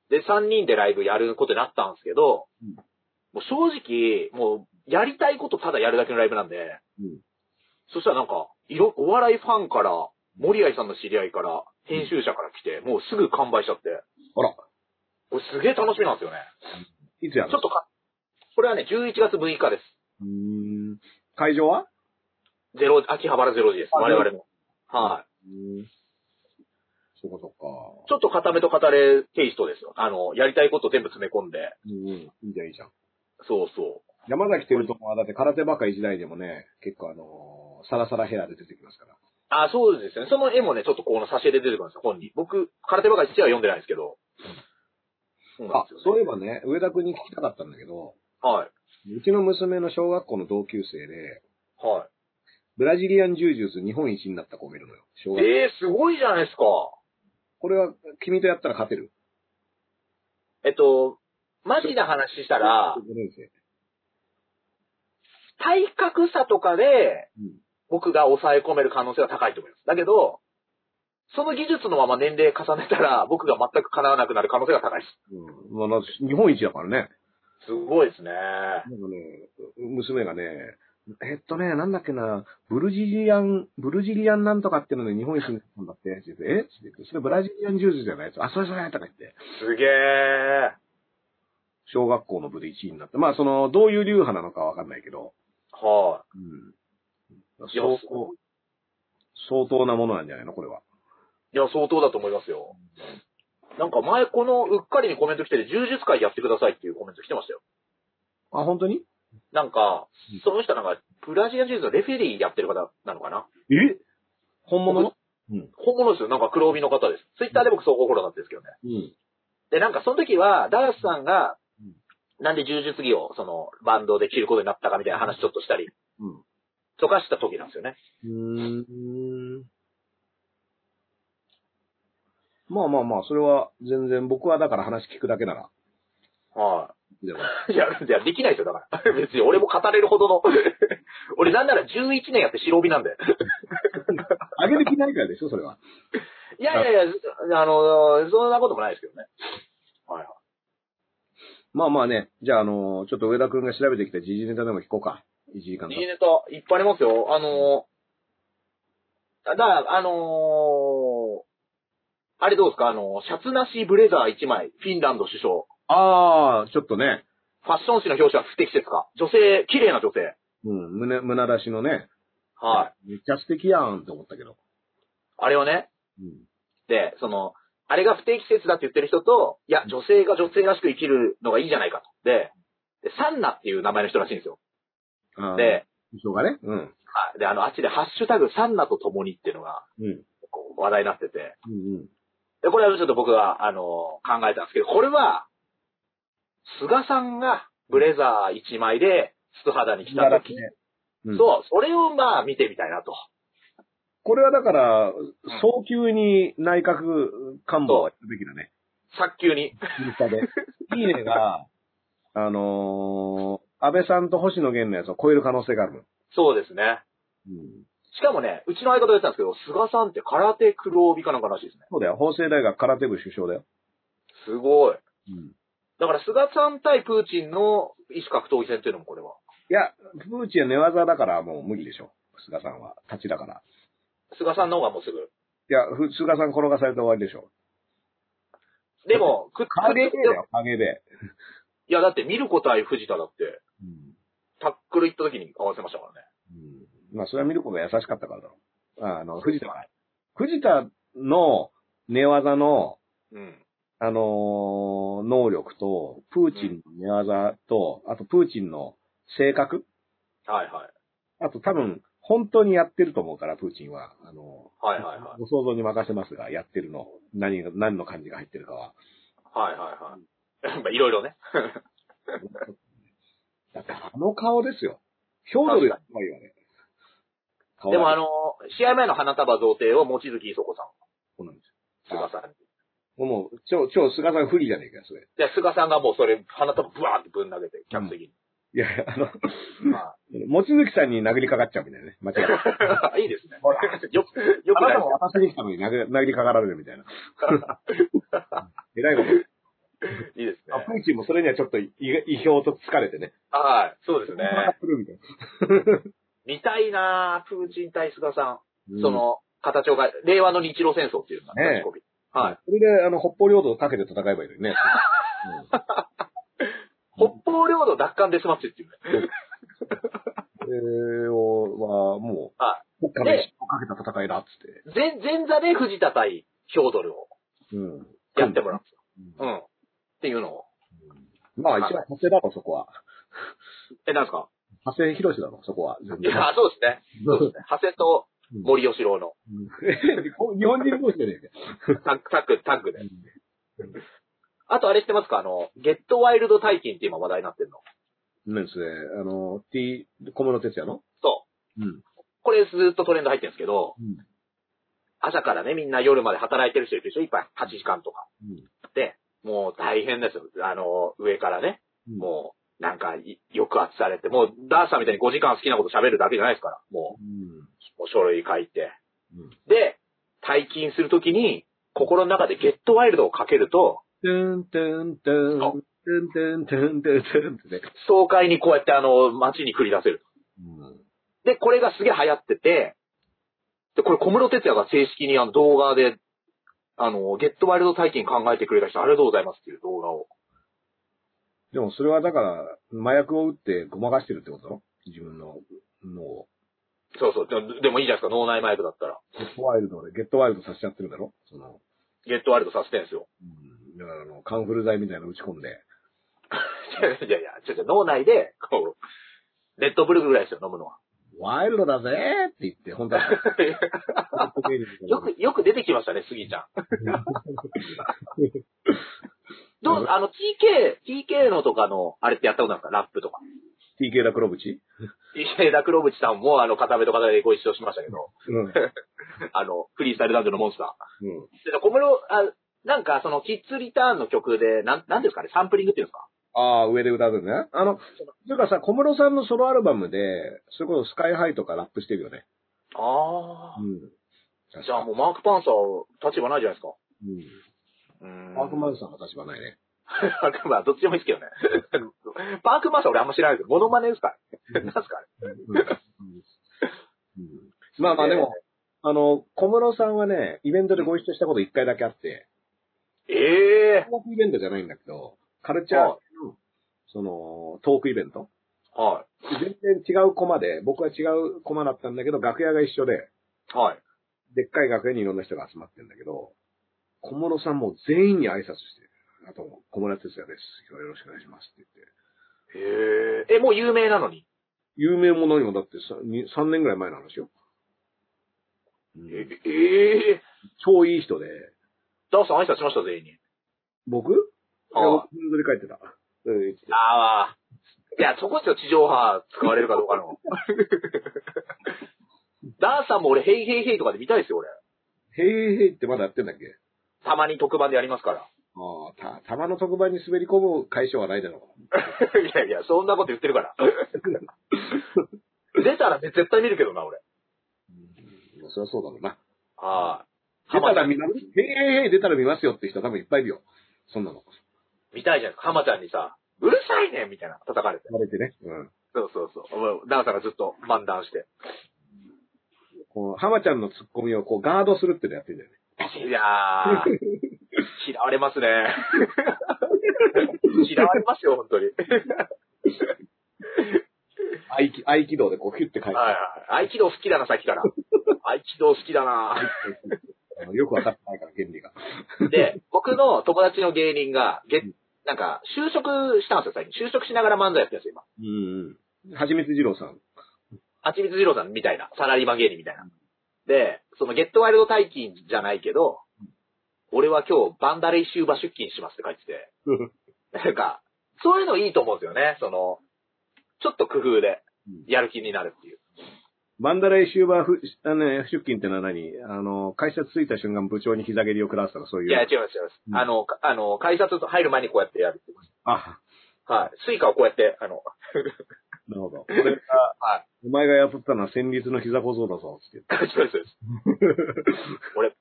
[SPEAKER 2] で、3人でライブやることになったんですけど、
[SPEAKER 3] うん
[SPEAKER 2] もう正直、もう、やりたいことただやるだけのライブなんで、
[SPEAKER 3] うん
[SPEAKER 2] そしたらなんか、いろ、お笑いファンから、森愛さんの知り合いから、編集者から来て、もうすぐ完売しちゃって、
[SPEAKER 3] あら、
[SPEAKER 2] これすげえ楽しみなんですよね。
[SPEAKER 3] いつやる
[SPEAKER 2] ちょっとか、これはね、11月6日です。
[SPEAKER 3] うーん。会場は
[SPEAKER 2] ゼロ、秋葉原ゼロ時です。
[SPEAKER 3] あ
[SPEAKER 2] 我々の。はい。
[SPEAKER 3] うん。そこそこ
[SPEAKER 2] ちょっと固めと語れテイストですよ。あの、やりたいこと全部詰め込んで。
[SPEAKER 3] か。うんうん。いいじゃん、いいじゃん。
[SPEAKER 2] そうそう。
[SPEAKER 3] 山崎照友はだって空手ばかり時代でもね、結構あのーサラサラヘアで出てきますから。
[SPEAKER 2] あ、そうですよね。その絵もね、ちょっとこの挿絵で出てくるんですよ、本に。僕、空手ばかり父は読んでないんですけど。そうなん
[SPEAKER 3] あ
[SPEAKER 2] ですよ、ね、
[SPEAKER 3] そういえばね、上田くんに聞きたかったんだけど、
[SPEAKER 2] はい。
[SPEAKER 3] うちの娘の小学校の同級生で、
[SPEAKER 2] は
[SPEAKER 3] ブラジリアン柔術日本一になった子がいるのよ。小
[SPEAKER 2] い。
[SPEAKER 3] 学
[SPEAKER 2] えー、すごいじゃないですか。
[SPEAKER 3] これは君とやったら勝てる。
[SPEAKER 2] えっと、マジな話したら
[SPEAKER 3] 5、年生。
[SPEAKER 2] 体格差とかで
[SPEAKER 3] うん、
[SPEAKER 2] 僕が抑え込める可能性は高いと思います。だけど、その技術のまま年齢重ねたら、僕が全く叶わなくなる可能性が高いで
[SPEAKER 3] うん。まあ、なんか日本一だからね。
[SPEAKER 2] す。すごいですね。
[SPEAKER 3] なんかね、娘がね、えっとね、なんだっけな、ブルジリアン、ブルジリアンなんとかっていうので日本一になったんだって。って言ってえって言ってそれブラジリアン柔術じゃないやつ。あ、それそれとか言って。
[SPEAKER 2] すげー。
[SPEAKER 3] 小学校の部で1位になって。まあ、その、どういう流派なのかわかんないけど。
[SPEAKER 2] は
[SPEAKER 3] うん。
[SPEAKER 2] いや
[SPEAKER 3] 相
[SPEAKER 2] す
[SPEAKER 3] 当、相当なものなんじゃないのこれは。
[SPEAKER 2] い。いや、相当だと思いますよ。なんか前このうっかりにコメント来てて、柔術会やってくださいっていうコメント来てましたよ。
[SPEAKER 3] あ、本当に
[SPEAKER 2] なんか
[SPEAKER 3] うん、
[SPEAKER 2] その人なんか、ブラジル柔術のレフェリーやってる方なのかな
[SPEAKER 3] え本物の
[SPEAKER 2] 本物ですよ。なんか黒帯の方です。ツイッターで僕総合フォローだったんですけどね。
[SPEAKER 3] うん。
[SPEAKER 2] で、なんかその時は、ダースさんが
[SPEAKER 3] うん、
[SPEAKER 2] なんで柔術着をそのバンドで着ることになったかみたいな話ちょっとしたり、
[SPEAKER 3] うん。
[SPEAKER 2] 溶かした時なんですよね。
[SPEAKER 3] うーん。まあまあまあ、それは全然、僕はだから話聞くだけなら。
[SPEAKER 2] は
[SPEAKER 3] でも
[SPEAKER 2] い。いや、いや、できないですよ、だから。 別に俺も語れるほどの。 俺なんなら11年やって白帯なんで。
[SPEAKER 3] 上げる気ないからでしょ、それは。
[SPEAKER 2] いやいやい や、あの、そんなこともないですけどね。はいはい。
[SPEAKER 3] まあまあね、じゃあ、あのちょっと上田くんが調べてきた時事ネタでも聞こうか。1時間
[SPEAKER 2] いいネタ、いっぱいありますよ。あのー、だから、あのー、あれどうですかあの、シャツなしブレザー1枚、フィンランド首相。
[SPEAKER 3] ああ、ちょっとね、
[SPEAKER 2] ファッション誌の表紙は不適切か。女性、綺麗な女性。
[SPEAKER 3] うん、胸、胸出しのね、
[SPEAKER 2] はい。
[SPEAKER 3] めっちゃ素敵やんって思ったけど。
[SPEAKER 2] あれをね、
[SPEAKER 3] うん。
[SPEAKER 2] で、その、あれが不適切だって言ってる人と、いや、女性が女性らしく生きるのがいいじゃないかと。で、でサンナっていう名前の人らしいんですよ。
[SPEAKER 3] あー、
[SPEAKER 2] で、
[SPEAKER 3] 人がね、うん。
[SPEAKER 2] はい。で、あの、あっちでハッシュタグサンナと共にっていうのが、
[SPEAKER 3] うん。
[SPEAKER 2] こう話題になってて、
[SPEAKER 3] うんうん。
[SPEAKER 2] で、これはちょっと僕が、あの、考えたんですけど、これは、菅さんがブレザー1枚で素肌に来た
[SPEAKER 3] う
[SPEAKER 2] 時、
[SPEAKER 3] ん
[SPEAKER 2] そう、それをまあ見てみたいなと。
[SPEAKER 3] これはだから、早急に内閣官房は行くべきだね。
[SPEAKER 2] 早急に。
[SPEAKER 3] インスタで。いいねが、 あのー、安倍さんと星野源のやつを超える可能性があるの。
[SPEAKER 2] そうですね。
[SPEAKER 3] うん。
[SPEAKER 2] しかもね、うちの相方が言ってたんですけど、菅さんって空手黒帯かなんからしいですね。
[SPEAKER 3] そうだよ。法政大学空手部首相だよ。
[SPEAKER 2] すごい。
[SPEAKER 3] うん。
[SPEAKER 2] だから菅さん対プーチンの異種格闘技戦っていうのもこれは。
[SPEAKER 3] いや、プーチンは寝技だからもう無理でしょ。菅さんは。立ちだから。
[SPEAKER 2] 菅さんの方がもうすぐ。
[SPEAKER 3] いや、ふ菅さん転がされて終わりでしょ。
[SPEAKER 2] でも、くっ
[SPEAKER 3] 影でだよ、影で。
[SPEAKER 2] いや、だって見る子対藤田だって、
[SPEAKER 3] うん。
[SPEAKER 2] タックル行った時に合わせましたからね。
[SPEAKER 3] うん。まあ、それは見る子が優しかったからだろう。あの、藤田は。藤田の寝技の、
[SPEAKER 2] うん。
[SPEAKER 3] あのー能力と、プーチンの寝技と、あとプーチンの性格
[SPEAKER 2] はいはい。
[SPEAKER 3] あと多分、本当にやってると思うから、プーチンは。あのー
[SPEAKER 2] はいはいはい
[SPEAKER 3] ご想像に任せますが、やってるの。何が、何の感じが入ってるかは。
[SPEAKER 2] はいはい はい。まあいろいろね。
[SPEAKER 3] だって、あの顔ですよ。表情でやっぱりよね。顔
[SPEAKER 2] でもあ
[SPEAKER 3] の、
[SPEAKER 2] の、試合前の花束贈呈を望月磯子さん、
[SPEAKER 3] そうなんです
[SPEAKER 2] 菅さんに。
[SPEAKER 3] よもう、超、超菅さん不利じゃねえかよ、それ。
[SPEAKER 2] で、菅さんがもうそれ、花束ブワーってぶん投げて、客席に。
[SPEAKER 3] いや、あの、
[SPEAKER 2] ま
[SPEAKER 3] 望月さんに殴りかかっちゃうみたいなね。間違えた。
[SPEAKER 2] あ、いいですね。
[SPEAKER 3] ほら
[SPEAKER 2] よく、よく
[SPEAKER 3] あな
[SPEAKER 2] ない
[SPEAKER 3] たも私に来たのに殴り殴りかかられるみ たいな。えらいこと。
[SPEAKER 2] いいです
[SPEAKER 3] あ
[SPEAKER 2] ね。
[SPEAKER 3] プーチンもそれにはちょっと意意表と疲れてね。
[SPEAKER 2] はい、そうですね。
[SPEAKER 3] するみたい
[SPEAKER 2] 見たいなぁ、プーチン対菅さん。
[SPEAKER 3] な。
[SPEAKER 2] そ、の、形を変え、令和の日露戦争っていうのが、
[SPEAKER 3] ねえ
[SPEAKER 2] 立ち込みはい。。
[SPEAKER 3] それで、あの、北方領土をかけて戦えばいいのにね。
[SPEAKER 2] 北方領土奪還デスマッチっていうね。
[SPEAKER 3] それを、は、も
[SPEAKER 2] は
[SPEAKER 3] う、国家の意志をかけた戦いだ、っつって。
[SPEAKER 2] 前、前座で藤田対ヒョードルを
[SPEAKER 3] うん。
[SPEAKER 2] やってもらうんですよ。うん。っていうのを。
[SPEAKER 3] まあ、一番派生だろ、そこは。
[SPEAKER 2] え、なんですか
[SPEAKER 3] 派生広しだろ、そこは。全
[SPEAKER 2] い や、そうですね。そうですね。長谷と森吉郎の
[SPEAKER 3] 日本人同士じゃねえか。
[SPEAKER 2] タッグ、タッグ、タッグで。あとあれ知ってますかあの、ゲットワイルド大金って今話題になってるの。
[SPEAKER 3] ね、それ、あの、T、小室哲也の
[SPEAKER 2] そう。
[SPEAKER 3] うん。
[SPEAKER 2] これずっとトレンド入ってるんですけど、
[SPEAKER 3] うん
[SPEAKER 2] 朝からね、みんな夜まで働いてる人いるでしょいっぱい8時間とか。
[SPEAKER 3] うん
[SPEAKER 2] で、もう大変ですよ。あの、上からね、
[SPEAKER 3] うん
[SPEAKER 2] もう、なんかい、抑圧されて、もう、ダースさんみたいに5時間好きなこと喋るだけじゃないですから、も
[SPEAKER 3] うん。
[SPEAKER 2] う、もう書類書いて。
[SPEAKER 3] うん
[SPEAKER 2] で、退勤するときに、心の中でゲットワイルドをかけると、
[SPEAKER 3] トゥントゥントゥン、トゥントゥントゥントゥントゥンってね。
[SPEAKER 2] 爽快にこうやってあの、街に繰り出せる。
[SPEAKER 3] うん。
[SPEAKER 2] で、これがすげえ流行ってて、で、これ小室哲也が正式にあの動画で、あの、ゲットワイルド体験考えてくれた人ありがとうございますっていう動画を。
[SPEAKER 3] でもそれはだから、麻薬を打ってごまかしてるってことだろ自分の脳を。
[SPEAKER 2] そうそう。でもでもいいじゃないですか、脳内麻薬だったら。
[SPEAKER 3] ゲットワイルドで、ゲットワイルドさせちゃってるんだろその、
[SPEAKER 2] ゲットワイルドさせてんですよ。
[SPEAKER 3] うん。だからあの、カンフル剤みたいなの打ち込んで。
[SPEAKER 2] い やいやいや、ちょっと脳内で、こう、レッドブルぐらいですよ、飲むのは。
[SPEAKER 3] ワイルドだぜーって言って、本当は。
[SPEAKER 2] よ く、よく出てきましたね、スギちゃん。どう、あの、TK、TK のとかの、あれってやったことなんですかラップとか。
[SPEAKER 3] TK ダ黒淵
[SPEAKER 2] DJ ダクロブチさんも、あの、片目と片目でご一緒しましたけど、
[SPEAKER 3] うん。うん。
[SPEAKER 2] あの、フリースタイルダンジョンのモンスター。で小室、あなんか、その、キッズリターンの曲で、なん、なんですかね、サンプリングっていうんですか
[SPEAKER 3] ああ、上で歌うのね。あの、というかさ、小室さんのソロアルバムで、それこそスカイハイとかラップしてるよね。
[SPEAKER 2] あ
[SPEAKER 3] うん。
[SPEAKER 2] じゃあもう、マークパンサー、立場ないじゃないですか。
[SPEAKER 3] うん。
[SPEAKER 2] う
[SPEAKER 3] パークマ
[SPEAKER 2] ン
[SPEAKER 3] ンさんは立場ないね。
[SPEAKER 2] パークマン、どっちでもいいですけどね。 パークマンさん俺あんま知らないけど、モノマネですかね。なんすかね。
[SPEAKER 3] うんうんまあまあでも、あの、小室さんはね、イベントでご一緒したこと一回だけあって、
[SPEAKER 2] ええ
[SPEAKER 3] 音楽イベントじゃないんだけど、カルチャーの、その、トークイベント
[SPEAKER 2] は
[SPEAKER 3] 全然違うコマで、僕は違うコマだったんだけど、楽屋が一緒で、
[SPEAKER 2] い。はい。
[SPEAKER 3] でっかい楽屋にいろんな人が集まってんだけど、小室さんも全員に挨拶してる。あと、小室哲也です。今日はよろしくお願いしますって言って。
[SPEAKER 2] へえ。え、もう有名なのに。
[SPEAKER 3] 有名も何もだってさに3年ぐらい前の話よ。うん
[SPEAKER 2] えええ
[SPEAKER 3] 超いい人で、
[SPEAKER 2] ダーさん挨拶しました、全員に。
[SPEAKER 3] 僕いや
[SPEAKER 2] ああ
[SPEAKER 3] 僕ずり返ってた。うん
[SPEAKER 2] ああ。いや、そこですよ、地上波使われるかどうか の。ダーさんも俺、ヘイヘイヘイとかで見たいですよ、俺。
[SPEAKER 3] へいへいってまだやってんだっけ
[SPEAKER 2] たまに特番でやりますから。
[SPEAKER 3] ああ、た、たまの特番に滑り込む解消はないだろ
[SPEAKER 2] いやいや、そんなこと言ってるから。出たらね絶対見るけどな、俺。
[SPEAKER 3] う。まあそりゃそうだろうな。
[SPEAKER 2] はい。
[SPEAKER 3] 出た
[SPEAKER 2] 浜ちゃ
[SPEAKER 3] ら
[SPEAKER 2] ん
[SPEAKER 3] 見ます。へいへいへい出たら見ますよって人多分いっぱいいるよ。そんなの。
[SPEAKER 2] 見たいじゃん。浜ちゃんにさ、うるさいねんみたいな、叩かれて。
[SPEAKER 3] 言われてね。うん。
[SPEAKER 2] そうそうそう。もうダーさんがずっと漫談して。
[SPEAKER 3] こう、浜ちゃんのツッコミをこうガードするってのやってんだよね。
[SPEAKER 2] いやー、嫌われますね。嫌われますよ、本当に。
[SPEAKER 3] 合気、合気道でこうヒュッて書いて。
[SPEAKER 2] はいはい。合気道好きだな、さっきから。合気道好きだな。
[SPEAKER 3] あのよくわかってないから、原理が。
[SPEAKER 2] で、僕の友達の芸人が、げなんか、就職したんですよ、最近。就職しながら漫才やってるんですよ、今。
[SPEAKER 3] うんうん。はじめつ二郎さん。
[SPEAKER 2] はちみつ二郎さんみたいな、サラリーマン芸人みたいな。で、そのゲットワイルド大金じゃないけど、俺は今日バンダレイシューバ出勤しますって書いてて、 なんか、そういうのいいと思うんですよね、その、ちょっと工夫で
[SPEAKER 3] うん、
[SPEAKER 2] やる気になるっていう。
[SPEAKER 3] バンダレイシューバーふ、あのね、出勤ってのは何あの、会社着いた瞬間部長に膝蹴りを食らわすとかそういう。
[SPEAKER 2] いや、違います、違います。
[SPEAKER 3] うん
[SPEAKER 2] あの、かあの、改札入る前にこうやってやるって言います。
[SPEAKER 3] あ、
[SPEAKER 2] はい。スイカをこうやって、あの、
[SPEAKER 3] なるほど。俺が、
[SPEAKER 2] は
[SPEAKER 3] お前が雇ったのは戦律の膝小僧だぞ、つって
[SPEAKER 2] そうです、そうです。俺、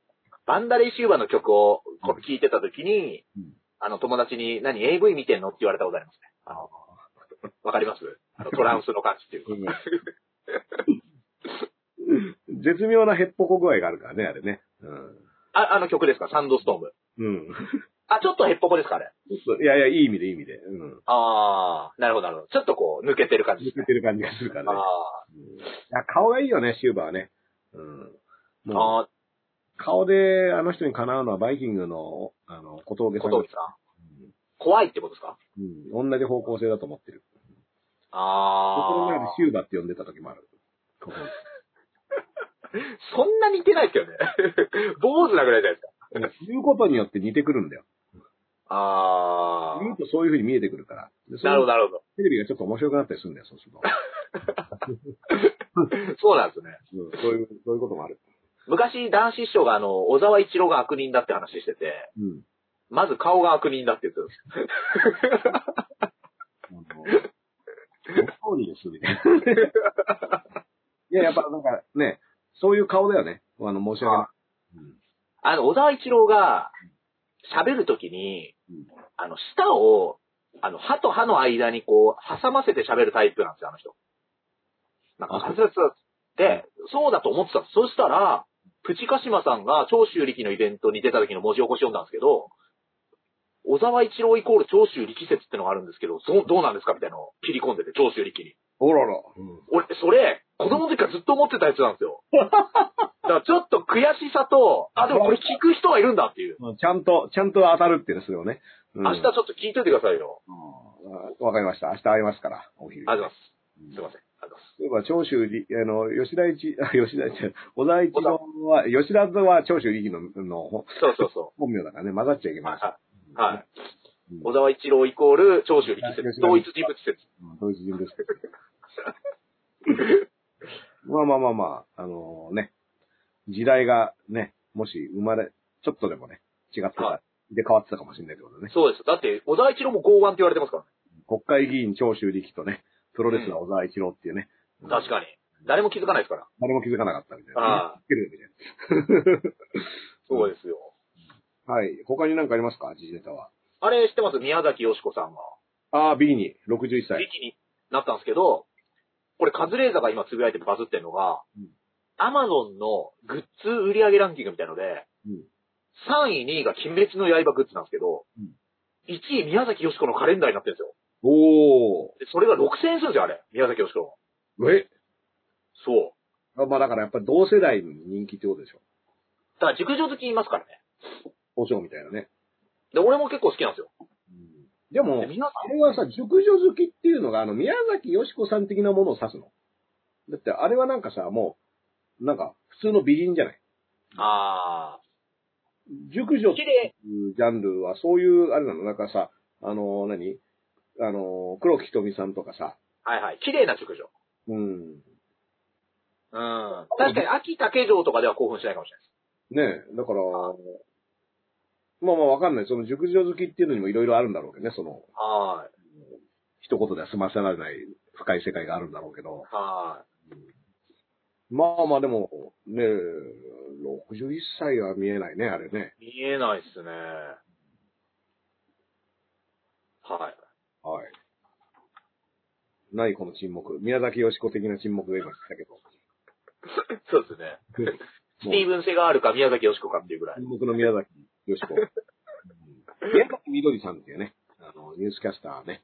[SPEAKER 2] バンダレイシューバの曲をこう聴いてた時に、
[SPEAKER 3] うん
[SPEAKER 2] あの、友達に、何、AV 見てんのって言われたことありますね。あの、わかりますあのトランスの感じっていうか。
[SPEAKER 3] 言って。絶妙なヘッポコ具合があるからね、あれね。
[SPEAKER 2] あ、あの曲ですかサンドストーム。
[SPEAKER 3] うん。うん。
[SPEAKER 2] あ、ちょっとヘッポコですかあれ。
[SPEAKER 3] ちょっといやいや、いい意味で、いい意味で。うん。
[SPEAKER 2] あー、なるほど、なるほど。ちょっとこう、抜けてる感
[SPEAKER 3] 抜
[SPEAKER 2] じです
[SPEAKER 3] け
[SPEAKER 2] ね。
[SPEAKER 3] てる感じがするからね。
[SPEAKER 2] あ
[SPEAKER 3] うんいや、顔がいいよね、シューバーはね。うん。
[SPEAKER 2] ー、
[SPEAKER 3] もう、
[SPEAKER 2] あ
[SPEAKER 3] 顔であの人にかなうのはバイキングの、あの、小峠
[SPEAKER 2] ー、
[SPEAKER 3] さ
[SPEAKER 2] 小
[SPEAKER 3] ん。
[SPEAKER 2] 峠さん。怖いってことですか
[SPEAKER 3] うん。同じ方向性だと思ってる。心の中で
[SPEAKER 2] あ
[SPEAKER 3] シューバーって呼んでた時もある。ここ
[SPEAKER 2] ー、そんな似てないですけどね。 坊主なぐらいじゃないですか。
[SPEAKER 3] 言うことによって似てくるんだよ。
[SPEAKER 2] あ
[SPEAKER 3] 言うとそういう風に見えてくるから。で
[SPEAKER 2] ー、なるほど、なるほど。
[SPEAKER 3] テレビがちょっと面白くなったりするんだよ、そうすると。
[SPEAKER 2] そうなんですね。
[SPEAKER 3] うん、そういう、そういうこともある。
[SPEAKER 2] 昔、男子師匠が、あの、小沢一郎が悪人だって話してて、
[SPEAKER 3] うん。
[SPEAKER 2] まず顔が悪人だって言ってるんです
[SPEAKER 3] あの、そうにです、みたいな。 いや、やっぱなんかね、そういう顔だよね。あの、申し訳ない。
[SPEAKER 2] あの、小沢一郎が、喋るときに
[SPEAKER 3] うん、
[SPEAKER 2] あの、舌を、あの、歯と歯の間にこう、挟ませて喋るタイプなんですよ、あの人。なんか、
[SPEAKER 3] あ
[SPEAKER 2] 滑舌で、そうだと思ってたんです。そしたら、プチカシマさんが長州力のイベントに出た時の文字起こし読んだんですけど、小沢一郎イコール長州力説ってのがあるんですけど、そうどうなんですかみたいなのを切り込んでて、長州力に。
[SPEAKER 3] おらら。
[SPEAKER 2] 俺、それ、子供の時からずっと思ってたやつなんです よ。だからちょっと悔しさと、あ、でもこれ聞く人はいるんだっていう。
[SPEAKER 3] ちゃんと、ちゃんと当たるっていうの、それをね。うん
[SPEAKER 2] 明日ちょっと聞いといてくださいよ。
[SPEAKER 3] うんわかりました。明日会いますから、お昼。
[SPEAKER 2] ありがと
[SPEAKER 3] う
[SPEAKER 2] うんございます。すいません。ありがとうございます。
[SPEAKER 3] 例えば、長州力、あの、吉田一、 あ吉田一、小沢一郎は、吉田は長州力の、の、
[SPEAKER 2] そうそうそ
[SPEAKER 3] 本名だからね、混ざっちゃいけ
[SPEAKER 2] う。
[SPEAKER 3] ま
[SPEAKER 2] は
[SPEAKER 3] せん。
[SPEAKER 2] い。はい。
[SPEAKER 3] う
[SPEAKER 2] 小沢一郎イコール長州力説、同一人物説。
[SPEAKER 3] うんドイツ人ですけ ど。まあまあまあまあ、あのね、時代がね、もし生まれ、ちょっとでもね、違ってた
[SPEAKER 2] は
[SPEAKER 3] ら、で変わってたかもしれないってことね。
[SPEAKER 2] そうです。だって、小沢一郎も剛腕って言われてますからね。
[SPEAKER 3] 国会議員長州力とね、プロレスラー小沢一郎っていうね、
[SPEAKER 2] 確かに。誰も気づかないですから。
[SPEAKER 3] 誰も気づかなかったみたいな、
[SPEAKER 2] ああ
[SPEAKER 3] つけるみたい
[SPEAKER 2] そうですよ。
[SPEAKER 3] な。はい。他に何かありますか時事ネタは。
[SPEAKER 2] あれ知ってます宮崎よし子さんが。
[SPEAKER 3] ああ、B に、61歳。
[SPEAKER 2] 力になったんですけど、これカズレーザーが今つぶやいてバズってるのが
[SPEAKER 3] うん、
[SPEAKER 2] アマゾンのグッズ売り上げランキングみたいので、
[SPEAKER 3] うん
[SPEAKER 2] 3位、2位が鬼滅の刃グッズなんですけど、
[SPEAKER 3] うん
[SPEAKER 2] 1位宮崎よし子のカレンダーになってるんですよ。
[SPEAKER 3] お
[SPEAKER 2] でそれが6000円するんですよ、あれ。宮崎よし子の。
[SPEAKER 3] ー。え
[SPEAKER 2] そう。
[SPEAKER 3] あまあだからやっぱり同世代に人気ってことでしょ。
[SPEAKER 2] ただ、熟女好きいますからね。
[SPEAKER 3] 保証みたいなね。
[SPEAKER 2] で、俺も結構好きなんですよ。
[SPEAKER 3] うんでも、
[SPEAKER 2] で皆さ
[SPEAKER 3] あれはさ、熟女好きっていうのが、あの、宮崎よし子さん的なものを指すの。だって、あれはなんかさ、もう、なんか、普通の美人じゃない。
[SPEAKER 2] ん、あ
[SPEAKER 3] 熟女
[SPEAKER 2] ー、
[SPEAKER 3] って
[SPEAKER 2] 綺麗。
[SPEAKER 3] いうジャンルは、そういう、あれなの、なんかさ、あの何あの黒木瞳さんとかさ、
[SPEAKER 2] はいはい。綺麗な熟女。
[SPEAKER 3] うん。
[SPEAKER 2] うん。確かに、秋竹城とかでは興奮しないかもしれないです。
[SPEAKER 3] ねえ、だから、まあまあわかんない。その熟女好きっていうのにもいろいろあるんだろうけどね、その、
[SPEAKER 2] は
[SPEAKER 3] 一言では済ませられない深い世界があるんだろうけど。
[SPEAKER 2] い。は
[SPEAKER 3] まあまあでも、ねえ、61歳は見えないね、あれね。
[SPEAKER 2] い。見えないっすね。はい。
[SPEAKER 3] はい。何この沈黙。宮崎よし子的な沈黙が今来たけど。
[SPEAKER 2] そうですね。スティーブン・セガールか宮崎よしこかっていうぐらい。
[SPEAKER 3] 沈黙の宮崎よし 子。うん宮崎みどりさんっていうね、あの、ニュースキャスターね、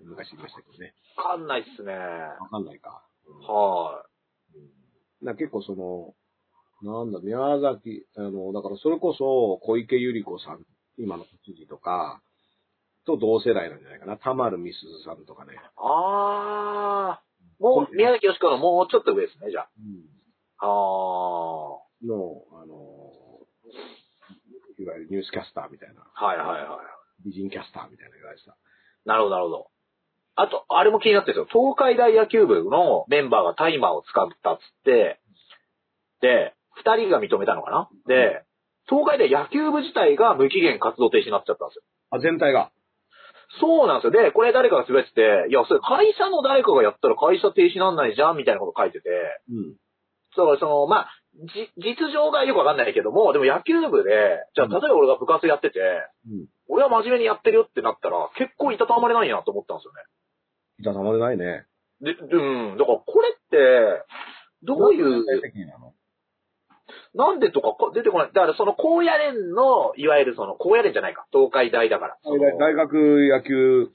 [SPEAKER 3] 昔いましたけどね。
[SPEAKER 2] わかんないっすね。
[SPEAKER 3] わかんないか。
[SPEAKER 2] は
[SPEAKER 3] な結構その、なんだ、宮崎、あの、だからそれこそ小池百合子さん、今の知事とか、と同世代なんじゃないかな。田丸みすずさんとかね。
[SPEAKER 2] い。あー。もう、宮崎よしこのもうちょっと上ですね、じゃあ。あ
[SPEAKER 3] の、あの、いわゆるニュースキャスターみたいな、
[SPEAKER 2] ー。はいはいはい。
[SPEAKER 3] 美人キャスターみたいな言われてた。
[SPEAKER 2] なるほど、なるほど。あと、あれも気になってるんですよ。東海大野球部のメンバーがタイマーを使ったっつって、で、二人が認めたのかなで、東海大野球部自体が無期限活動停止になっちゃったんですよ。
[SPEAKER 3] あ、全体が。
[SPEAKER 2] そうなんですよ。で、これ誰かが滑ってて、いや、それ会社の誰かがやったら会社停止なんないじゃんみたいなこと書いてて、
[SPEAKER 3] うん。
[SPEAKER 2] だからその、まあ、じ、実情がよくわかんないけども、でも野球部で、じゃあ例えば俺が部活やってて、
[SPEAKER 3] うん。
[SPEAKER 2] 俺は真面目にやってるよってなったら、結構いたたまれないなと思ったんですよね。
[SPEAKER 3] いたたまれないね。
[SPEAKER 2] で、うん、だからこれって、どういう、
[SPEAKER 3] なの
[SPEAKER 2] なんでとかこ出てこない。だからその高野連の、いわゆるその、高野連じゃないか。東海大だから。その
[SPEAKER 3] 大学野球、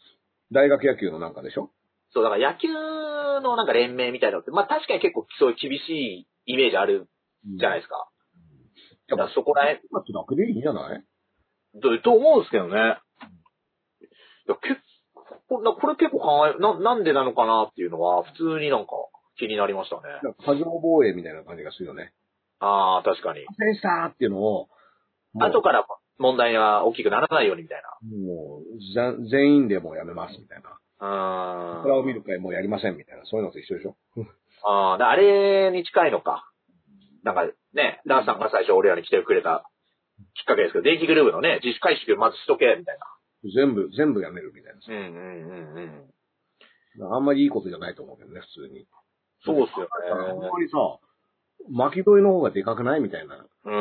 [SPEAKER 3] 大学野球のなんかでしょ
[SPEAKER 2] そう、だから野球のなんか連盟みたいなのって、まあ確かに結構そういう厳しいイメージあるじゃない
[SPEAKER 3] い。
[SPEAKER 2] ですか。
[SPEAKER 3] や
[SPEAKER 2] だか
[SPEAKER 3] っ
[SPEAKER 2] らそこら辺、
[SPEAKER 3] ぱ、楽でいいんじゃない
[SPEAKER 2] とと思うんですけどね。いや、結構、なこれ結構考え、な、なんでなのかなっていうのは、普通になんか気になりましたね。
[SPEAKER 3] なんか過剰防衛みたいな感じがするよね。
[SPEAKER 2] ああ、確かに。
[SPEAKER 3] 選手だーっていうのを、もう
[SPEAKER 2] 後、から問題が大きくならないようにみたいな。
[SPEAKER 3] もう、じゃ全員でもうやめますみたいな。
[SPEAKER 2] あ
[SPEAKER 3] これを見る会もうやりませんみたいな。そういうのと一緒でしょ
[SPEAKER 2] あーだあれに近いのか。なんかね、ダンさんが最初俺らに来てくれたきっかけですけど、電気グループのね、自主回収まずしとけ、みたいな。
[SPEAKER 3] 全部、全部やめるみたいなさ。
[SPEAKER 2] んうんうんうん。
[SPEAKER 3] あんまりいいことじゃないと思うけどね、普通に。
[SPEAKER 2] そうっすよ
[SPEAKER 3] あん
[SPEAKER 2] ね。
[SPEAKER 3] まりさ、巻き添えの方がでかくないみたいな。
[SPEAKER 2] う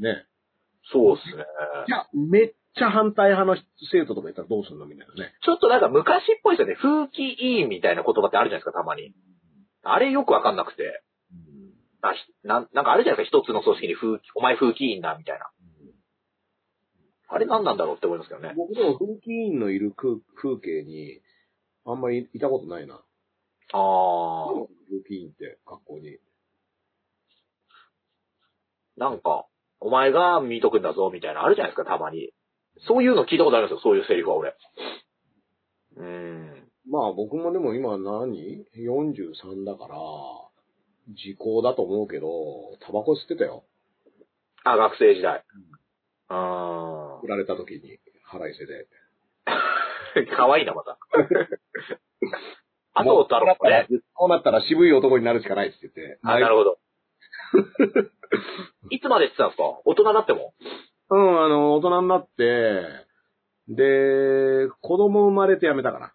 [SPEAKER 2] ん。
[SPEAKER 3] ね。
[SPEAKER 2] そうっすね。
[SPEAKER 3] いや、めっちゃ反対派の生徒とかいたらどうするのみたいなね。
[SPEAKER 2] ちょっとなんか昔っぽいですよね。風紀委員みたいな言葉ってあるじゃないですか、たまに。あれよくわかんなくて。あひなんなんかあるじゃないですか、一つの組織に風紀、お前風紀委員だ、みたいな。あれ何なんだろうって思いますけどね。
[SPEAKER 3] 僕でも風紀委員のいる空風景に、あんまりいたことないな。
[SPEAKER 2] ああ。
[SPEAKER 3] 風紀委員って学校に。
[SPEAKER 2] なんか、お前が見とくんだぞ、みたいな、あるじゃないですか、たまに。そういうの聞いたことあるんですよ、そういうセリフは、俺。うーん。
[SPEAKER 3] まあ僕もでも今何 ?43 だから、時効だと思うけど、タバコ吸ってたよ。
[SPEAKER 2] あ、学生時代。あー
[SPEAKER 3] 売られた時に、腹いせで。
[SPEAKER 2] かわいいな、また。麻生太郎もね。
[SPEAKER 3] こうなったら渋い男になるしかないって言って。
[SPEAKER 2] あ、なる ほど。いつまで言ってたんですか大人になっても
[SPEAKER 3] うん、あの、大人になって、で、子供生まれて辞めたかな。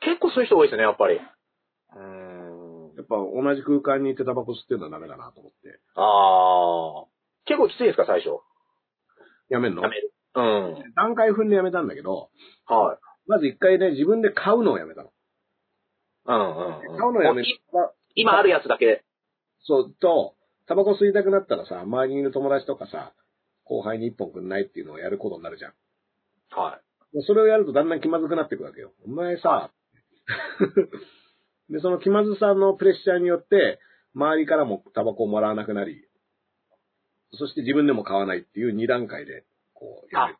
[SPEAKER 2] 結構そういう人多いですね、やっぱり。うーん。
[SPEAKER 3] やっぱ同じ空間にいてタバコ吸ってるのはダメだなと思って。
[SPEAKER 2] あー。結構きついですか、最初。
[SPEAKER 3] 辞めんの
[SPEAKER 2] やめる。うん。
[SPEAKER 3] 段階踏んで辞めたんだけど、
[SPEAKER 2] はい。
[SPEAKER 3] まず一回ね、自分で買うのをやめたの。
[SPEAKER 2] うんうん、うん。
[SPEAKER 3] 買うのをやめ
[SPEAKER 2] もうい
[SPEAKER 3] た。
[SPEAKER 2] 今あるやつだけ。
[SPEAKER 3] そう、と、タバコ吸いたくなったらさ、周りにいる友達とかさ、後輩に一本くんないっていうのをやることになるじゃん。
[SPEAKER 2] は
[SPEAKER 3] でそれをやるとだんだん気まずくなっていくわけよ。お前 さ、で、その気まずさのプレッシャーによって、周りからもタバコをもらわなくなり、そして自分でも買わないっていう二段階で、こう、やめる。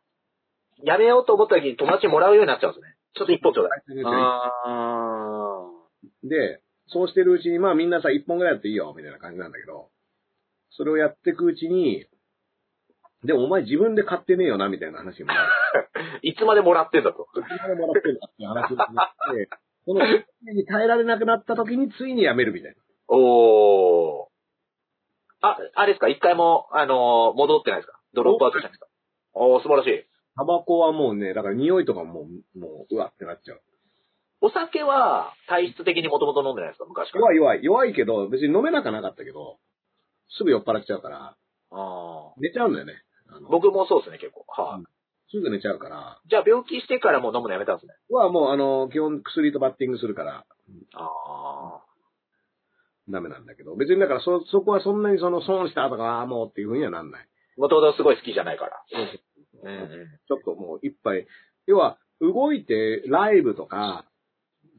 [SPEAKER 2] い。やめようと思った時に友達にもらうようになっちゃうんですね。ちょっと一本ちょうだい。あ
[SPEAKER 3] で、そうしてるうちに、まあみんなさ、一本ぐらいやっていいよ、みたいな感じなんだけど、それをやっていくうちに、でもお前自分で買ってねえよな、みたいな話にもなる。
[SPEAKER 2] ー。いつまでもらってんだと。
[SPEAKER 3] お金もらってるなっていう話になって、その、に耐えられなくなった時についにやめるみたいな。
[SPEAKER 2] おー。あ、あれですか一回も、あのー戻ってないですかドロップアウトしたんですかおー、素晴らしい。
[SPEAKER 3] タバコはもうね、だから匂いとかもう、もう、うわってなっちゃう。
[SPEAKER 2] お酒は体質的にもともと飲んでないですか昔から。
[SPEAKER 3] 弱い弱い。弱いけど、別に飲めなくはなかったけど、すぐ酔っ払っちゃうから、
[SPEAKER 2] あー
[SPEAKER 3] 寝ちゃうんだよね。あの
[SPEAKER 2] 僕もそうですね、結構。はい、
[SPEAKER 3] うんすぐ寝ちゃうから、
[SPEAKER 2] じゃあ病気してからもう飲むのやめたんですね。
[SPEAKER 3] はもう、あの、基本薬とバッティングするから、
[SPEAKER 2] あ
[SPEAKER 3] ダメなんだけど、別にだからそ、そこはそんなにその、損したとか、ああ、もうっていうふうにはなんない。
[SPEAKER 2] あ。もともとすごい好きじゃないから。うんう
[SPEAKER 3] ちょっともう一杯、要は、動いてライブとか、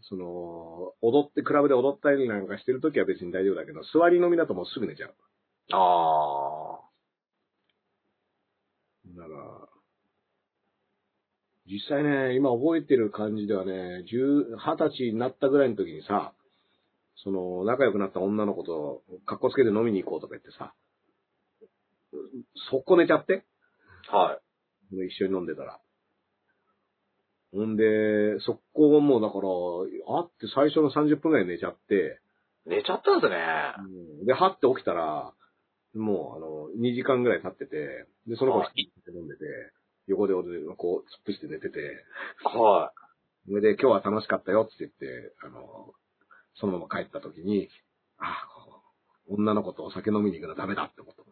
[SPEAKER 3] その、踊って、クラブで踊ったりなんかしてるときは別に大丈夫だけど、座り飲みだともうすぐ寝ちゃう。
[SPEAKER 2] ん。あ
[SPEAKER 3] だから、実際ね、今覚えてる感じではね、十、二十歳になったぐらいの時にさ、その、仲良くなった女の子と、格好つけて飲みに行こうとか言ってさ、速攻寝ちゃって、
[SPEAKER 2] あ。はい。
[SPEAKER 3] 一緒に飲んでたら。ほんで、速攻もうだから、あって最初の30分ぐらい寝ちゃって、
[SPEAKER 2] 寝ちゃったんですね。
[SPEAKER 3] で、はって起きたら、もう、あの、2時間ぐらい経ってて、で、その子
[SPEAKER 2] は
[SPEAKER 3] 一
[SPEAKER 2] い
[SPEAKER 3] 人で飲んでて、横で俺、こう、突っ伏して寝てて、
[SPEAKER 2] は
[SPEAKER 3] それで、今日は楽しかったよって言って、あの、そのまま帰った時に、ああ、こう女の子とお酒飲みに行くのはダメだって思 った。
[SPEAKER 2] い。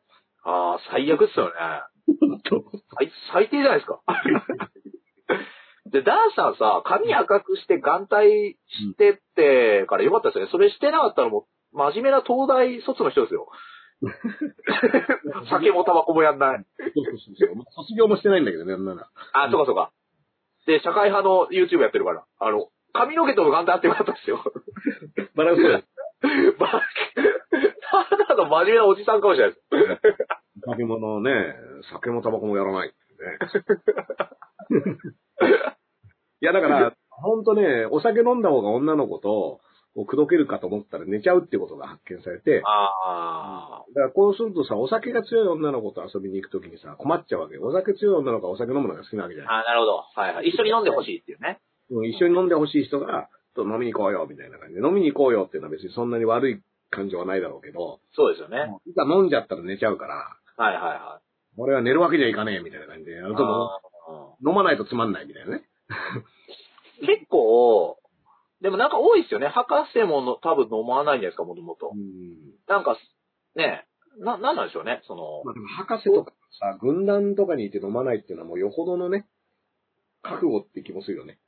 [SPEAKER 2] ああ、最悪っすよね。最最低じゃないですか。 で、ダーさんさ、髪赤くして眼帯してってからよかったですよね。それしてなかったらもう、真面目な東大卒の人ですよ。酒もタバコもやんない。
[SPEAKER 3] そうそうそうそう卒業もしてないんだけどね、あんなら。
[SPEAKER 2] あ、そうかそうか。で、社会派の YouTube やってるから、あの、髪の毛と眼帯あってよかったですよ。
[SPEAKER 3] バランスが
[SPEAKER 2] バカただの真面目なおじさんかもしれないです。
[SPEAKER 3] 酒物をね、酒もタバコもやらないってね。 いや、だから、ほんとね、お酒飲んだ方が女の子と、こう口説けるかと思ったら寝ちゃうってことが発見されて、
[SPEAKER 2] あ
[SPEAKER 3] だからこうするとさ、お酒が強い女の子と遊びに行くときにさ、困っちゃうわけよ。お酒強い女の子はお酒飲むのが好きなわけじゃ
[SPEAKER 2] あ。
[SPEAKER 3] ない。
[SPEAKER 2] あなるほど。はいはい。一緒に飲んでほしいっていうね。
[SPEAKER 3] うん一緒に飲んでほしい人が、と飲みに行こうよ、みたいな感じで。飲みに行こうよっていうのは別にそんなに悪い感情はないだろうけど、
[SPEAKER 2] そうですよね。
[SPEAKER 3] いざ飲んじゃったら寝ちゃうから、
[SPEAKER 2] はいはいはい。
[SPEAKER 3] 俺は寝るわけにはいかねえ、みたいな感じでやるともう
[SPEAKER 2] あ
[SPEAKER 3] 飲まないとつまんないみたいなね。
[SPEAKER 2] ー結構、でもなんか多いですよね。博士もの多分飲まないんじゃないですか、もともと。なんか、ねな、なんなんでしょうね。その、
[SPEAKER 3] まあ、でも博士とかさ、軍団とかにいて飲まないっていうのはもうよほどのね、覚悟って気もするよね。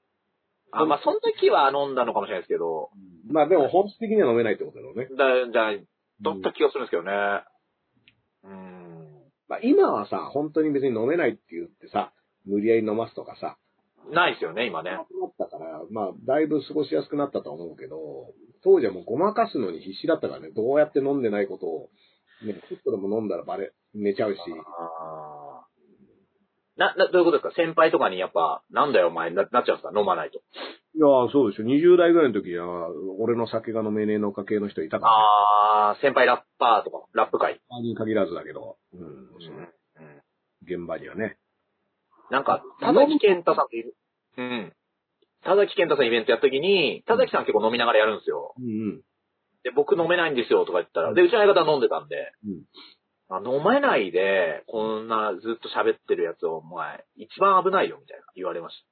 [SPEAKER 2] あ、まあ、その時は飲んだのかもしれないですけど、
[SPEAKER 3] まあでも本質的には飲めないってことだろうね。
[SPEAKER 2] だ、じゃない、だ
[SPEAKER 3] うん
[SPEAKER 2] った気がするんですけどね。う
[SPEAKER 3] まあ今はさ、本当に別に飲めないって言ってさ、無理やり飲ますとかさ、
[SPEAKER 2] ん。ないですよね、今ね。
[SPEAKER 3] なくなったから、まあだいぶ過ごしやすくなったとは思うけど、当時はもうごまかすのに必死だったからね、どうやって飲んでないことを、ね、ちょっとでも飲んだらバレ、寝ちゃうし、
[SPEAKER 2] あーな、な、どういうことですか先輩とかにやっぱ、なんだよお前な、なっちゃうんですか飲まないと。
[SPEAKER 3] いやーそうでしょ、20代ぐらいの時は、俺の酒が飲めねえのか系の人いたから、ね。
[SPEAKER 2] あー、先輩ラッパーとか、ラップ界。
[SPEAKER 3] 場に限らずだけど、うん、
[SPEAKER 2] うん
[SPEAKER 3] 現場にはね。
[SPEAKER 2] なんか、田崎健太さんっている。うん。田崎健太さんイベントやった時に、田崎さん結構飲みながらやるんですよ。
[SPEAKER 3] うん
[SPEAKER 2] で、僕飲めないんですよとか言ったら、で、うちの相方は飲んでたんで、
[SPEAKER 3] うん
[SPEAKER 2] あ飲めないで、こんなずっと喋ってるやつをお前、一番危ないよみたいな言われまし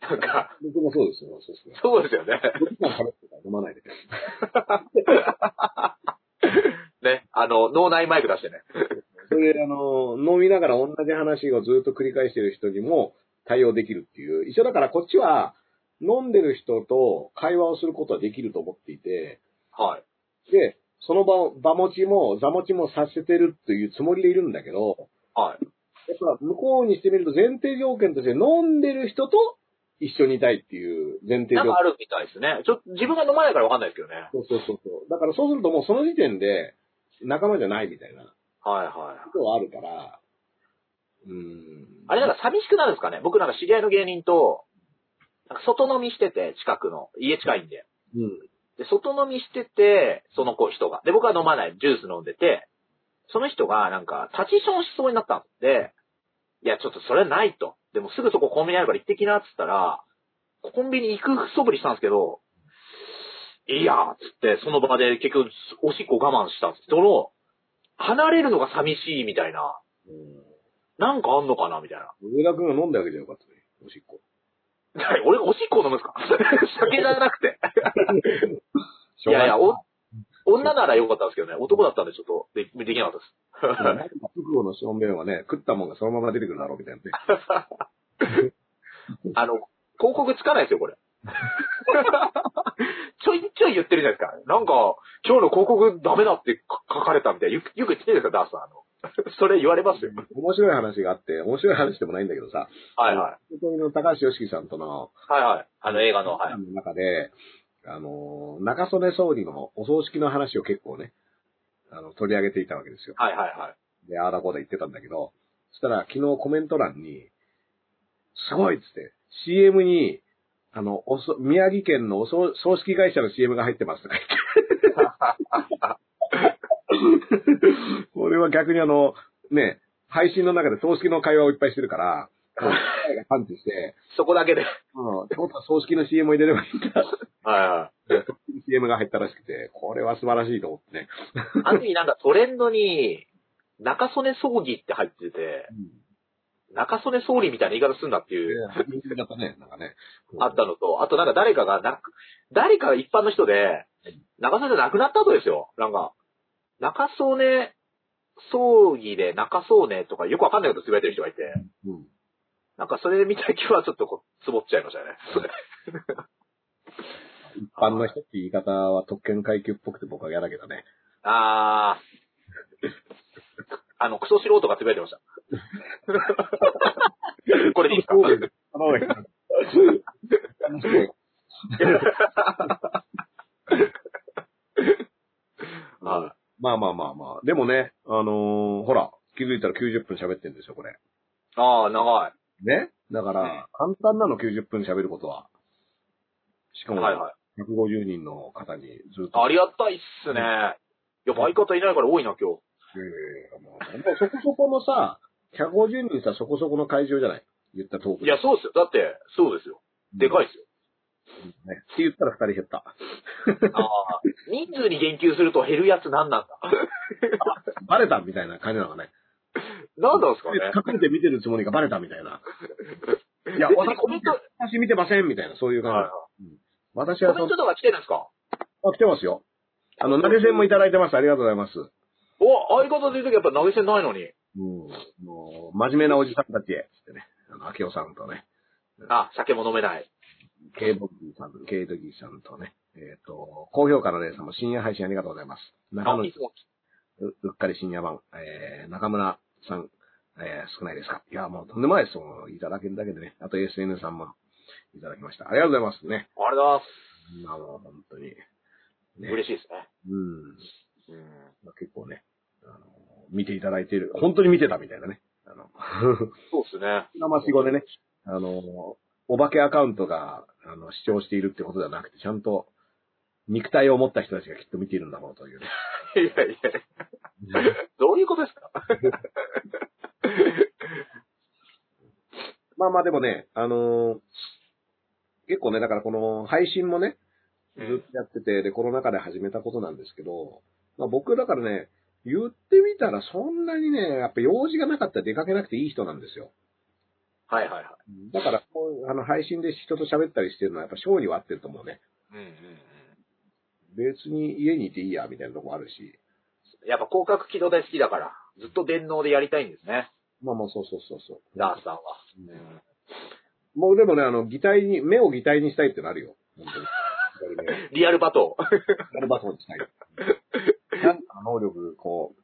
[SPEAKER 2] た。 なんか、
[SPEAKER 3] うん。僕もそうですよ、そうですね。
[SPEAKER 2] そうですよね。
[SPEAKER 3] 僕が食べてたら飲まないで。
[SPEAKER 2] ね、あの、脳内マイク出してね。
[SPEAKER 3] それで、あの、飲みながら同じ話をずっと繰り返してる人にも対応できるっていう。一緒だからこっちは、飲んでる人と会話をすることはできると思っていて、
[SPEAKER 2] はい。
[SPEAKER 3] で、その場を、場持ちも、座持ちもさせてるっていうつもりでいるんだけど、
[SPEAKER 2] はい。
[SPEAKER 3] やっぱ向こうにしてみると前提条件として飲んでる人と一緒にいたいっていう前提
[SPEAKER 2] な
[SPEAKER 3] 条件
[SPEAKER 2] んか。あるみたいですね。ちょっと自分が飲まないからわかんないですけどね。
[SPEAKER 3] そうそうそうそう。だからそうするともうその時点で仲間じゃないみたいな
[SPEAKER 2] はいはい。
[SPEAKER 3] ことはあるから、うーん。
[SPEAKER 2] あれなんか寂しくなるんですかね僕なんか知り合いの芸人と、なんか外飲みしてて、近くの。家近いんで。
[SPEAKER 3] うん。
[SPEAKER 2] で、外飲みしてて、その子、人が。で、僕は飲まない。ジュース飲んでて、その人がなんか、立ちションしそうになったんで、いや、ちょっとそれはないと。でもすぐそこコンビニあるから行ってきな、っつったら、コンビニ行く素振りしたんですけど、いやー、つって、その場で結局、おしっこ我慢したんです。その、離れるのが寂しいみたいな。
[SPEAKER 3] うん
[SPEAKER 2] なんかあんのかなみたいな。
[SPEAKER 3] 上田くんが飲んだわけじゃよかったね。おしっこ。
[SPEAKER 2] はい、俺、おしっこ飲むんですか 酒じゃなくて。いやいや、お、女ならよかったんですけどね。男だったんでちょっとで、できなかったです。
[SPEAKER 3] 福の正面はね、食ったもんがそのまま出てくるだろうみたいなね。
[SPEAKER 2] あの、広告つかないですよ、これ。 ちょいちょい言ってるじゃないですか。なんか、今日の広告ダメだって書かれたみたいな。よくよく言ってるじゃないですか、ダースさん。あの、 それ言われますよ。
[SPEAKER 3] 面白い話があって、面白い話でもないんだけどさ、
[SPEAKER 2] はいはい。
[SPEAKER 3] 本当の高橋良樹さんとの、
[SPEAKER 2] はいはい。あの映画の、はい。
[SPEAKER 3] の中で、あの、中曽根総理のお葬式の話を結構ね、あの、取り上げていたわけですよ。
[SPEAKER 2] はいはいはい。
[SPEAKER 3] で、あーだこーだ言ってたんだけど、そしたら昨日コメント欄に、すごいっつって、CM に、あの、おそ、宮城県のお葬葬式会社の CM が入って ますとか言って。俺は逆にあの、ね、配信の中で葬式の会話をいっぱいしてるから、感知して、
[SPEAKER 2] そこだけで。
[SPEAKER 3] うん、ってことは葬式の CM を入れればいいんだ。
[SPEAKER 2] はいはい。
[SPEAKER 3] CM が入ったらしくて、これは素晴らしいと思ってね。
[SPEAKER 2] あの時なんかトレンドに、中曽根葬儀って入ってて、中曽根総理みたいな言い方すんなっていう、
[SPEAKER 3] うん。だったね、なんかね。
[SPEAKER 2] あったのと、あとなんか誰かがなく、誰かが一般の人で、中曽根亡くなった後ですよ。なんか、中曽根葬儀で中曽根とかよくわかんないことつぶやいてる人がいて、
[SPEAKER 3] うん。
[SPEAKER 2] なんかそれ見た気はちょっとこう、つぼっちゃいましたね。
[SPEAKER 3] 一般の人って言い方は特権階級っぽくて僕は嫌だけどね。
[SPEAKER 2] あー。あの、クソ素人がつぶやいてました。これでいいですか
[SPEAKER 3] あの、
[SPEAKER 2] はい
[SPEAKER 3] まあまあまあまあ。でもね、あのーほら、気づいたら90分喋ってるんですよ、これ。
[SPEAKER 2] あー、長い。
[SPEAKER 3] ねだか
[SPEAKER 2] うん
[SPEAKER 3] ら、簡単なの90分喋ることは。しかも、
[SPEAKER 2] はいはい。
[SPEAKER 3] 150人の方にずっと。
[SPEAKER 2] ありがたいっすね。やっぱ相方いないから多いな、今日。
[SPEAKER 3] いやいやいやもうでもそこそこのさ、150人さ、そこそこの会場じゃない言ったトーク。
[SPEAKER 2] いや、そうですよ。だって、そうですよ。でかい
[SPEAKER 3] い、
[SPEAKER 2] ですよ。
[SPEAKER 3] ね。って言ったら2人減った。
[SPEAKER 2] ああ、人数に言及すると減るやつ何なんだ
[SPEAKER 3] バレたみたいな感じなのかね。
[SPEAKER 2] 何なんですかね
[SPEAKER 3] 隠れて見てるつもりがバレたみたいな。い や、
[SPEAKER 2] 別に
[SPEAKER 3] 私
[SPEAKER 2] コメント、
[SPEAKER 3] 私見てませんみたいな、そういう
[SPEAKER 2] は
[SPEAKER 3] 感
[SPEAKER 2] い
[SPEAKER 3] じ。私
[SPEAKER 2] コ
[SPEAKER 3] は
[SPEAKER 2] メ
[SPEAKER 3] そ
[SPEAKER 2] ン
[SPEAKER 3] の、
[SPEAKER 2] トとか来てるんですか
[SPEAKER 3] あ、来てますよ。あの、投げ銭もいただいてます。ありがとうございます。
[SPEAKER 2] お、相方という時やっぱ投げ銭ないのに。
[SPEAKER 3] うん。もう、真面目なおじさんたちへ、つってね。あの、明夫さんとね、
[SPEAKER 2] あ、酒も飲めない。
[SPEAKER 3] ケイボギーさん、ケイドギーさんとね、えっ、と、高評価の姉さんも深夜配信ありがとうございます。中
[SPEAKER 2] あ
[SPEAKER 3] 野、う
[SPEAKER 2] いつも。
[SPEAKER 3] うっかり深夜版、えー、中村さん、えー、少ないですかいや、もうとんでもないです。もういただけるだけでね。あと SN さんもいただきました。ありがとうございますね。
[SPEAKER 2] あれだ、
[SPEAKER 3] まあもう本当に。ね、
[SPEAKER 2] 嬉しいですね。
[SPEAKER 3] うん。
[SPEAKER 2] うん
[SPEAKER 3] まあ結構ね、あの、見ていただいている。本当に見てたみたいなね。あの、
[SPEAKER 2] そうですね。
[SPEAKER 3] 生し語でね、あの、お化けアカウントが、あの、視聴しているってことではなくて、ちゃんと、肉体を持った人たちがきっと見ているんだろうと いうね。
[SPEAKER 2] いやいや、どういうことですか
[SPEAKER 3] まあまあでもね、あの結構ね、だからこの配信もね、
[SPEAKER 2] う
[SPEAKER 3] ず
[SPEAKER 2] ん
[SPEAKER 3] っとやってて、で、コロナ禍で始めたことなんですけど、まあ、僕だからね、言ってみたらそんなにね、やっぱ用事がなかったら出かけなくていい人なんですよ。
[SPEAKER 2] はいはいはい。
[SPEAKER 3] だから、こういうあの、配信で人と喋ったりしてるのはやっぱ性には合ってると思うね。
[SPEAKER 2] うんうん
[SPEAKER 3] 別に家にいていいや、みたいなとこあるし。
[SPEAKER 2] うん。やっぱ広角機動隊好きだから、ずっと電脳でやりたいんですね、
[SPEAKER 3] まあまあ、そうそうそうそう。
[SPEAKER 2] ダースさんは。
[SPEAKER 3] もうでもね、あの、擬態に、目を擬態にしたいってなるよ。本当に。やるね
[SPEAKER 2] リアルバトル。
[SPEAKER 3] やる場所にしたい。なんか能力、こう、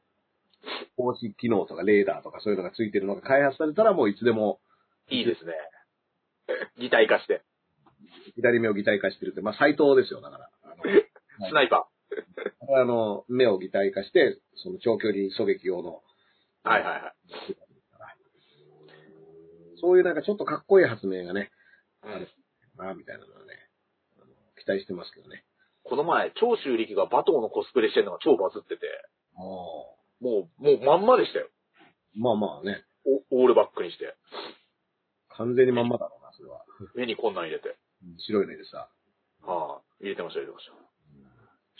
[SPEAKER 3] 防止機能とかレーダーとかそういうのがついてるのが開発されたらもういつでも
[SPEAKER 2] いいですね。擬態化して。
[SPEAKER 3] 左目を擬態化してるって、まあ斎藤ですよ、だから。
[SPEAKER 2] スナイパ
[SPEAKER 3] あの、あの目を擬態化して、その長距離狙撃用の、
[SPEAKER 2] ー。はいはいはい。
[SPEAKER 3] そういうなんかちょっとかっこいい発明がね、
[SPEAKER 2] うん
[SPEAKER 3] まあ、みたいなのはね、あの期待してますけどね。
[SPEAKER 2] この前、長州力がバトーのコスプレしてるのが超バズってて、
[SPEAKER 3] も
[SPEAKER 2] もう、もうまんまでしたよ。
[SPEAKER 3] う、まあまあね、
[SPEAKER 2] おオールバックにして。
[SPEAKER 3] 完全にまんまだろうな、それは。
[SPEAKER 2] 目にこんなん入れて。
[SPEAKER 3] 白いのでさ。
[SPEAKER 2] はあ、入れてました、入れてました。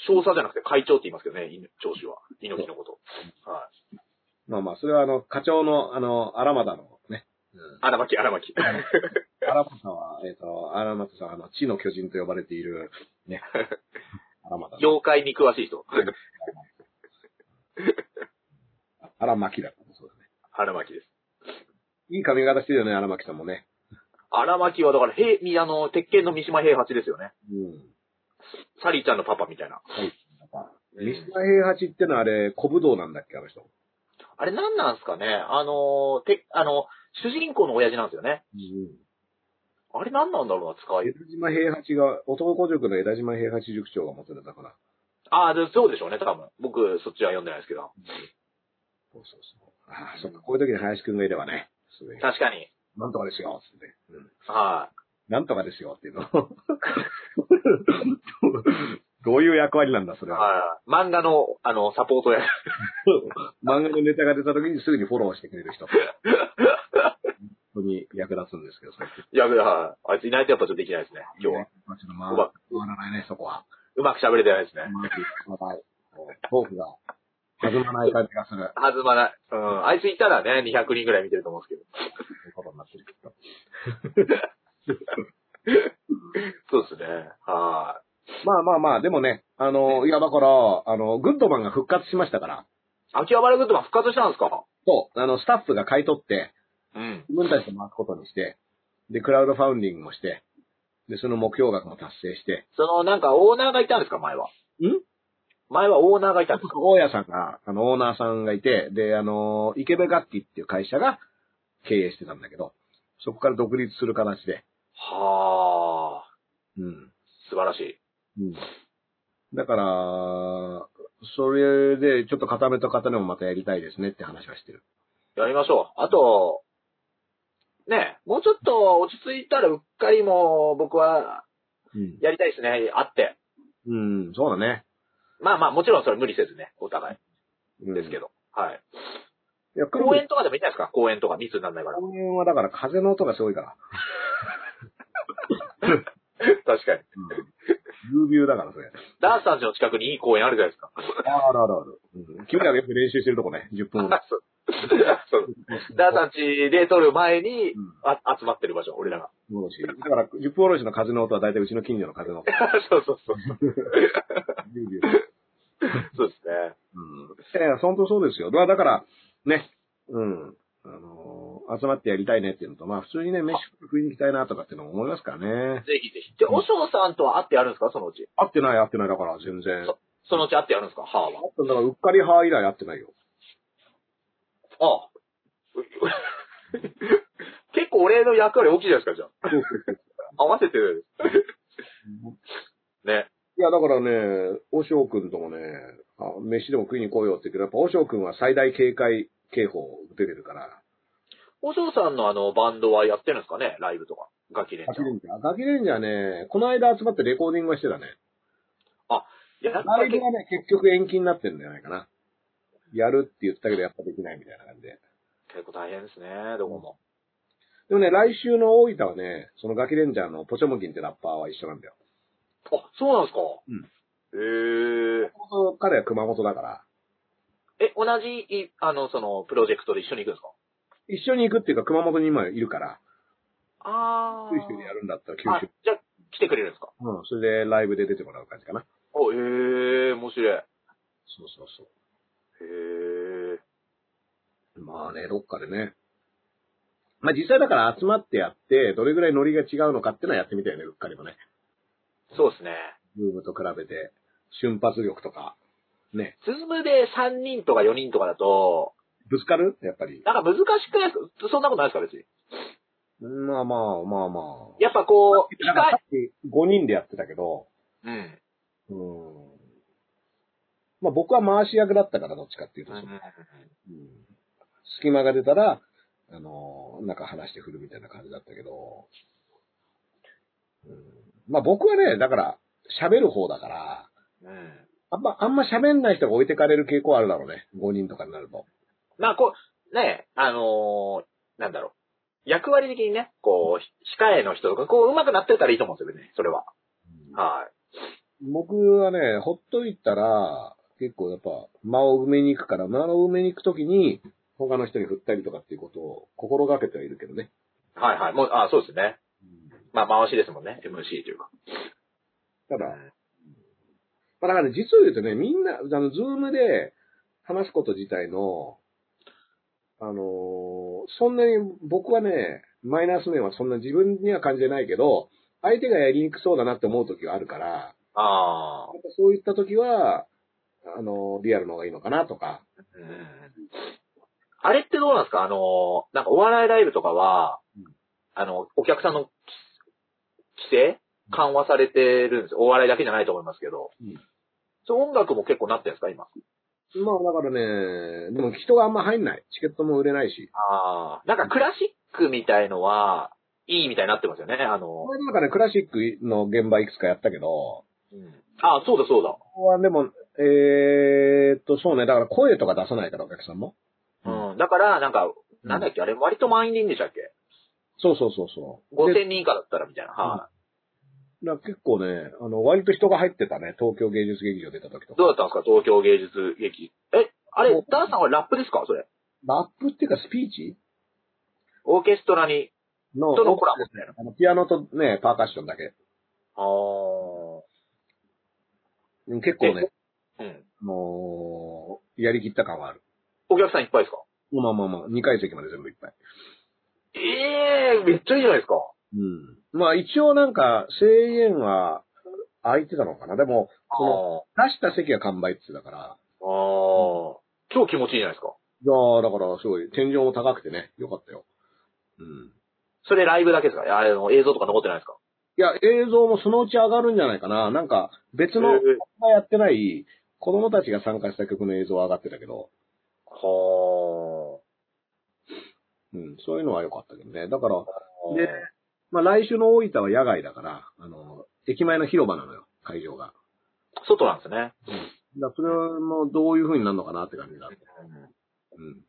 [SPEAKER 2] 少佐じゃなくて会長って言いますけどね、犬長州は。猪木のこと。はい。
[SPEAKER 3] まあまあ、それはあの、課長の、あの、荒俣のね、うん、
[SPEAKER 2] 荒巻、荒巻。
[SPEAKER 3] 荒俣は、えっ、と、荒俣さんは、あの、地の巨人と呼ばれている、 ね、荒俣の。
[SPEAKER 2] 妖怪に詳しい人。
[SPEAKER 3] 荒牧だからね、そうだね。
[SPEAKER 2] 荒巻です。
[SPEAKER 3] いい髪型してるよね、荒牧さんもね。
[SPEAKER 2] 荒巻はだから、平、みあの、鉄拳の三島平八ですよね。
[SPEAKER 3] うん。
[SPEAKER 2] サリーちゃんのパパみたいな。うん
[SPEAKER 3] 三島平八ってのはあれ、小武道なんだっけ、あの人。
[SPEAKER 2] あれ何なんすかねあの、て、あの、主人公の親父なんですよね。
[SPEAKER 3] うん。
[SPEAKER 2] あれ何なんだろうな、使い
[SPEAKER 3] 江。田島平八が、男塾の江田島平八塾長が持ってたから。
[SPEAKER 2] ああ、でそうでしょうね、多分。僕、そっちは読んでないですけど。
[SPEAKER 3] そうそうそう。ああ、そっか、こういう時に林くんがいればね、すぐに
[SPEAKER 2] 確かに。
[SPEAKER 3] なんとかですよ、つってね。うん。
[SPEAKER 2] は
[SPEAKER 3] なんとかですよ、っていうの。 どういう役割なんだ、そ
[SPEAKER 2] い。
[SPEAKER 3] れは。
[SPEAKER 2] はい。漫画の、あの、サポートや。
[SPEAKER 3] 漫画のネタが出た時にすぐにフォローしてくれる人。本当に役立つんですけど、それって。
[SPEAKER 2] いや、はい。あいついないとやっぱちょっとできないですね、今日は。
[SPEAKER 3] まあちょっと回回らないね、そこは。
[SPEAKER 2] うまく喋れてないですね
[SPEAKER 3] う。まくいかない。トークが弾まない感じがする。
[SPEAKER 2] 弾まない。うん。あいついたらね、200人ぐらい見てると思うんです
[SPEAKER 3] ということになってるけど。
[SPEAKER 2] けど。そうですね。は
[SPEAKER 3] まあまあまあ、でもね、あの、いやだから、あの、グッドマンが復活しましたから、
[SPEAKER 2] い。秋葉原グッドマン復活したんですか
[SPEAKER 3] そう、あの、スタッフが買い取って、
[SPEAKER 2] うん。
[SPEAKER 3] 自分たちで回すことにして、で、クラウドファウンディングもして、で、その目標額も達成して、
[SPEAKER 2] その、なんかオーナーがいたんですか、前は。
[SPEAKER 3] ん
[SPEAKER 2] 前はオーナーがいたんですか
[SPEAKER 3] 大家さんが、あの、オーナーさんがいて、で、あの、池部楽器っていう会社が経営してたんだけど、そこから独立する形で、
[SPEAKER 2] はあ。
[SPEAKER 3] うん。
[SPEAKER 2] 素晴らしい。
[SPEAKER 3] うん。だから、それで、ちょっと固めた方でもまたやりたいですねって話はしてる。
[SPEAKER 2] やりましょう。あと、ねえもうちょっと落ち着いたらうっかりも僕は
[SPEAKER 3] うん。
[SPEAKER 2] やりたいですね。あって。
[SPEAKER 3] うん、そうだね。
[SPEAKER 2] まあまあ、もちろんそれ無理せずね、お互
[SPEAKER 3] う
[SPEAKER 2] い
[SPEAKER 3] ん、
[SPEAKER 2] ですけど。はい。
[SPEAKER 3] いや、公
[SPEAKER 2] 公
[SPEAKER 3] 園、
[SPEAKER 2] 園とかでもいいんじゃないですか公園とか密にならないから。
[SPEAKER 3] 公園はだから風の音がすごいから。
[SPEAKER 2] 確かに。
[SPEAKER 3] ビュービューだから、それ。
[SPEAKER 2] ダースさんちの近くにいい公園あるじゃないですか。
[SPEAKER 3] あるあるある。うん。君らがよく練習してるとこね、10分ほど。
[SPEAKER 2] そうそうダースさんちで撮る前に、
[SPEAKER 3] うん。
[SPEAKER 2] あ集まってる場所、俺らが。
[SPEAKER 3] おろし。だから、10分おろしの風の音は大体うちの近所の風の音。
[SPEAKER 2] そうそうそう。
[SPEAKER 3] ビュービュー。
[SPEAKER 2] そうですね。
[SPEAKER 3] うん。いや、本当そうですよ。まあだから、ね、うん。あのー集まってやりたいねっていうのと、まあ普通にね、飯食いに行きたいなとかっていうのも思いますからね。
[SPEAKER 2] ぜひぜひ。で、おしょうさんとは会ってやるんですかそのうち。
[SPEAKER 3] 会ってない会ってないだから、全然。だ
[SPEAKER 2] そそのうち会ってやるんですかはあは。
[SPEAKER 3] から、うっかり派以来会ってないよ。
[SPEAKER 2] あ あ。結構俺の役割大きいじゃないですか、じゃ あ。合わせてる。ね。
[SPEAKER 3] いや、だからね、おしょうくんともね、あ飯でも食いに行こうよって言うけど、やっぱおしょうくんは最大警戒警報を受けてるから、
[SPEAKER 2] おしょうさんのあの、バンドはやってるんですかねライブとか。ガキレン
[SPEAKER 3] ガ
[SPEAKER 2] ち
[SPEAKER 3] キ
[SPEAKER 2] ゃん
[SPEAKER 3] レ。ンジャー。ガキレンジャーね、この間集まってレコーディングはしてたね。
[SPEAKER 2] やっぱ
[SPEAKER 3] ライ
[SPEAKER 2] り
[SPEAKER 3] ブがね、結局延期になってるんじゃないかな。やるって言ったけど、やっぱできないみたいな感じで。
[SPEAKER 2] 結構大変ですね、どこも。
[SPEAKER 3] でもね、来週の大分はね、そのガキレンジャーのポチョムキンってラッパーは一緒なんだよ。
[SPEAKER 2] あ、そうなんですか
[SPEAKER 3] ん
[SPEAKER 2] うん。へ
[SPEAKER 3] 彼は熊本だから、
[SPEAKER 2] え。え、同じ、いあの、その、プロジェクトで一緒に行くんですか
[SPEAKER 3] 一緒に行くっていうか熊本に今いるから、
[SPEAKER 2] あ
[SPEAKER 3] 九州でやるんだったら
[SPEAKER 2] あ、
[SPEAKER 3] 九
[SPEAKER 2] じ
[SPEAKER 3] 州。
[SPEAKER 2] ゃあ、来てくれるんですか
[SPEAKER 3] うん、それでライブで出てもらう感じかな。
[SPEAKER 2] お、へえ、面白い。へ
[SPEAKER 3] そうそうそ
[SPEAKER 2] え。
[SPEAKER 3] う。まあね、どっかでね。まあ実際だから集まってやって、どれぐらいノリが違うのかっていうのはやってみたいよね、うっかりもね。
[SPEAKER 2] そうですね。
[SPEAKER 3] ブームと比べて、瞬発力とか、ね、
[SPEAKER 2] ズームで3人とか4人とかだと、
[SPEAKER 3] ぶつかるやっぱり。
[SPEAKER 2] なんか難しくないですかそんなことないですか別に。
[SPEAKER 3] まあまあ、まあまあ。
[SPEAKER 2] やっぱ こう、機
[SPEAKER 3] だからさ
[SPEAKER 2] 械
[SPEAKER 3] っき5人でやってたけど、
[SPEAKER 2] うん。
[SPEAKER 3] うん。まあ僕は回し役だったから、どっちかっていうと、うん隙間が出たら、あのー、なんか話して振るみたいな感じだったけど、うん、まあ僕はね、だから、喋る方だから、
[SPEAKER 2] うん。
[SPEAKER 3] あんま、あんま喋んない人が置いてかれる傾向あるだろうね。5人とかになると。
[SPEAKER 2] まあこう、ねえ、あのー、なんだろう。役割的にね、こう、控えの人とか、こう、上手くなってたらいいと思うんですよね、それは。はい。
[SPEAKER 3] 僕はね、ほっといたら、結構やっぱ、間を埋めに行くから、間を埋めに行くときに、他の人に振ったりとかっていうことを心がけてはいるけどね。
[SPEAKER 2] はいはい。もう、あそうですね。まあ、回しですもんね、MC というか。
[SPEAKER 3] ただ、まあ、だから実を言うとね、みんな、あの、ズームで話すこと自体の、あのーそんなに僕はね、マイナス面はそんな自分には感じてないけど、相手がやりにくそうだなって思う時があるから、
[SPEAKER 2] ああ。
[SPEAKER 3] やっぱそういった時は、あのーリアルの方がいいのかなとか、
[SPEAKER 2] うんあれってどうなんですかあのー、なんかお笑いライブとかは、
[SPEAKER 3] うん
[SPEAKER 2] あの、お客さんの規規制緩和されてるんですよ。お笑いだけじゃないと思いますけど。
[SPEAKER 3] うん
[SPEAKER 2] そう、音楽も結構なってるんですか今。
[SPEAKER 3] まあだからね、でも人があんま入んない。チケットも売れないし。
[SPEAKER 2] ああ。なんかクラシックみたいのは、いいみたいになってますよね。あの
[SPEAKER 3] こ、れなんかね、クラシックの現場いくつかやったけど、こ
[SPEAKER 2] うん、ああ、そうだそうだ。
[SPEAKER 3] こはでも、えー、っと、そうね、だから声とか出さないから、お客さんも。
[SPEAKER 2] うん。だから、なんか、なんだっけ、あれ、割と満員でいいんでしたっけ
[SPEAKER 3] そうそうそうそう。で
[SPEAKER 2] ?5000 人以下だったらみたいな。は
[SPEAKER 3] だから結構ね、あの、割と人が入ってたね、東京芸術劇場出た時と
[SPEAKER 2] い。どうだ
[SPEAKER 3] か。
[SPEAKER 2] ったんですか東京芸術劇。え、あれ
[SPEAKER 3] お、
[SPEAKER 2] ダンさんはラップですかそれ。
[SPEAKER 3] ラップっていうかスピーチ
[SPEAKER 2] オーケストラに、
[SPEAKER 3] の、
[SPEAKER 2] とのコラボみたいな。
[SPEAKER 3] あのピアノとね、パーカッションだけ。
[SPEAKER 2] あー
[SPEAKER 3] うん結構ね、
[SPEAKER 2] うん。
[SPEAKER 3] あのーやりきった感はある。
[SPEAKER 2] お客さんいっぱいですか
[SPEAKER 3] まあまあまあ、2階席まで全部いっぱい。
[SPEAKER 2] ええー、めっちゃいいじゃないですか。
[SPEAKER 3] うん。まあ一応なんか、声援は空いてたのかな。でも、
[SPEAKER 2] あ
[SPEAKER 3] この出した席は完売って言ってたから、
[SPEAKER 2] あー。超気持ちいいじゃないですか。
[SPEAKER 3] いやーだからすごい、天井も高くてね、よかったよ。うん。
[SPEAKER 2] それライブだけですかいやあれの映像とか残ってないですか
[SPEAKER 3] いや、映像もそのうち上がるんじゃないかな。なんか、別の、
[SPEAKER 2] えー
[SPEAKER 3] がやってない、子供たちが参加した曲の映像は上がってたけど、
[SPEAKER 2] は
[SPEAKER 3] うん、そういうのは良かったけどね。だから、
[SPEAKER 2] あ。
[SPEAKER 3] でまあ来週の大分は野外だから、あの、駅前の広場なのよ、会場が。
[SPEAKER 2] 外なんですね。
[SPEAKER 3] だからそれもどういう風になるのかなって感じがあって。うん。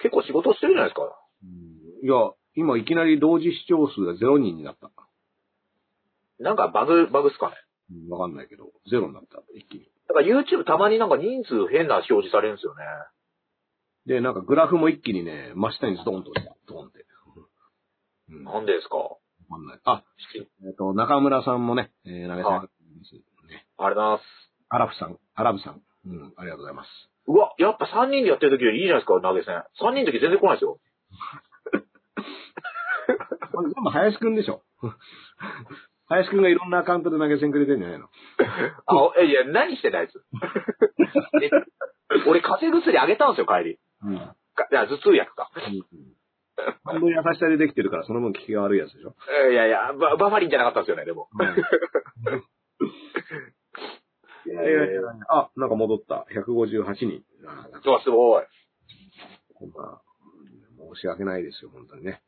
[SPEAKER 2] 結構仕事してるじゃないですか。
[SPEAKER 3] いや、今いきなり同時視聴数が0人になった。
[SPEAKER 2] なんかバグ、バグっすかね。
[SPEAKER 3] うんわかんないけど、ゼロになった、一気に。
[SPEAKER 2] だから YouTube たまになんか人数変な表示されるんですよね。
[SPEAKER 3] で、なんかグラフも一気にね、真下にズドンと落ちた。ドンって。 うん。わ
[SPEAKER 2] なんでですか
[SPEAKER 3] かんない。あ、えっ、と、中村さんもね、えー、投げさん
[SPEAKER 2] は
[SPEAKER 3] ですね。
[SPEAKER 2] あれだなす。
[SPEAKER 3] アラフさん、アラブさん。うん、ありがとうございます。
[SPEAKER 2] うわ、やっぱ3人でやってる時よりいいじゃないですか、投げ銭。3人の時全然来ないですよ。
[SPEAKER 3] これ全部林くんでしょ。 林くんがいろんなアカウントで投げ銭くれてんじゃないの
[SPEAKER 2] あ、えいや、何してたやつえ俺、風邪薬あげたんですよ、帰り。
[SPEAKER 3] うん。
[SPEAKER 2] かいや、頭痛薬か。
[SPEAKER 3] 半分優しさでできてるから、その分効きが悪いやつでしょ。
[SPEAKER 2] えいやいや、ババファリンじゃなかったんですよね、でも。
[SPEAKER 3] いやいやいやあ、なんか戻った。158人。あなん
[SPEAKER 2] う
[SPEAKER 3] か
[SPEAKER 2] わ、すごい。
[SPEAKER 3] まあ、うん申し訳ないですよ、本当にね。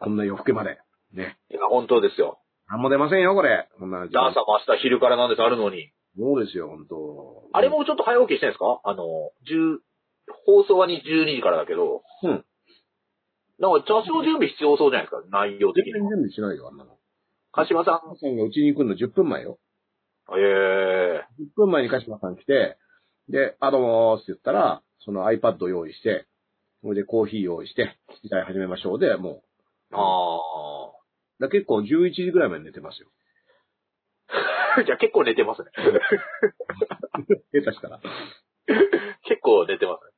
[SPEAKER 3] こんな夜更けまで。ね。
[SPEAKER 2] いや、本当ですよ。
[SPEAKER 3] なんも出ませんよ、これ。こんな。
[SPEAKER 2] ダンさんも明日昼からなんですあるのに。
[SPEAKER 3] そうですよ、本当
[SPEAKER 2] あれもちょっと早起きしてるんですかあの、10、放送はに12時からだけど、
[SPEAKER 3] うん。
[SPEAKER 2] なんか多少準備必要そうじゃないですか、内容
[SPEAKER 3] 全
[SPEAKER 2] 的
[SPEAKER 3] 然
[SPEAKER 2] に
[SPEAKER 3] 準
[SPEAKER 2] も。
[SPEAKER 3] 備しないよ、あんなの。
[SPEAKER 2] 鹿島さん、
[SPEAKER 3] さんがうちに行くの10分前よ。
[SPEAKER 2] ええ
[SPEAKER 3] 10分前に鹿島さん来て、で、あ、どうもーって言ったら、その iPad を用意して、それでコーヒー用意して、試合始めましょうで、も
[SPEAKER 2] ああ。
[SPEAKER 3] う。だから結構11時ぐらいまで寝てますよ。
[SPEAKER 2] じゃあ結構寝てますね。
[SPEAKER 3] 下手したら。
[SPEAKER 2] 結構寝てますね。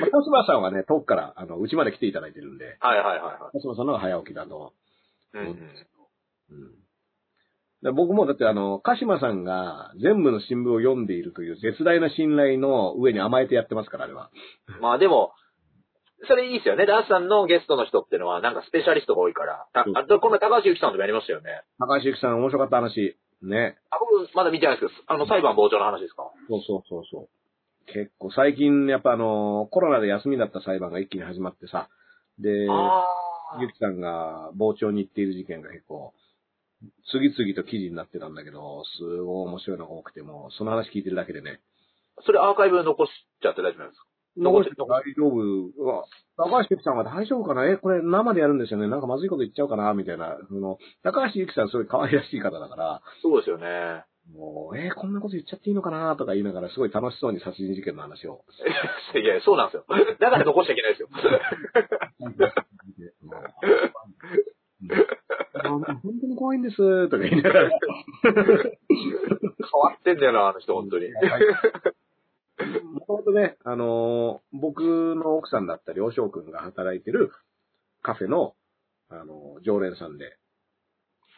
[SPEAKER 3] まあ、鹿島さんはね、遠くから、あの、うちまで来ていただいてるんで、
[SPEAKER 2] はいはいはいはい。
[SPEAKER 3] 鹿島さんの方が早起きだと。
[SPEAKER 2] うんうん。
[SPEAKER 3] うん。で僕もだってあの、鹿島さんが全部の新聞を読んでいるという絶大な信頼の上に甘えてやってますから、あれは。
[SPEAKER 2] まあでも、それいいですよね。ダースさんのゲストの人ってのは、なんかスペシャリストが多いから。たあと、この高橋由紀さんともやりましたよね。
[SPEAKER 3] 高橋由紀さん面白かった話。ね。
[SPEAKER 2] あ、僕、まだ見てないですけど、あの、裁判傍聴の話ですか
[SPEAKER 3] そうそうそうそう。結構最近やっぱあの、コロナで休みだった裁判が一気に始まってさ、で、由
[SPEAKER 2] ああ。
[SPEAKER 3] 紀さんが傍聴に行っている事件が結構、次々と記事になってたんだけど、すごい面白いのが多くても、その話聞いてるだけでね。
[SPEAKER 2] それアーカイブ残しちゃって大丈夫なんですか残ってる
[SPEAKER 3] 大丈夫。うわ高橋由紀さんは大丈夫かなえ、これ生でやるんですよね。なんかまずいこと言っちゃうかなみたいな。その、高橋由紀さんすごい可愛らしい方だから、
[SPEAKER 2] そうですよね。
[SPEAKER 3] もう、えーこんなこと言っちゃっていいのかなとか言いながら、すごい楽しそうに殺人事件の話 を。
[SPEAKER 2] いや、そうなんですよ。だから残しちゃいけない ですよ。
[SPEAKER 3] うんあ本当に怖いんですとか言いながら。
[SPEAKER 2] 変わってんだよな、あの人、本当に。
[SPEAKER 3] もともとね、あのー僕の奥さんだったり、おしょうくんが働いてるカフェの、あのー常連さんで。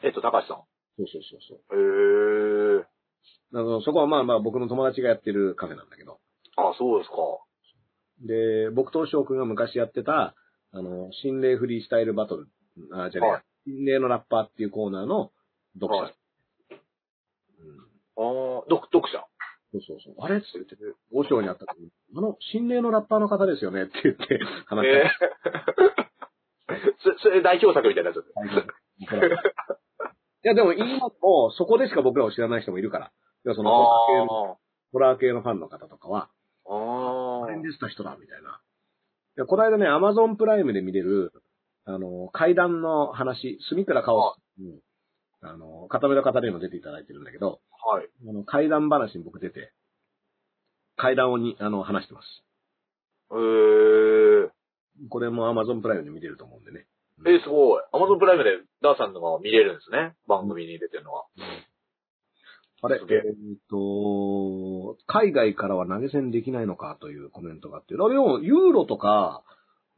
[SPEAKER 2] えっと、高橋さん。
[SPEAKER 3] そうそうそうそう。
[SPEAKER 2] へえ。
[SPEAKER 3] あの、そこはまあまあ僕の友達がやってるカフェなんだけど。
[SPEAKER 2] あ、そうですか。
[SPEAKER 3] で、僕と翔くんが昔やってた、あの、心霊フリースタイルバトル、あ、じゃねえ
[SPEAKER 2] は
[SPEAKER 3] や、心霊のラッパーっていうコーナーの読者。
[SPEAKER 2] はい
[SPEAKER 3] うん
[SPEAKER 2] ああ、読、読者。
[SPEAKER 3] そうそうそう。あれって言って、王将にあった時にあの、心霊のラッパーの方ですよねって言って話し
[SPEAKER 2] ええ。 そそれ代表作みたいなやつ。
[SPEAKER 3] た。ほらいや、でも今もそこでしか僕らを知らない人もいるから。いやそのホラー系の、
[SPEAKER 2] あ
[SPEAKER 3] ホラー系のファンの方とかは、
[SPEAKER 2] あ。あ
[SPEAKER 3] これでした人だ、みたいな。でこの間ね、アマゾンプライムで見れる、あの、階段の話、住倉かおに、あの、片目の片目も出ていただいてるんだけど、
[SPEAKER 2] あ。はい。
[SPEAKER 3] あの、階段話に僕出て、階段をに、あの、話してます。
[SPEAKER 2] え
[SPEAKER 3] これもアマゾンプライムで見れると思うんでね。
[SPEAKER 2] え。えー、すごい。アマゾンプライムでダーさんのが見れるんですね。番組に出てるのは。
[SPEAKER 3] あれ、え
[SPEAKER 2] すげえ
[SPEAKER 3] っと、海外からは投げ銭できないのかというコメントがあって、あれをユーロとか、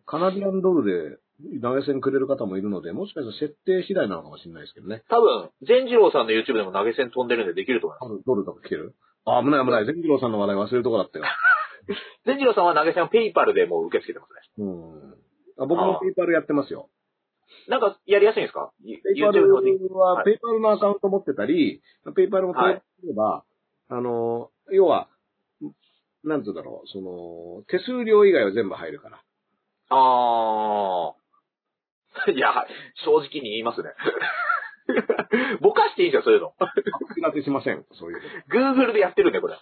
[SPEAKER 3] カナディアンドルで投げ銭くれる方もいるので、もしかしたら設定次第なのかもしれないですけどね。
[SPEAKER 2] 多分、善次郎さんの YouTube でも投げ銭飛んでるんでできると思いま
[SPEAKER 3] あのドルとか来てるあ、危ない危ない。善次郎さんの話題忘れるとこだったよ。
[SPEAKER 2] す。善次郎さんは投げ銭をペイパルでもう受け付けてますね。
[SPEAKER 3] うん。あ僕も
[SPEAKER 2] あー
[SPEAKER 3] ペイパルやってますよ。
[SPEAKER 2] なんか、やりやすいんですかゆ
[SPEAKER 3] ペイパ
[SPEAKER 2] ?YouTube
[SPEAKER 3] ル
[SPEAKER 2] のできは
[SPEAKER 3] は、
[SPEAKER 2] い
[SPEAKER 3] ペイパルのアカウント持ってたり、ペイパルも
[SPEAKER 2] は
[SPEAKER 3] 登
[SPEAKER 2] い
[SPEAKER 3] 録すれば、あの、要は、なんつうんだろう、その、手数料以外は全部入るから。
[SPEAKER 2] あー。いや、正直に言いますね。 ぼかしていいんですよ、そういうの。
[SPEAKER 3] 手立てしません、そういうの。
[SPEAKER 2] Google でやってるんで、これ。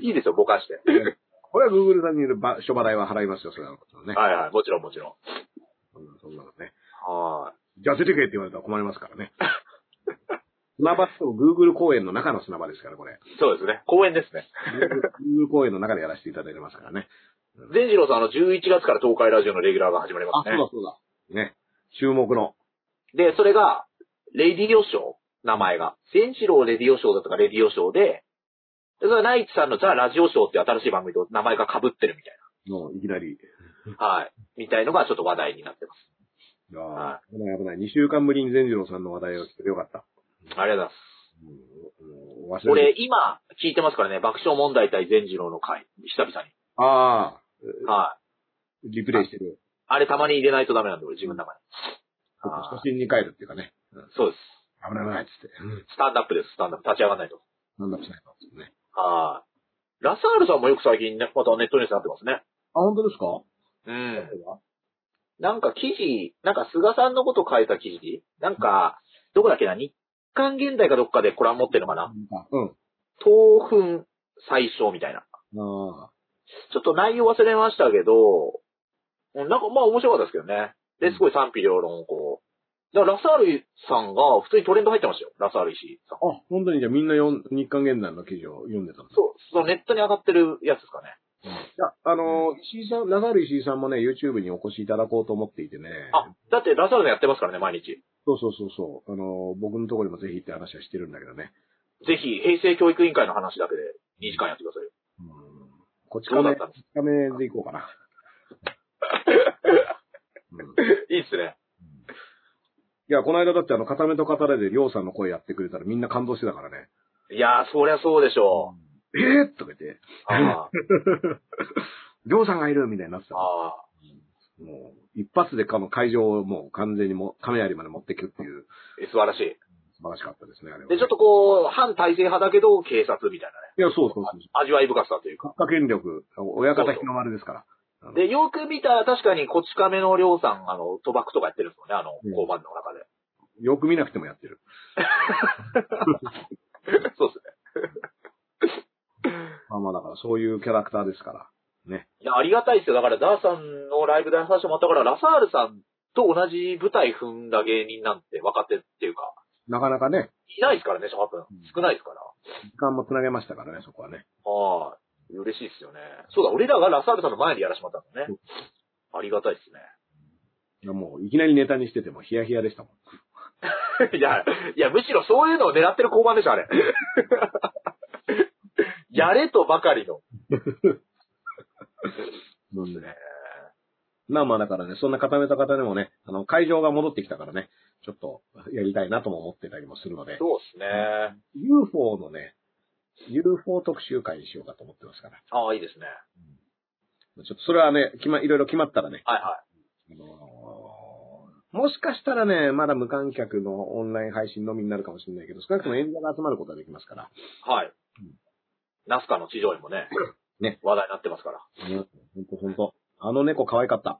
[SPEAKER 2] いいですよ、ぼかして。
[SPEAKER 3] これは Google さんにいるば諸払いは払いますよ、それは。ね。
[SPEAKER 2] はいはい、もちろんもちろん。
[SPEAKER 3] うんそんなのね。
[SPEAKER 2] は
[SPEAKER 3] じゃあ出てけって言われたら困りますからね。 砂場っても Google 公園の中の砂場ですから、これ。
[SPEAKER 2] い。そうですね。公演ですね。
[SPEAKER 3] Google 公園の中でやらせていただいてますからね。
[SPEAKER 2] 善次郎さん、あの、11月から東海ラジオのレギュラーが始まりま
[SPEAKER 3] あ、
[SPEAKER 2] す
[SPEAKER 3] そう
[SPEAKER 2] ね。
[SPEAKER 3] だそうだ。ね。注目の。
[SPEAKER 2] で、それが、レディオショー名前が。善次郎レディオショーだったかレディオショーで、で、それはナイツさんのザ・ラジオショーっていう新しい番組と名前が被ってるみたい
[SPEAKER 3] もういきなり。
[SPEAKER 2] な。はい。みたいのがちょっと話題になってます。
[SPEAKER 3] ああ、危ない危ない。2週間ぶりに善次郎さんの話題を聞けてよかった。
[SPEAKER 2] ありがとうございます。
[SPEAKER 3] うんうん忘れ
[SPEAKER 2] 俺、今、聞いてますからね、爆笑問題対善次郎の回、久々に。
[SPEAKER 3] ああ、
[SPEAKER 2] はい。
[SPEAKER 3] リプレイしてる。
[SPEAKER 2] あれたまに入れないとダメなんで、俺自分の中
[SPEAKER 3] そっか
[SPEAKER 2] あー
[SPEAKER 3] 初心に帰るっていうかね。うん
[SPEAKER 2] で。そうです。
[SPEAKER 3] 危ない危ないっつって。うん
[SPEAKER 2] スタンダップです、スタンダップ。立ち上がらないと。
[SPEAKER 3] なんだっけないかっつってね。
[SPEAKER 2] はい。ラサールさんもよく最近ね、またネットニュースになってますね。
[SPEAKER 3] あ、本当ですか
[SPEAKER 2] うん。なんか記事、なんか菅さんのこと書いた記事なんか、どこだっけな日刊現代かどっかでコラム持ってるのかな
[SPEAKER 3] うん。
[SPEAKER 2] 東粉最小みたいな。
[SPEAKER 3] ああ。
[SPEAKER 2] ちょっと内容忘れましたけど、うんなんかまあ面白かったですけどね。で、すごい賛否両論をこう。だからラサールさんが普通にトレンド入ってましたよ。ラサール石井さん。
[SPEAKER 3] あ、本当にじゃあみんな読ん日刊現代の記事を読んでたんだ。
[SPEAKER 2] そう、そのネットに上がってるやつですかね。
[SPEAKER 3] いや、あのー石井さん、ラザール石井さんもね、YouTube にお越しいただこうと思っていてね。
[SPEAKER 2] あ、だってラサールさんやってますからね、毎日。
[SPEAKER 3] そうそうそうそう。あのー僕のところにもぜひって話はしてるんだけどね。
[SPEAKER 2] ぜひ、平成教育委員会の話だけで2時間やってくださいよ。
[SPEAKER 3] うん。こっち
[SPEAKER 2] どう
[SPEAKER 3] 亀、
[SPEAKER 2] だっ
[SPEAKER 3] こ
[SPEAKER 2] たん
[SPEAKER 3] っ
[SPEAKER 2] で
[SPEAKER 3] ち亀で行こうかな。うん
[SPEAKER 2] すいいっすね。
[SPEAKER 3] いや、この間だってあの、片目と片目でりょうさんの声やってくれたらみんな感動してたからね。
[SPEAKER 2] いやー、そりゃそうでしょう。
[SPEAKER 3] えー、とか言って、
[SPEAKER 2] あ ー
[SPEAKER 3] りょうさんがいるみたいになってたから。
[SPEAKER 2] あ
[SPEAKER 3] もう、一発でかの会場をもう完全にもう亀有まで持ってくっていう、
[SPEAKER 2] ー、え素晴らしい。
[SPEAKER 3] 素晴らしかったですね、あれは。
[SPEAKER 2] で、ちょっとこう、反体制派だけど、警察みたいなね。
[SPEAKER 3] いや、そうそうそう。
[SPEAKER 2] 味わい深さというか。
[SPEAKER 3] 国家権力、親方日の丸ですから。
[SPEAKER 2] で、よく見たら確かにこち亀のりょうさん、あの、賭博とかやってるんですよね、あの
[SPEAKER 3] うん、
[SPEAKER 2] 交番の中で。
[SPEAKER 3] よく見なくてもやってる。
[SPEAKER 2] そうですね。
[SPEAKER 3] まあまあだから、そういうキャラクターですから。
[SPEAKER 2] いや、ありがたいですよ。だから、ダーさんのライブで話してもらったから、ラサールさんと同じ舞台踏んだ芸人なんて若手っていうか、
[SPEAKER 3] なかなかね、
[SPEAKER 2] いないですからね、シャープン
[SPEAKER 3] ん。
[SPEAKER 2] 少ないですから。
[SPEAKER 3] 時間も繋げましたからね、そこはね。
[SPEAKER 2] はい。嬉しいですよね。そうだ、俺らがラサールさんの前でやらしまったんだね。ありがたいですね。
[SPEAKER 3] いやもう、いきなりネタにしててもヒヤヒヤでしたもん。
[SPEAKER 2] いや、いや、むしろそういうのを狙ってる交番でしょ、あ れ。やれとばかり の。
[SPEAKER 3] そうですね。まあまあだからね、そんな固めた方でもね、あの、会場が戻ってきたからね、ちょっとやりたいなとも思ってたりもするので、
[SPEAKER 2] そうですね。
[SPEAKER 3] UFO のね、UFO 特集会にしようかと思ってますから。
[SPEAKER 2] ああ、いいですね。
[SPEAKER 3] ちょっとそれはね、決ま、いろいろ決まったらね、
[SPEAKER 2] はいは
[SPEAKER 3] あのーもしかしたらね、まだ無観客のオンライン配信のみになるかもしれないけど、少なくとも演者が集まることはできますから、
[SPEAKER 2] い。はい。ナスカの地上絵も ね、
[SPEAKER 3] ね
[SPEAKER 2] 話題になってますから。
[SPEAKER 3] うんほんとほんと。あの猫可愛かった。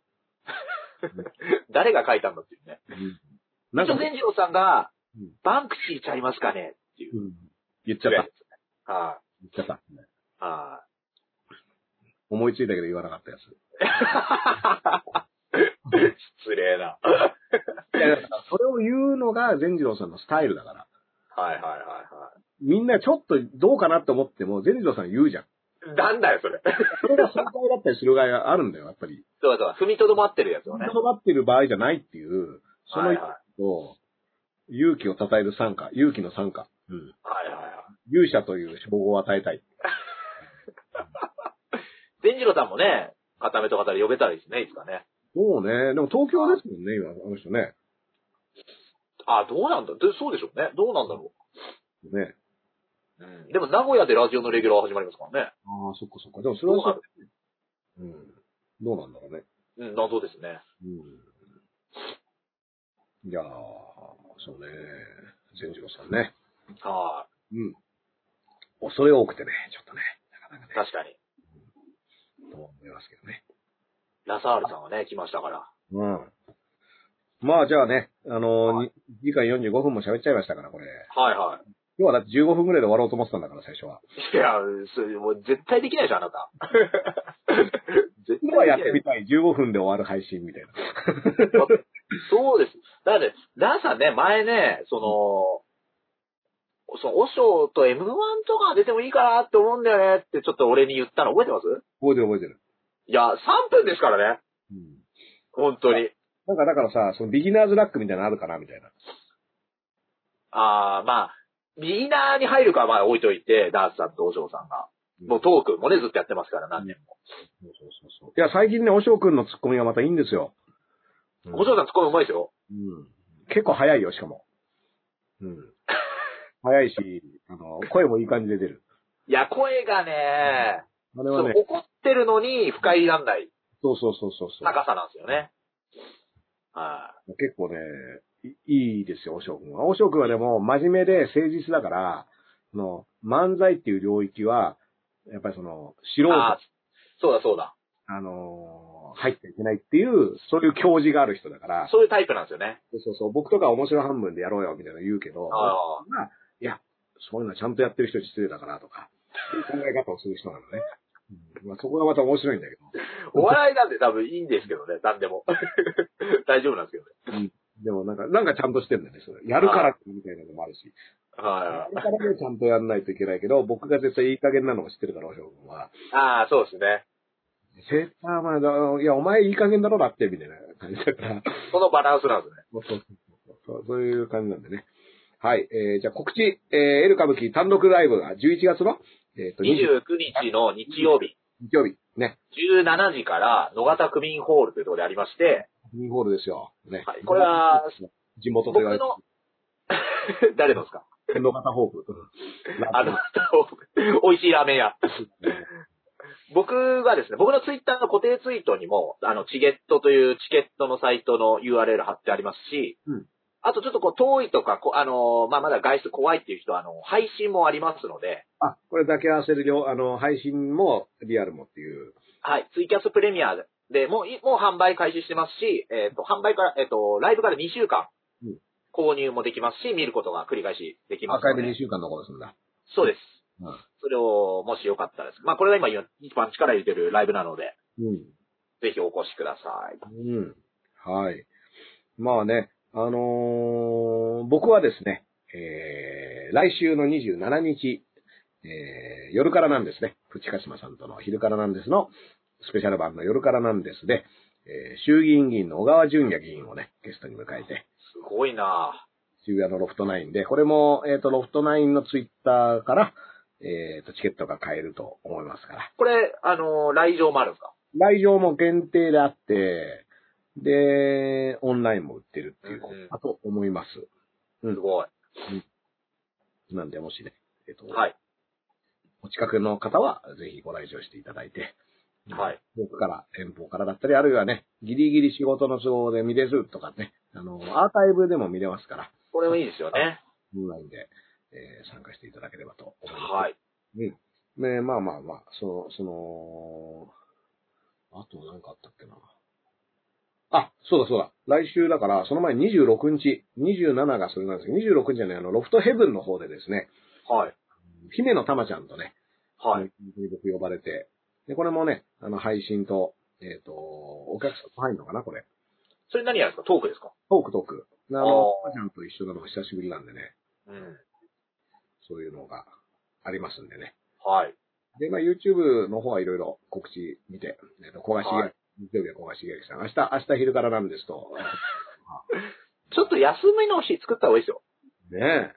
[SPEAKER 2] 誰が描いたんだっていうね。
[SPEAKER 3] な
[SPEAKER 2] 一応、善次郎さんが
[SPEAKER 3] うん、
[SPEAKER 2] バンクシーちゃいますかねっていうう。
[SPEAKER 3] ん言っちゃった。言っ
[SPEAKER 2] は
[SPEAKER 3] ちゃった。
[SPEAKER 2] い。は
[SPEAKER 3] 思いついたけど言わなかったやつ。
[SPEAKER 2] い。 失礼な。
[SPEAKER 3] いや、だからそれを言うのが善次郎さんのスタイルだから。
[SPEAKER 2] はいはいはい
[SPEAKER 3] みんなちょっとどうかなって思っても、善次郎さん言うじゃん。
[SPEAKER 2] はい。なんだよ、それ。
[SPEAKER 3] それが正解だったりする場合があるんだよ、やっぱり。
[SPEAKER 2] そうそう、踏みとどまってるやつを
[SPEAKER 3] 人
[SPEAKER 2] ね。
[SPEAKER 3] とばっている場合じゃないっていう、その
[SPEAKER 2] はい
[SPEAKER 3] 一
[SPEAKER 2] はい
[SPEAKER 3] 歩を、勇気を称える参加、勇気の参加。うん。
[SPEAKER 2] はいはいはい。
[SPEAKER 3] 勇者という称号を与えたい。
[SPEAKER 2] 善次郎さんもね、片目と片で呼べたらいいですね、いつかね。
[SPEAKER 3] そうね。でも東京ですもんね、今、あの人ね。
[SPEAKER 2] ああ、どうなんだでそうでしょうね。どうなんだろ
[SPEAKER 3] ね。
[SPEAKER 2] う。うん。でも名古屋でラジオのレギュラー始まりますからね。
[SPEAKER 3] ああ、そっかそっか。でもそ
[SPEAKER 2] ど
[SPEAKER 3] れ
[SPEAKER 2] う
[SPEAKER 3] は
[SPEAKER 2] なん
[SPEAKER 3] さ、うん。どうなんだろうね。
[SPEAKER 2] うん、謎ですね。
[SPEAKER 3] うん。いやー、そうね。善次郎さんね。
[SPEAKER 2] は
[SPEAKER 3] うん。恐れ多くてね、ちょっとね、なかなか
[SPEAKER 2] い。確かに。
[SPEAKER 3] ね、と思いますけどね。
[SPEAKER 2] ラサールさんはね、来ましたから。
[SPEAKER 3] うん。まあじゃあね、あのー、2時間45分も喋っちゃいましたから、これ。
[SPEAKER 2] はいは
[SPEAKER 3] 今日はだって15分ぐらいで終わろうと思ってたんだから、最初は。
[SPEAKER 2] い。いや、それもう絶対できないでしょ、あなた。 絶対でき
[SPEAKER 3] 今はやって
[SPEAKER 2] ない
[SPEAKER 3] みたい。15分で終わる配信みたいな。
[SPEAKER 2] そうです。だって、ラサね、前ね、その、その、オショーと M1 とか出てもいいかなって思うんだよねってちょっと俺に言ったの覚えてます
[SPEAKER 3] 覚えてる覚えてる。
[SPEAKER 2] いや、3分ですからね。
[SPEAKER 3] うん。
[SPEAKER 2] 本当に。
[SPEAKER 3] なんかだからさ、そのビギナーズラックみたいなのあるかな、みたいな。
[SPEAKER 2] ああ、まあ、ビギナーに入るかはまあ置いといて、ダースさんとお嬢さんが。もうトークもね、ずっとやってますから、何年も。
[SPEAKER 3] そうそうそうそう。いや、最近ね、おしょうくんのツッコミがまたいいんですよ。うん
[SPEAKER 2] お嬢さんツッコミうまいですよ。
[SPEAKER 3] うん。結構早いよ、しかも。うん。早いし、あの、声もいい感じで出る。
[SPEAKER 2] いや、声がね、
[SPEAKER 3] あれ
[SPEAKER 2] そ
[SPEAKER 3] は
[SPEAKER 2] の
[SPEAKER 3] ね、
[SPEAKER 2] 怒ってるのに不快になんない
[SPEAKER 3] そうそうそうそうそう。
[SPEAKER 2] 高さなんですよね。は
[SPEAKER 3] 結構ね、いいいですよ、おしょうくんは。おしょうくんはでも、真面目で誠実だから、その、漫才っていう領域は、やっぱりその、素
[SPEAKER 2] い。
[SPEAKER 3] 人、
[SPEAKER 2] ああ
[SPEAKER 3] あ、
[SPEAKER 2] そうだそうだ。
[SPEAKER 3] のー入ってはいけないっていう、そういう教示がある人だから、
[SPEAKER 2] そういうタイプなんですよね。
[SPEAKER 3] そうそうそう、僕とかは面白半分でやろうよ、みたいなの言うけど、
[SPEAKER 2] ああ。
[SPEAKER 3] まあ、いや、そういうのはちゃんとやってる人に失礼だからとか、そういう考え方をする人なのね。うんまあ、そこがまた面白いんだけど。
[SPEAKER 2] お笑いなんで多分いいんですけどね、何でも。 大丈夫なんですけどね。
[SPEAKER 3] でもなんか、なんかちゃんとしてんだよね、それ。やるからみたいなのもあるし。
[SPEAKER 2] はい。
[SPEAKER 3] だからね、ちゃんとやんないといけないけど、僕が絶対いい加減なのを知ってるから、おしょうくんは。
[SPEAKER 2] ああ、そうですね。
[SPEAKER 3] セーターマンだ、いや、お前いい加減だろ、だって、みたいな感じだから。
[SPEAKER 2] このバランスなんですね。
[SPEAKER 3] そうそうそうそうそういう感じなんでね。はい、えー、じゃあ告知、えー、エル歌舞伎単独ライブが11月の、えっ、と、20
[SPEAKER 2] 29日の日曜日、
[SPEAKER 3] 日曜日、ね、
[SPEAKER 2] 17時から野方区民ホールというところでありまして、
[SPEAKER 3] ミンホールですよ。ね。
[SPEAKER 2] はいこれは、
[SPEAKER 3] 地元と
[SPEAKER 2] 僕
[SPEAKER 3] 言われて
[SPEAKER 2] の、 誰のですか
[SPEAKER 3] る、野方ホーク。
[SPEAKER 2] あの、 美味しいラーメン屋。僕がですね、僕のツイッターの固定ツイートにも、あの、チゲットというチケットのサイトの URL 貼ってありますし、
[SPEAKER 3] うん
[SPEAKER 2] あとちょっとこう、遠いとか、こうあのー、まあ、まだ外出怖いっていう人は、あの、配信もありますので、
[SPEAKER 3] あ、これだけ合わせるよ、あの、配信もリアルもっていう。
[SPEAKER 2] はい、ツイキャスプレミアで、もうい、もう販売開始してますし、えっ、と、販売から、えっ、と、ライブから2週間
[SPEAKER 3] うん、
[SPEAKER 2] 購入もできますし、見ることが繰り返しでき
[SPEAKER 3] ア
[SPEAKER 2] ま
[SPEAKER 3] ー
[SPEAKER 2] す
[SPEAKER 3] カイ
[SPEAKER 2] の
[SPEAKER 3] ブ
[SPEAKER 2] で。
[SPEAKER 3] 2週間のことするんだ。
[SPEAKER 2] そうです。
[SPEAKER 3] うん
[SPEAKER 2] それを、もしよかったらです。まあ、これが今一番力入れてるライブなので、
[SPEAKER 3] うん。
[SPEAKER 2] ぜひお越しください。
[SPEAKER 3] うん。はい。まあね、あのー僕はですね、えー、来週の27日、えー、夜からなんですね。プチカシマさんとの昼からなんですの、スペシャル版の夜からなんですで、えー、衆議院議員の小川淳也議員をね、ゲストに迎えて、
[SPEAKER 2] すごいな
[SPEAKER 3] 渋谷のロフトナインで、これも、えっ、と、ロフトナインのツイッターから、えっ、と、チケットが買えると思いますから。
[SPEAKER 2] ぁこれ、あのー来場もあるんですか
[SPEAKER 3] 来場も限定であって、で、オンラインも売ってるっていうことだと思います。
[SPEAKER 2] すごい。
[SPEAKER 3] なんで、もしね、えっと、
[SPEAKER 2] はい。
[SPEAKER 3] お近くの方は、ぜひご来場していただいて、
[SPEAKER 2] はい。
[SPEAKER 3] 遠くから、遠方からだったり、あるいはね、ギリギリ仕事の都合で見れずとかね、あの、アーカイブでも見れますから、
[SPEAKER 2] これもいいですよね。
[SPEAKER 3] オンラインで、えー参加していただければと思います。
[SPEAKER 2] はい。
[SPEAKER 3] ねまあまあまあ、その、その、あと何かあったっけな。あ、そうだそうだ。来週だから、その前に26日、27がそれなんですけど、26日じゃない、あの、ロフトヘブンの方でですね、
[SPEAKER 2] はい。
[SPEAKER 3] 姫野玉ちゃんとね、
[SPEAKER 2] はい。
[SPEAKER 3] 僕呼ばれて、で、これもね、あの、配信と、えっ、と、お客さん入るのかな、これ。
[SPEAKER 2] それ何やるんですかトークですか
[SPEAKER 3] トークトーク。あの、
[SPEAKER 2] あ
[SPEAKER 3] 玉
[SPEAKER 2] ー
[SPEAKER 3] ちゃんと一緒なのが久しぶりなんでね、
[SPEAKER 2] うん。
[SPEAKER 3] そういうのがありますんでね。
[SPEAKER 2] はい。
[SPEAKER 3] で、まあ、YouTube の方はいろいろ告知見て、えっ、と、小賀茂、
[SPEAKER 2] はい
[SPEAKER 3] 日曜日は小賀茂樹さん。明日、明日昼からなんですと。
[SPEAKER 2] ちょっと休みの日作った方がいいですよ。
[SPEAKER 3] ねえ。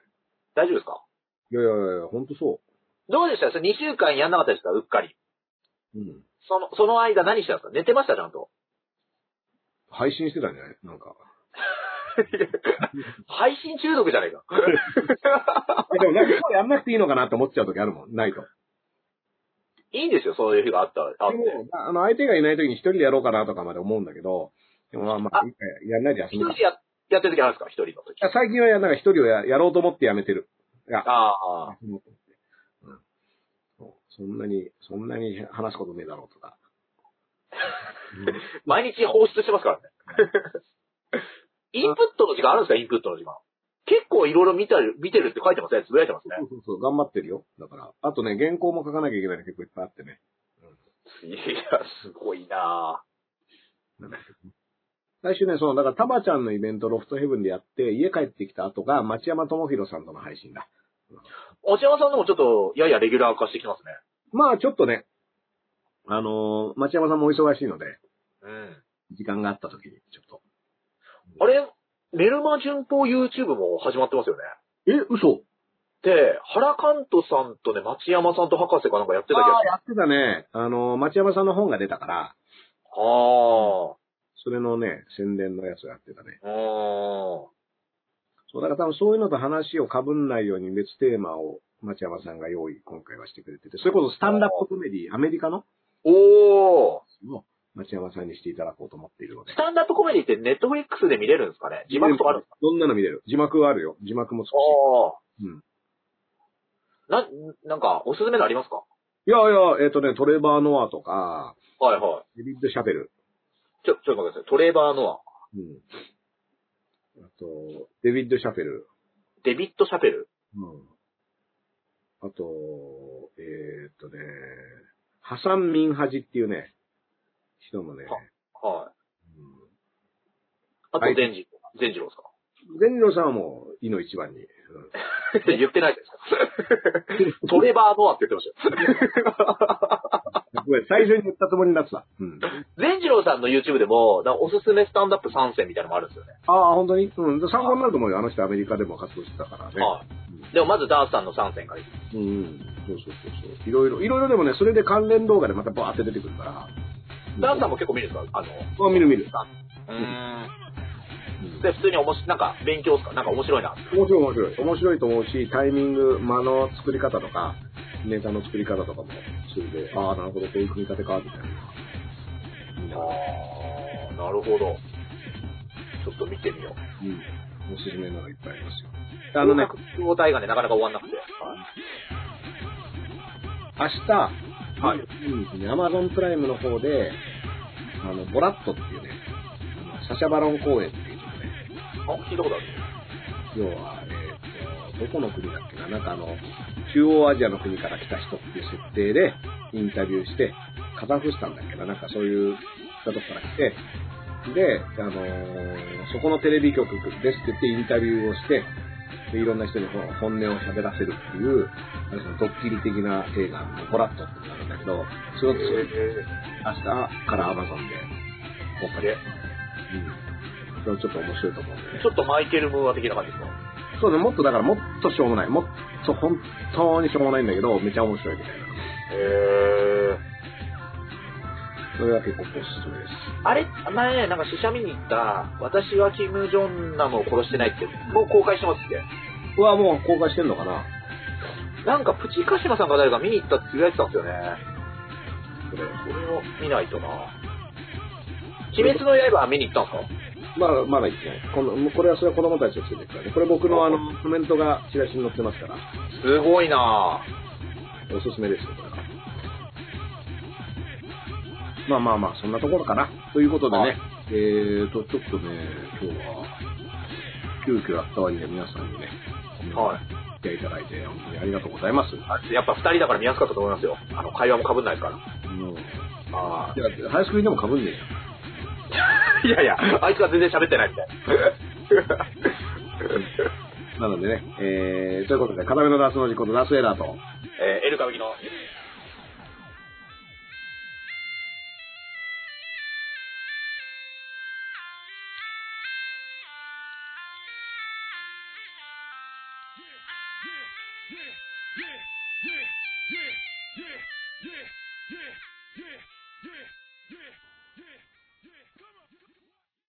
[SPEAKER 2] 大丈夫ですか
[SPEAKER 3] いやいやいやいや、ほんとそ
[SPEAKER 2] どうでしたそれ2週間やんなかったですかうっかり。
[SPEAKER 3] う。うん。
[SPEAKER 2] その、その間何してたんですか寝てましたちゃんと。
[SPEAKER 3] 配信してたんじゃないなん か。
[SPEAKER 2] 配信中毒じゃないか。
[SPEAKER 3] いやでもなんか、今日やんなくていいのかなって思っちゃう時あるもん。ないと。
[SPEAKER 2] いいんですよ、そういう日があったら。あっ
[SPEAKER 3] で
[SPEAKER 2] て。
[SPEAKER 3] も、あの、相手がいない時に一人でやろうかなとかまで思うんだけど、でもまあまあ、いいかやんないで休
[SPEAKER 2] 一
[SPEAKER 3] みか
[SPEAKER 2] 人。でややってる時あるんですか一人の時。
[SPEAKER 3] いや最近はやなんか一人をややろうと思ってやめてる。
[SPEAKER 2] ああ。
[SPEAKER 3] 休もうと思ってうんそうそんなに、そんなに話すことねえだろうと か。
[SPEAKER 2] 毎日放出してますからね。 インプットの時間あるんですかインプットの時間。結構いろいろ見たり、見てるって書いてますね。つぶやいてますね
[SPEAKER 3] そ。うそうそう、頑張ってるよ。だから。あとね、原稿も書かなきゃいけないの結構いっぱいあってね。
[SPEAKER 2] いや、すごいな
[SPEAKER 3] 来週ね、その、だから、タバちゃんのイベント、ロフトヘブンでやって、家帰ってきた後が、町山智博さんとの配信だ。
[SPEAKER 2] ぁ。落山さんのもちょっと、ややレギュラー化してきてますね。
[SPEAKER 3] まあ、ちょっとね、あのー町山さんもお忙しいので、
[SPEAKER 2] うん。
[SPEAKER 3] 時間があった時に、ちょっと。
[SPEAKER 2] あれ、メルマ順法 YouTube も始まってますよね。
[SPEAKER 3] え、嘘
[SPEAKER 2] で、原監督さんとね、町山さんと博士かなんかやってたけど。
[SPEAKER 3] ああ、やってたね。あのー町山さんの本が出たから、
[SPEAKER 2] あ
[SPEAKER 3] それのね、宣伝のやつをやってたね。
[SPEAKER 2] あ。うん。
[SPEAKER 3] そう、だから多分そういうのと話をかぶんないように別テーマを、町山さんが用意、今回はしてくれてて、それこそスタンダップコメディ、アメリカの
[SPEAKER 2] おー。
[SPEAKER 3] を町山さんにしていただこうと思っているので
[SPEAKER 2] ス。タンダップコメディってネットフリックスで見れるんですかね字幕とかあるんですか
[SPEAKER 3] どんなの見れる字幕はあるよ。字幕もつくし。
[SPEAKER 2] ああ。
[SPEAKER 3] うん。
[SPEAKER 2] な、なんか、おすすめのありますか
[SPEAKER 3] いやいや、えっ、とね、トレバー・ノアとか、
[SPEAKER 2] はいはい。
[SPEAKER 3] デビッド・シャベル。
[SPEAKER 2] ちょ、ちょっと待ってください。トレーバーノア、
[SPEAKER 3] うん。あと、デビッド・シャベル。
[SPEAKER 2] デビッド・シャペル。
[SPEAKER 3] うん。あと、えっ、とね、ハサン・ミンハジっていうね、人もね、
[SPEAKER 2] はい。あと
[SPEAKER 3] はい、
[SPEAKER 2] 善次郎。善次郎ですか
[SPEAKER 3] 善次郎さんはもう、井の一 番に。うん
[SPEAKER 2] 言ってないじゃないですか。トレバー・ノアって言ってま したよ。
[SPEAKER 3] ごめん最初に言ったつもりになってた。うん、
[SPEAKER 2] 善次郎さんの YouTube でも、なんかおすすめスタンダップ3選みたいなのもあるんですよね。
[SPEAKER 3] ああ、本当にうん。参考になると思うよ。あの人アメリカでも活動してたからね。
[SPEAKER 2] はい。でもまずダースさんの3選からいきます
[SPEAKER 3] うんうん。そうそうそうそう。いろいろ、いろいろでもね、それで関連動画でまたバーって出てくるから。
[SPEAKER 2] ダースさんも結構見るんですかあの、
[SPEAKER 3] あ見る見る。
[SPEAKER 2] うで、普通に面白い、なんか勉強っすかなんか面白いな。
[SPEAKER 3] 面白い面白い。面白いと思うし、タイミング、間の作り方とか、ネタの作り方とかも、それで、ああ、なるほど、こういう組み立てか、みたいな。みんな、う
[SPEAKER 2] あー、なるほど。ちょっと見てみよう。
[SPEAKER 3] ん。おすすめなのいっぱいありますよ。あのね、
[SPEAKER 2] 中央大河でなかなか終わんなくて。
[SPEAKER 3] 明日、はい。アマゾンプライムの方で、あの、ボラットっていうね、あのサシャバロン公演っていうのがね、
[SPEAKER 2] あ、聞いたことある。
[SPEAKER 3] 要は、えっ、と、どこの国だっけな、なんかあの、中央アジアの国から来た人っていう設定でインタビューして、カザフスタンだっけな、なんかそういう人とこから来て、で、あのーそこのテレビ局ですって言ってインタビューをして、でいろんな人にこう本音を喋らせるっていう、あのドッキリ的な映画のボラットってなるんだけど、それをそれ明日から Amazon で公開で、うん。それちょっと面白いと思うんでね
[SPEAKER 2] ち。ょっとマイケル・ムーア的な感じですか
[SPEAKER 3] そうね、もっとだからもっとしょうもない。もっと本当にしょうもないんだけど、めちゃ面白いみたいな。
[SPEAKER 2] へ
[SPEAKER 3] それは結構おすすめです。
[SPEAKER 2] あれ前、なんか試写見に行った、私はキム・ジョンナムを殺してないって、もう公開してますって。
[SPEAKER 3] うわ、もう公開してんのかな
[SPEAKER 2] なんかプチカシマさんか誰か見に行ったって言われてたんですよね。
[SPEAKER 3] これ
[SPEAKER 2] これを見ないとな。鬼滅の刃は見に行ったんですか
[SPEAKER 3] まだ、まだ言ってない。この、これはそれは子供たちを連れていくからね。これ僕のあの、コメントがチラシに載ってますから、
[SPEAKER 2] すごいな
[SPEAKER 3] おすすめですよ、これは。まあまあまあ、そんなところかな。ということで
[SPEAKER 2] は
[SPEAKER 3] ね
[SPEAKER 2] い、
[SPEAKER 3] えーと、ちょっとね、今日は、急遽やった割には皆さんにね、。
[SPEAKER 2] はい
[SPEAKER 3] 来ていただいて、本当にありがとうございます。
[SPEAKER 2] ぁ。やっぱ二人だから見やすかったと思いますよ。あの、会話も被んないですから。
[SPEAKER 3] うん
[SPEAKER 2] あ
[SPEAKER 3] いや、林くんでもかぶんねえじ
[SPEAKER 2] あ。いやいや、あいつが全然喋ってないみたいな。
[SPEAKER 3] ゃん。なのでね、えー、ということで、片目のダースの事故とダースエラーと、
[SPEAKER 2] えー、エルカブキの
[SPEAKER 4] 「